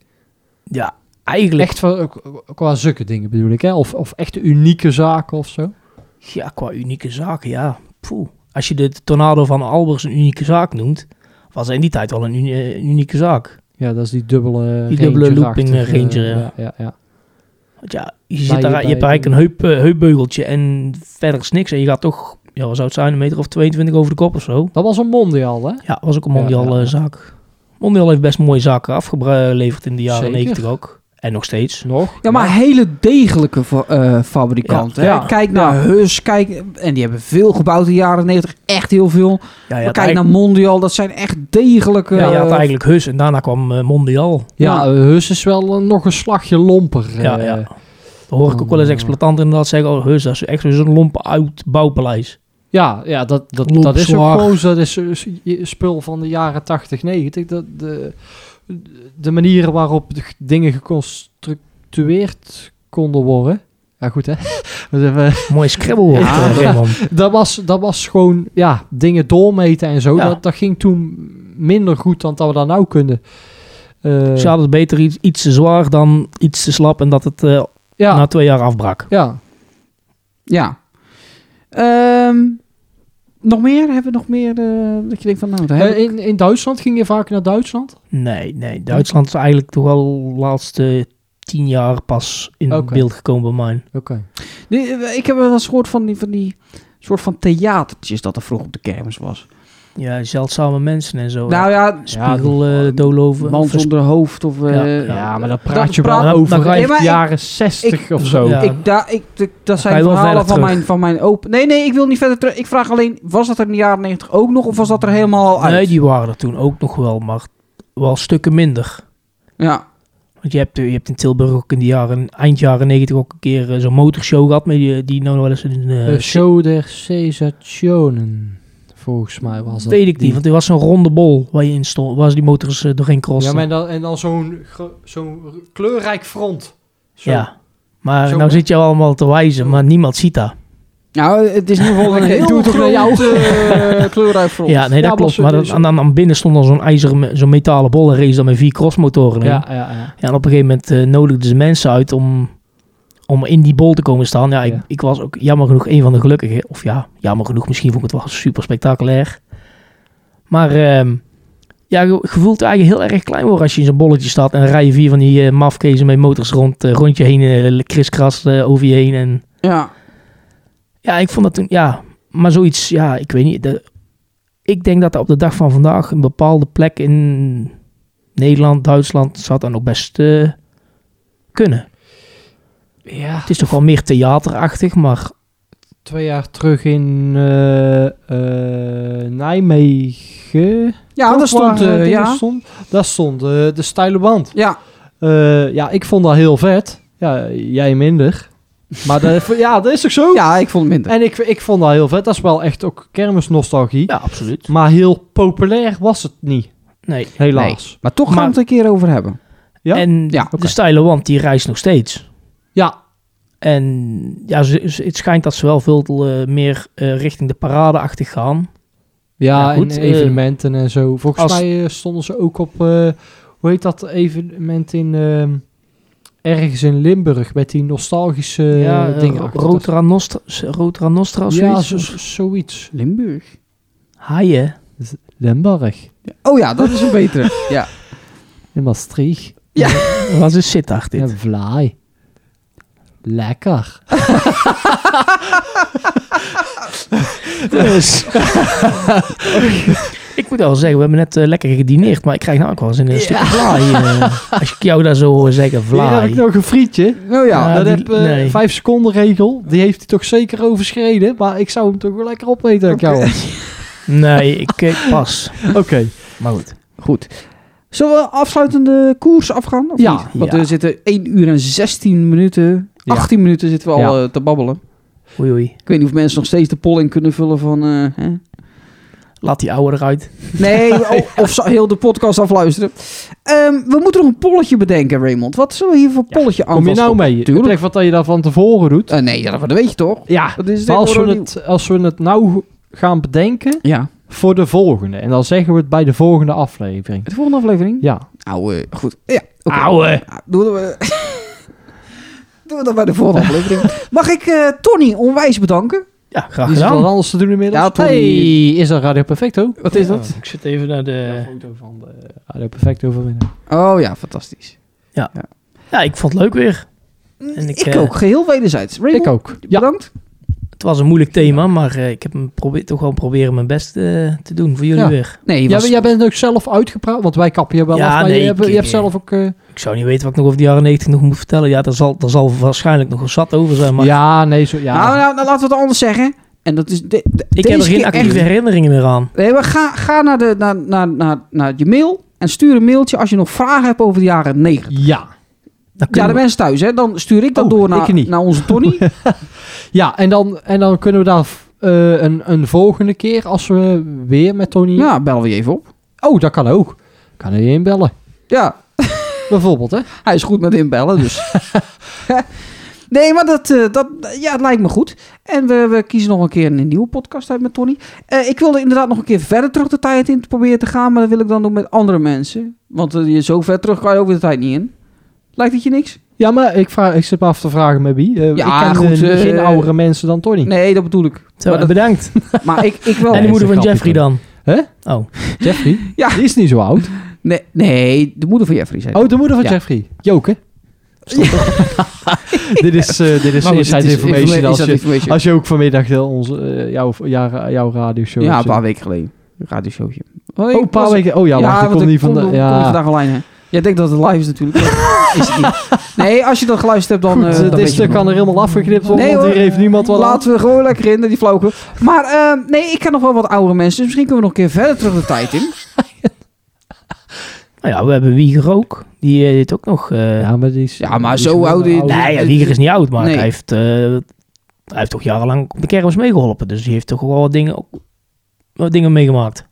Ja, eigenlijk.
Echt van, qua zulke dingen bedoel ik, hè? Of, of echt unieke zaken of zo?
Ja, qua unieke zaken, ja. Poeh. Als je de tornado van Albers een unieke zaak noemt, was hij in die tijd al een uni- eh, unieke zaak.
Ja, dat is die dubbele
Die dubbele
Ranger
looping,
achtige,
eh, Ranger,
eh,
ja.
ja. ja, ja.
Want ja, je, zit daar,
bij-
je hebt eigenlijk een heup, eh, heupbeugeltje en verder is niks. En je gaat toch, ja, wat zou het zijn, een meter of 22 over de kop of zo.
Dat was een mondiaal, hè?
Ja, was ook een
Ja,
mondial
ja,
eh,
ja.
zaak. Mondial heeft best mooie zaken afgeleverd in de jaren
Zeker.
90 ook. En nog steeds.
Nog?
Ja, maar hele degelijke fa- eh, fabrikanten.
Ja,
hè.
ja.
Kijk naar Hus, kijk, en die hebben veel gebouwd in de jaren 90, echt heel veel.
Ja, je
Maar
had
kijk naar
eigenlijk-
Mondial, dat zijn echt degelijke...
ja, je had
eh,
eigenlijk Hus en daarna kwam eh, Mondial.
Ja, eh, Hus is wel eh, nog een slagje lomper.
Ja,
eh.
ja. Dan hoor ik ook wel eens exploitanten inderdaad zeggen, oh Hus, dat is echt zo'n lompe oud bouwpaleis.
ja, ja, dat, dat,
Lomp
dat is ook
zwaar.
gewoon zo. Dat is eh, s- je- spul van de jaren 80, 90. Dat de, de manieren waarop de g- dingen geconstrueerd konden worden. Ja, goed hè. Dat hebben-
Mooi scrabble.
Ja.
Ja, Raymond.
dat, was, dat was gewoon, ja, dingen doormeten en zo.
Ja.
Dat, dat ging toen minder goed dan dat we dat nou kunnen. Eh,
Ze hadden het beter iets, iets te zwaar dan iets te slap en dat het eh,
ja,
na twee jaar afbrak.
ja.
Ja. Ehm, nog meer? Hebben we nog meer eh, dat je denkt van, nou, daar heb
Eh,
ik-
in, in Duitsland ging je vaak naar Duitsland?
Nee, nee. Duitsland is eigenlijk toch wel de laatste tien jaar pas in
Oké.
beeld gekomen bij mij.
Oké.
Nee, eh, ik heb wel eens gehoord van die, van die soort van theatertjes dat er vroeger op de kermis was.
Ja, zeldzame mensen en zo.
Nou ja,
Spiegel, eh doolhoven.
man
Oh, of een
zonder hoofd of... eh,
Ja,
Ja,
Ja,
maar dat
dat
praat je wel
praat-
over
dan ga
je-
uit
maar
de
ik-
jaren 60 of zo.
Ja.
Ik, da, ik, ik- dat
ga
zijn
je wel
verhalen
verder
van
terug.
mijn, van mijn open. Nee, nee, ik wil niet verder terug. Ik vraag alleen, was dat er in de jaren 90 ook nog of was dat er helemaal al uit?
Nee, die waren er toen ook nog wel, maar wel stukken minder.
Ja,
Want je hebt, eh, je hebt in Tilburg ook in de jaren, eind jaren 90 ook een keer eh, zo'n motorshow gehad. Met die, die nou wel eens een... eh,
Eh, show der Sensationen, volgens mij was dat.
weet ik niet,
die.
want er was zo'n ronde bol waar je in stond. Waar ze die motors eh, doorheen
Ja,
crossen.
maar en dan, en dan zo'n gro- zo'n kleurrijk front. Zo.
Ja. Maar
Zo,
nou
hè?
zit je allemaal te wijzen, maar niemand ziet dat.
nou, het is in ieder geval een
Ik
heel
doe het ook naar jou.
groot eh, kleurrijk front.
Ja, nee, dat
Ja,
klopt.
maar
Maar
ze- dus-
dan,
ze-
aan, aan, aan binnen stond dan zo'n ijzeren, me- zo'n metalen bol en race dan met vier crossmotoren. in.
Ja, ja, ja.
Ja, en op een gegeven moment eh nodigden ze mensen uit om, om in die bol te komen staan. Ja, ik,
Ja.
ik was ook jammer genoeg een van de gelukkigen. Of ja, jammer genoeg, misschien vond ik het wel super spectaculair. Maar ehm, ja, je je voelt je eigenlijk heel erg klein worden als je in zo'n bolletje staat. En dan rijden vier van die eh mafkezen met motors rond, eh, rond je heen, eh, kriskras eh, over je heen. En
Ja.
ja, ik vond dat toen, ja, maar zoiets, ja, ik weet niet. De, ik denk dat er op de dag van vandaag een bepaalde plek in Nederland, Duitsland, zou dan ook best eh, kunnen.
Ja,
Het is toch wel meer theaterachtig, maar
twee jaar terug in eh, eh, Nijmegen.
Ja,
Toch
dat stond,
waar, eh,
eh,
dingen
ja.
stond. Daar stond eh, de steile wand.
Ja,
Eh, ja, ik vond dat heel vet. Ja, jij minder. Maar dat, ja, dat is toch zo?
ja, ik vond het minder.
En ik, ik vond dat heel vet. Dat is wel echt ook kermisnostalgie.
ja, absoluut.
Maar heel populair was het niet,
Nee.
helaas.
Maar toch gaan
Maar-
we het een keer over hebben.
Ja?
En
Ja,
de
oké.
steile wand, die reist nog steeds.
Ja,
En ja, ze- ze- het schijnt dat ze wel veel eh, meer eh, richting de paradeachtig gaan.
ja,
Ja, goed,
en
eh,
evenementen en zo. Volgens
als-
mij eh, stonden ze ook op, eh, hoe heet dat evenement in, ehm, ergens in Limburg, met die nostalgische
ja,
ja,
eh,
dingen.
Ro-
achter.
Rotra Nostra, Rotra Nostra of
ja,
zoiets.
zo- zo- zoiets.
Limburg.
Haaien.
Limburg,
Oh ja, dat is een betere. ja.
in Maastricht,
Wat is Sittard dit?
en Vlaai. Lekker.
Dus. ik moet wel zeggen, we hebben net eh, lekker gedineerd, maar ik krijg nou ook wel eens een eh, stukje vlaai. eh, als ik jou daar zo hoor zeggen,
Hier heb
vlaai.
ik nog een frietje.
Oh ja.
Ja.
dat
die-
heb eh
nee.
vijf seconden regel. Die heeft hij toch zeker overschreden. Maar ik zou hem toch wel lekker opeten, denk ik jou.
Nee, ik eh, pas.
Oké.
Maar goed.
Goed. Zullen we afsluitende koers afgaan? Of
Ja,
niet? Want
ja.
we zitten 1 uur en 16 minuten.
Ja.
18 minuten zitten we al eh, te babbelen.
Oei oei.
Ik weet niet of mensen nog steeds de poll in kunnen vullen van... eh, hè?
Laat die ouwe eruit.
Nee, o- of zo- heel de podcast afluisteren. Ehm, we moeten nog een polletje bedenken, Raymond. Wat zullen we hier voor polletje aan
Kom je nou mee?
Tuurlijk.
Ik leg wat dat je daar van tevoren doet.
Eh, nee, ja, dat weet je toch?
Ja,
Dat is
maar als we,
tegenwoordig
het, als we het nou gaan bedenken
nieuw. Ja,
voor de volgende. En dan zeggen we het bij de volgende aflevering.
de volgende aflevering.
Ja.
Ouwe, goed. Ja, oké.
Ouwe.
Ja, Doen we... Doen we dat bij de volgende aflevering. Mag ik eh, Tony onwijs bedanken?
Ja, graag
Die is wat
gedaan.
anders te doen inmiddels.
nou. Ja, Tony.
hey, is dat Radio Perfecto?
Wat is dat?
Ik zit even naar
Een
de...
foto van de Radio Perfecto verwinnen.
Oh ja, fantastisch.
Ja, ik vond het leuk weer.
Mm,
En ik,
ik
eh,
ook, geheel wederzijds. Raymond,
Ik ook. Ja.
bedankt.
Het was een moeilijk thema, maar eh, ik heb hem probeer, toch wel proberen mijn best eh, te doen voor jullie
Ja.
weer.
Nee, je
Jij,
was,
jij bent ook zelf uitgepraat, want wij kappen je wel
Ja,
af. Maar
nee,
je, hebt,
ik-
je hebt zelf ook... eh,
Ik zou niet weten wat ik nog over de jaren 90 nog moet vertellen. Ja, daar zal, daar zal waarschijnlijk nog wel zat over zijn, maar
ja, nee, zo, ja.
nou, nou, nou, laten we het anders zeggen. En dat is. De, de-
ik heb er
deze
geen
keer
actieve
echt-
herinneringen meer aan.
Nee, maar ga, ga naar, de, naar, naar, naar, naar je mail en stuur een mailtje als je nog vragen hebt over de jaren 90.
ja.
Dan kunnen
Ja, de
we-
mensen thuis, hè? Dan stuur ik dat
Oh,
door
ik
naar,
niet.
naar onze Tony.
ja en, dan, en dan kunnen we daar eh, een, een volgende keer, als we weer met Tony...
ja, bel we je even op.
Oh, dat kan ook. Kan hij inbellen.
Ja,
Bijvoorbeeld, hè?
Hij is goed met inbellen, dus. nee, maar dat, eh, dat ja, het lijkt me goed. En we, we kiezen nog een keer een nieuwe podcast uit met Tony. Eh, ik wilde inderdaad nog een keer verder terug de tijd in te proberen te gaan, maar dat wil ik dan doen met andere mensen. Want eh, je zo ver terug kan je ook weer de tijd niet in. Lijkt het je niks?
Ja, maar ik, vraag, ik zit me af te vragen met wie. Eh,
Ja,
ik ken
goed,
eh,
eh,
geen oudere mensen dan Tony.
Nee, dat bedoel ik.
Zo,
Maar
en
dat-
bedankt.
Maar ik, ik wel.
en de
Oh, is een
moeder van
grapje,
Jeffrey dan.
Hè?
Oh,
Jeffrey?
Ja.
Die is niet zo oud.
Nee, nee, de moeder van Jeffrey zei.
Oh, de moeder van
Ja.
Jeffrey. Joke. dit is, eh dit is
Maar goed,
inside
het is
information.
informa-
als,
inside
je,
information.
als je ook vanmiddag de, onze, eh, jouw, jouw, jouw radioshow...
ja, een
zit.
paar weken geleden. Een radioshowtje.
eh. Oh, een paar weken. Oh ja, wacht, ik
want
kon niet van
kom-
de...
kom
Ja.
vandaag online, hè? Jij denkt dat het live is natuurlijk. is het niet. Nee, als je dat geluisterd hebt, dan... eh,
Goed,
dan
eh,
weet
dit
je
stuk
het nog.
kan er helemaal afgeknipt worden,
Nee,
want hier
hoor.
heeft niemand wat aan.
Laten we gewoon lekker in, die flauwekul. Maar eh, nee, ik ken nog wel wat oudere mensen, dus misschien kunnen we nog een keer verder terug de tijd in.
nou ja, we hebben Wieger ook. Die eh, heeft ook nog... eh,
Ja, maar, die is,
Ja, maar
die is
zo
wel
oud is-
ouder.
Nee, ja, Wieger is niet oud, maar
Nee.
hij, heeft, eh, hij heeft toch jarenlang op de kermis meegeholpen. Dus die heeft toch wel wat dingen, ook- wat dingen meegemaakt.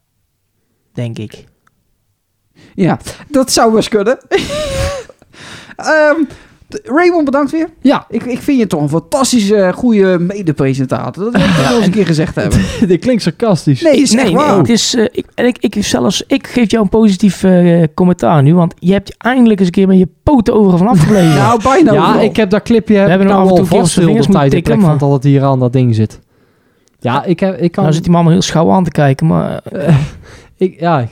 Denk ik.
Ja, dat zou best kunnen. Ehm, d- Raymond, bedankt weer.
Ja,
Ik, ik vind je toch een fantastische, eh, goede medepresentator. Dat wil ik wel eens een keer gezegd hebben.
dit klinkt sarcastisch.
Nee, is echt
nee,
waar.
nee, het is, eh, ik, en ik, ik, zelfs, ik geef jou een positief eh, commentaar nu, want je hebt eindelijk eens een keer met je poten overal vanaf gebleven.
Nou, bijna
Ja,
overal.
ik heb dat clipje heb
hebben
ik
hem
nou
af en
al
toe een keer op
vast
zijn
heel de
vingers moeten
tijd in plek
tikken,
van dat het hier aan dat ding zit. Ja, ik, heb, ik kan...
nou zit die man me heel schouw aan te kijken, maar eh,
ik, ja, ik,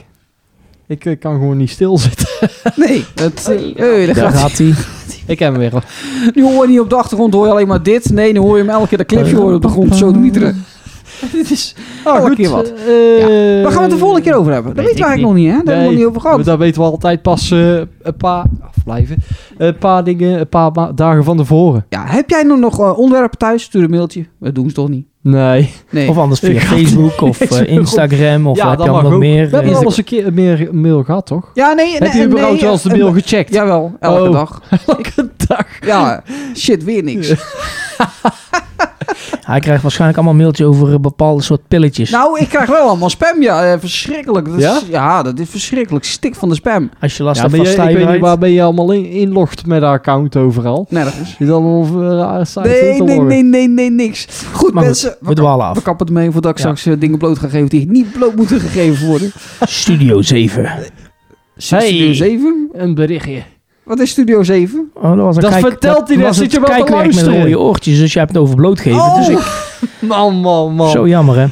ik, eh, kan gewoon niet stilzitten.
Nee, dat, eh, hey, dat
daar
gaat
gaat hij.
ik heb hem weer.
Nu hoor je niet op de achtergrond, hoor je alleen maar dit. Nee, nu hoor je hem elke keer dat clipje horen op de grond zo mieteren. Dit is
Oh,
elke keer Ah, wat.
eh,
Waar gaan we het de volgende keer over hebben? Dat
weet
weten we
ik
eigenlijk nog niet, hè? Daar hebben we nog niet over gehad.
Daar weten we altijd pas eh, een paar... Afblijven. Een paar dingen, een paar ma- dagen van tevoren.
Ja, heb jij nog, nog eh, onderwerpen thuis? Stuur een mailtje. Dat doen ze toch niet?
Nee.
Nee.
Of anders via
Ik ga-
Facebook of eh,
Ik zeg,
Instagram of
ja, dat
heb je
mag
allemaal nog
ook.
meer.
We hebben
eh,
al eens een keer meer mail gehad, toch?
ja, nee. eh,
Heb je überhaupt wel eens de mail gecheckt?
Jawel, elke
Oh.
dag.
elke dag.
Ja, shit, weer niks.
Hij krijgt waarschijnlijk allemaal mailtjes over een bepaalde soort pilletjes.
nou, ik krijg wel allemaal spam, ja. eh, verschrikkelijk. Dat is, ja?
Ja?
dat is verschrikkelijk. Stik van de spam.
Als je last
Ja,
hebt
maar
van
je- ik weet niet
stijfheid.
waar ben je allemaal in, inlogt met dat account overal.
Nergens.
Je dan of uh, site in
Nee,
te
nee,
loggen.
nee, nee, nee, niks. Goed,
Maar goed,
mensen.
we dwalen af.
We kappen het mee voordat ik
Ja.
straks eh, dingen bloot ga geven die niet bloot moeten gegeven worden.
Studio Oh, 7.
Studio 7?
Een berichtje.
Wat is Studio 7?
Oh, dat was een
Dat
kijk-
vertelt hij,
was
daar
het
zit je wel te
kijkwerk
luisteren. Oh.
met rode oortjes, dus jij hebt het over blootgeven.
Oh.
Dus ik,
Man, man, man.
zo jammer, hè.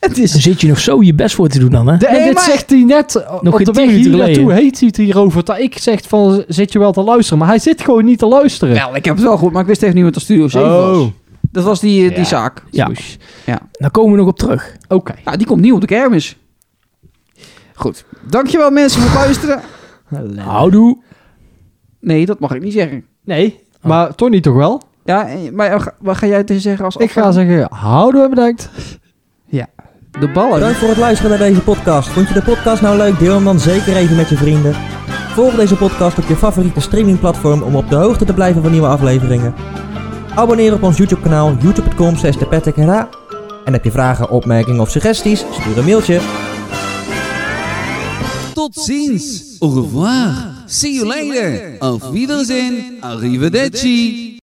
Het
Dan
is...
zit je nog zo je best voor te doen dan, hè.
De, en
Nee,
dit
maar-
zegt hij net eh,
Nog
op de
geen
weg
tien minuten
hier naartoe.
geleden.
Heet hij het hierover? Dat ik zeg van, zit je wel te luisteren? Maar hij zit gewoon niet te luisteren.
Wel, ik heb het wel goed, maar ik wist even niet wat de Studio 7 was. Dat was die, eh, die
Oh. Ja.
zaak.
Ja,
Ja.
daar komen we nog op terug.
oké.
Ja, die komt nieuw op de kermis. Goed. Dankjewel mensen voor het luisteren.
Houdoe.
Nee, dat mag ik niet zeggen.
Nee,
Oh.
maar Tony toch wel?
Ja, en- maar eh, ga- wat ga jij te zeggen als
Ik ga
afsluiter?
zeggen, houden we bedankt.
De ballen.
Bedankt voor het luisteren naar deze podcast. Vond je de podcast nou leuk? Deel hem dan zeker even met je vrienden. Volg deze podcast op je favoriete streamingplatform om op de hoogte te blijven van nieuwe afleveringen. Abonneer op ons YouTube kanaal youtube.com slash de Patrick Herra. En heb je vragen, opmerkingen of suggesties? Stuur een mailtje.
Tot ziens. Au revoir. See you later. Auf Wiedersehen. Arrivederci.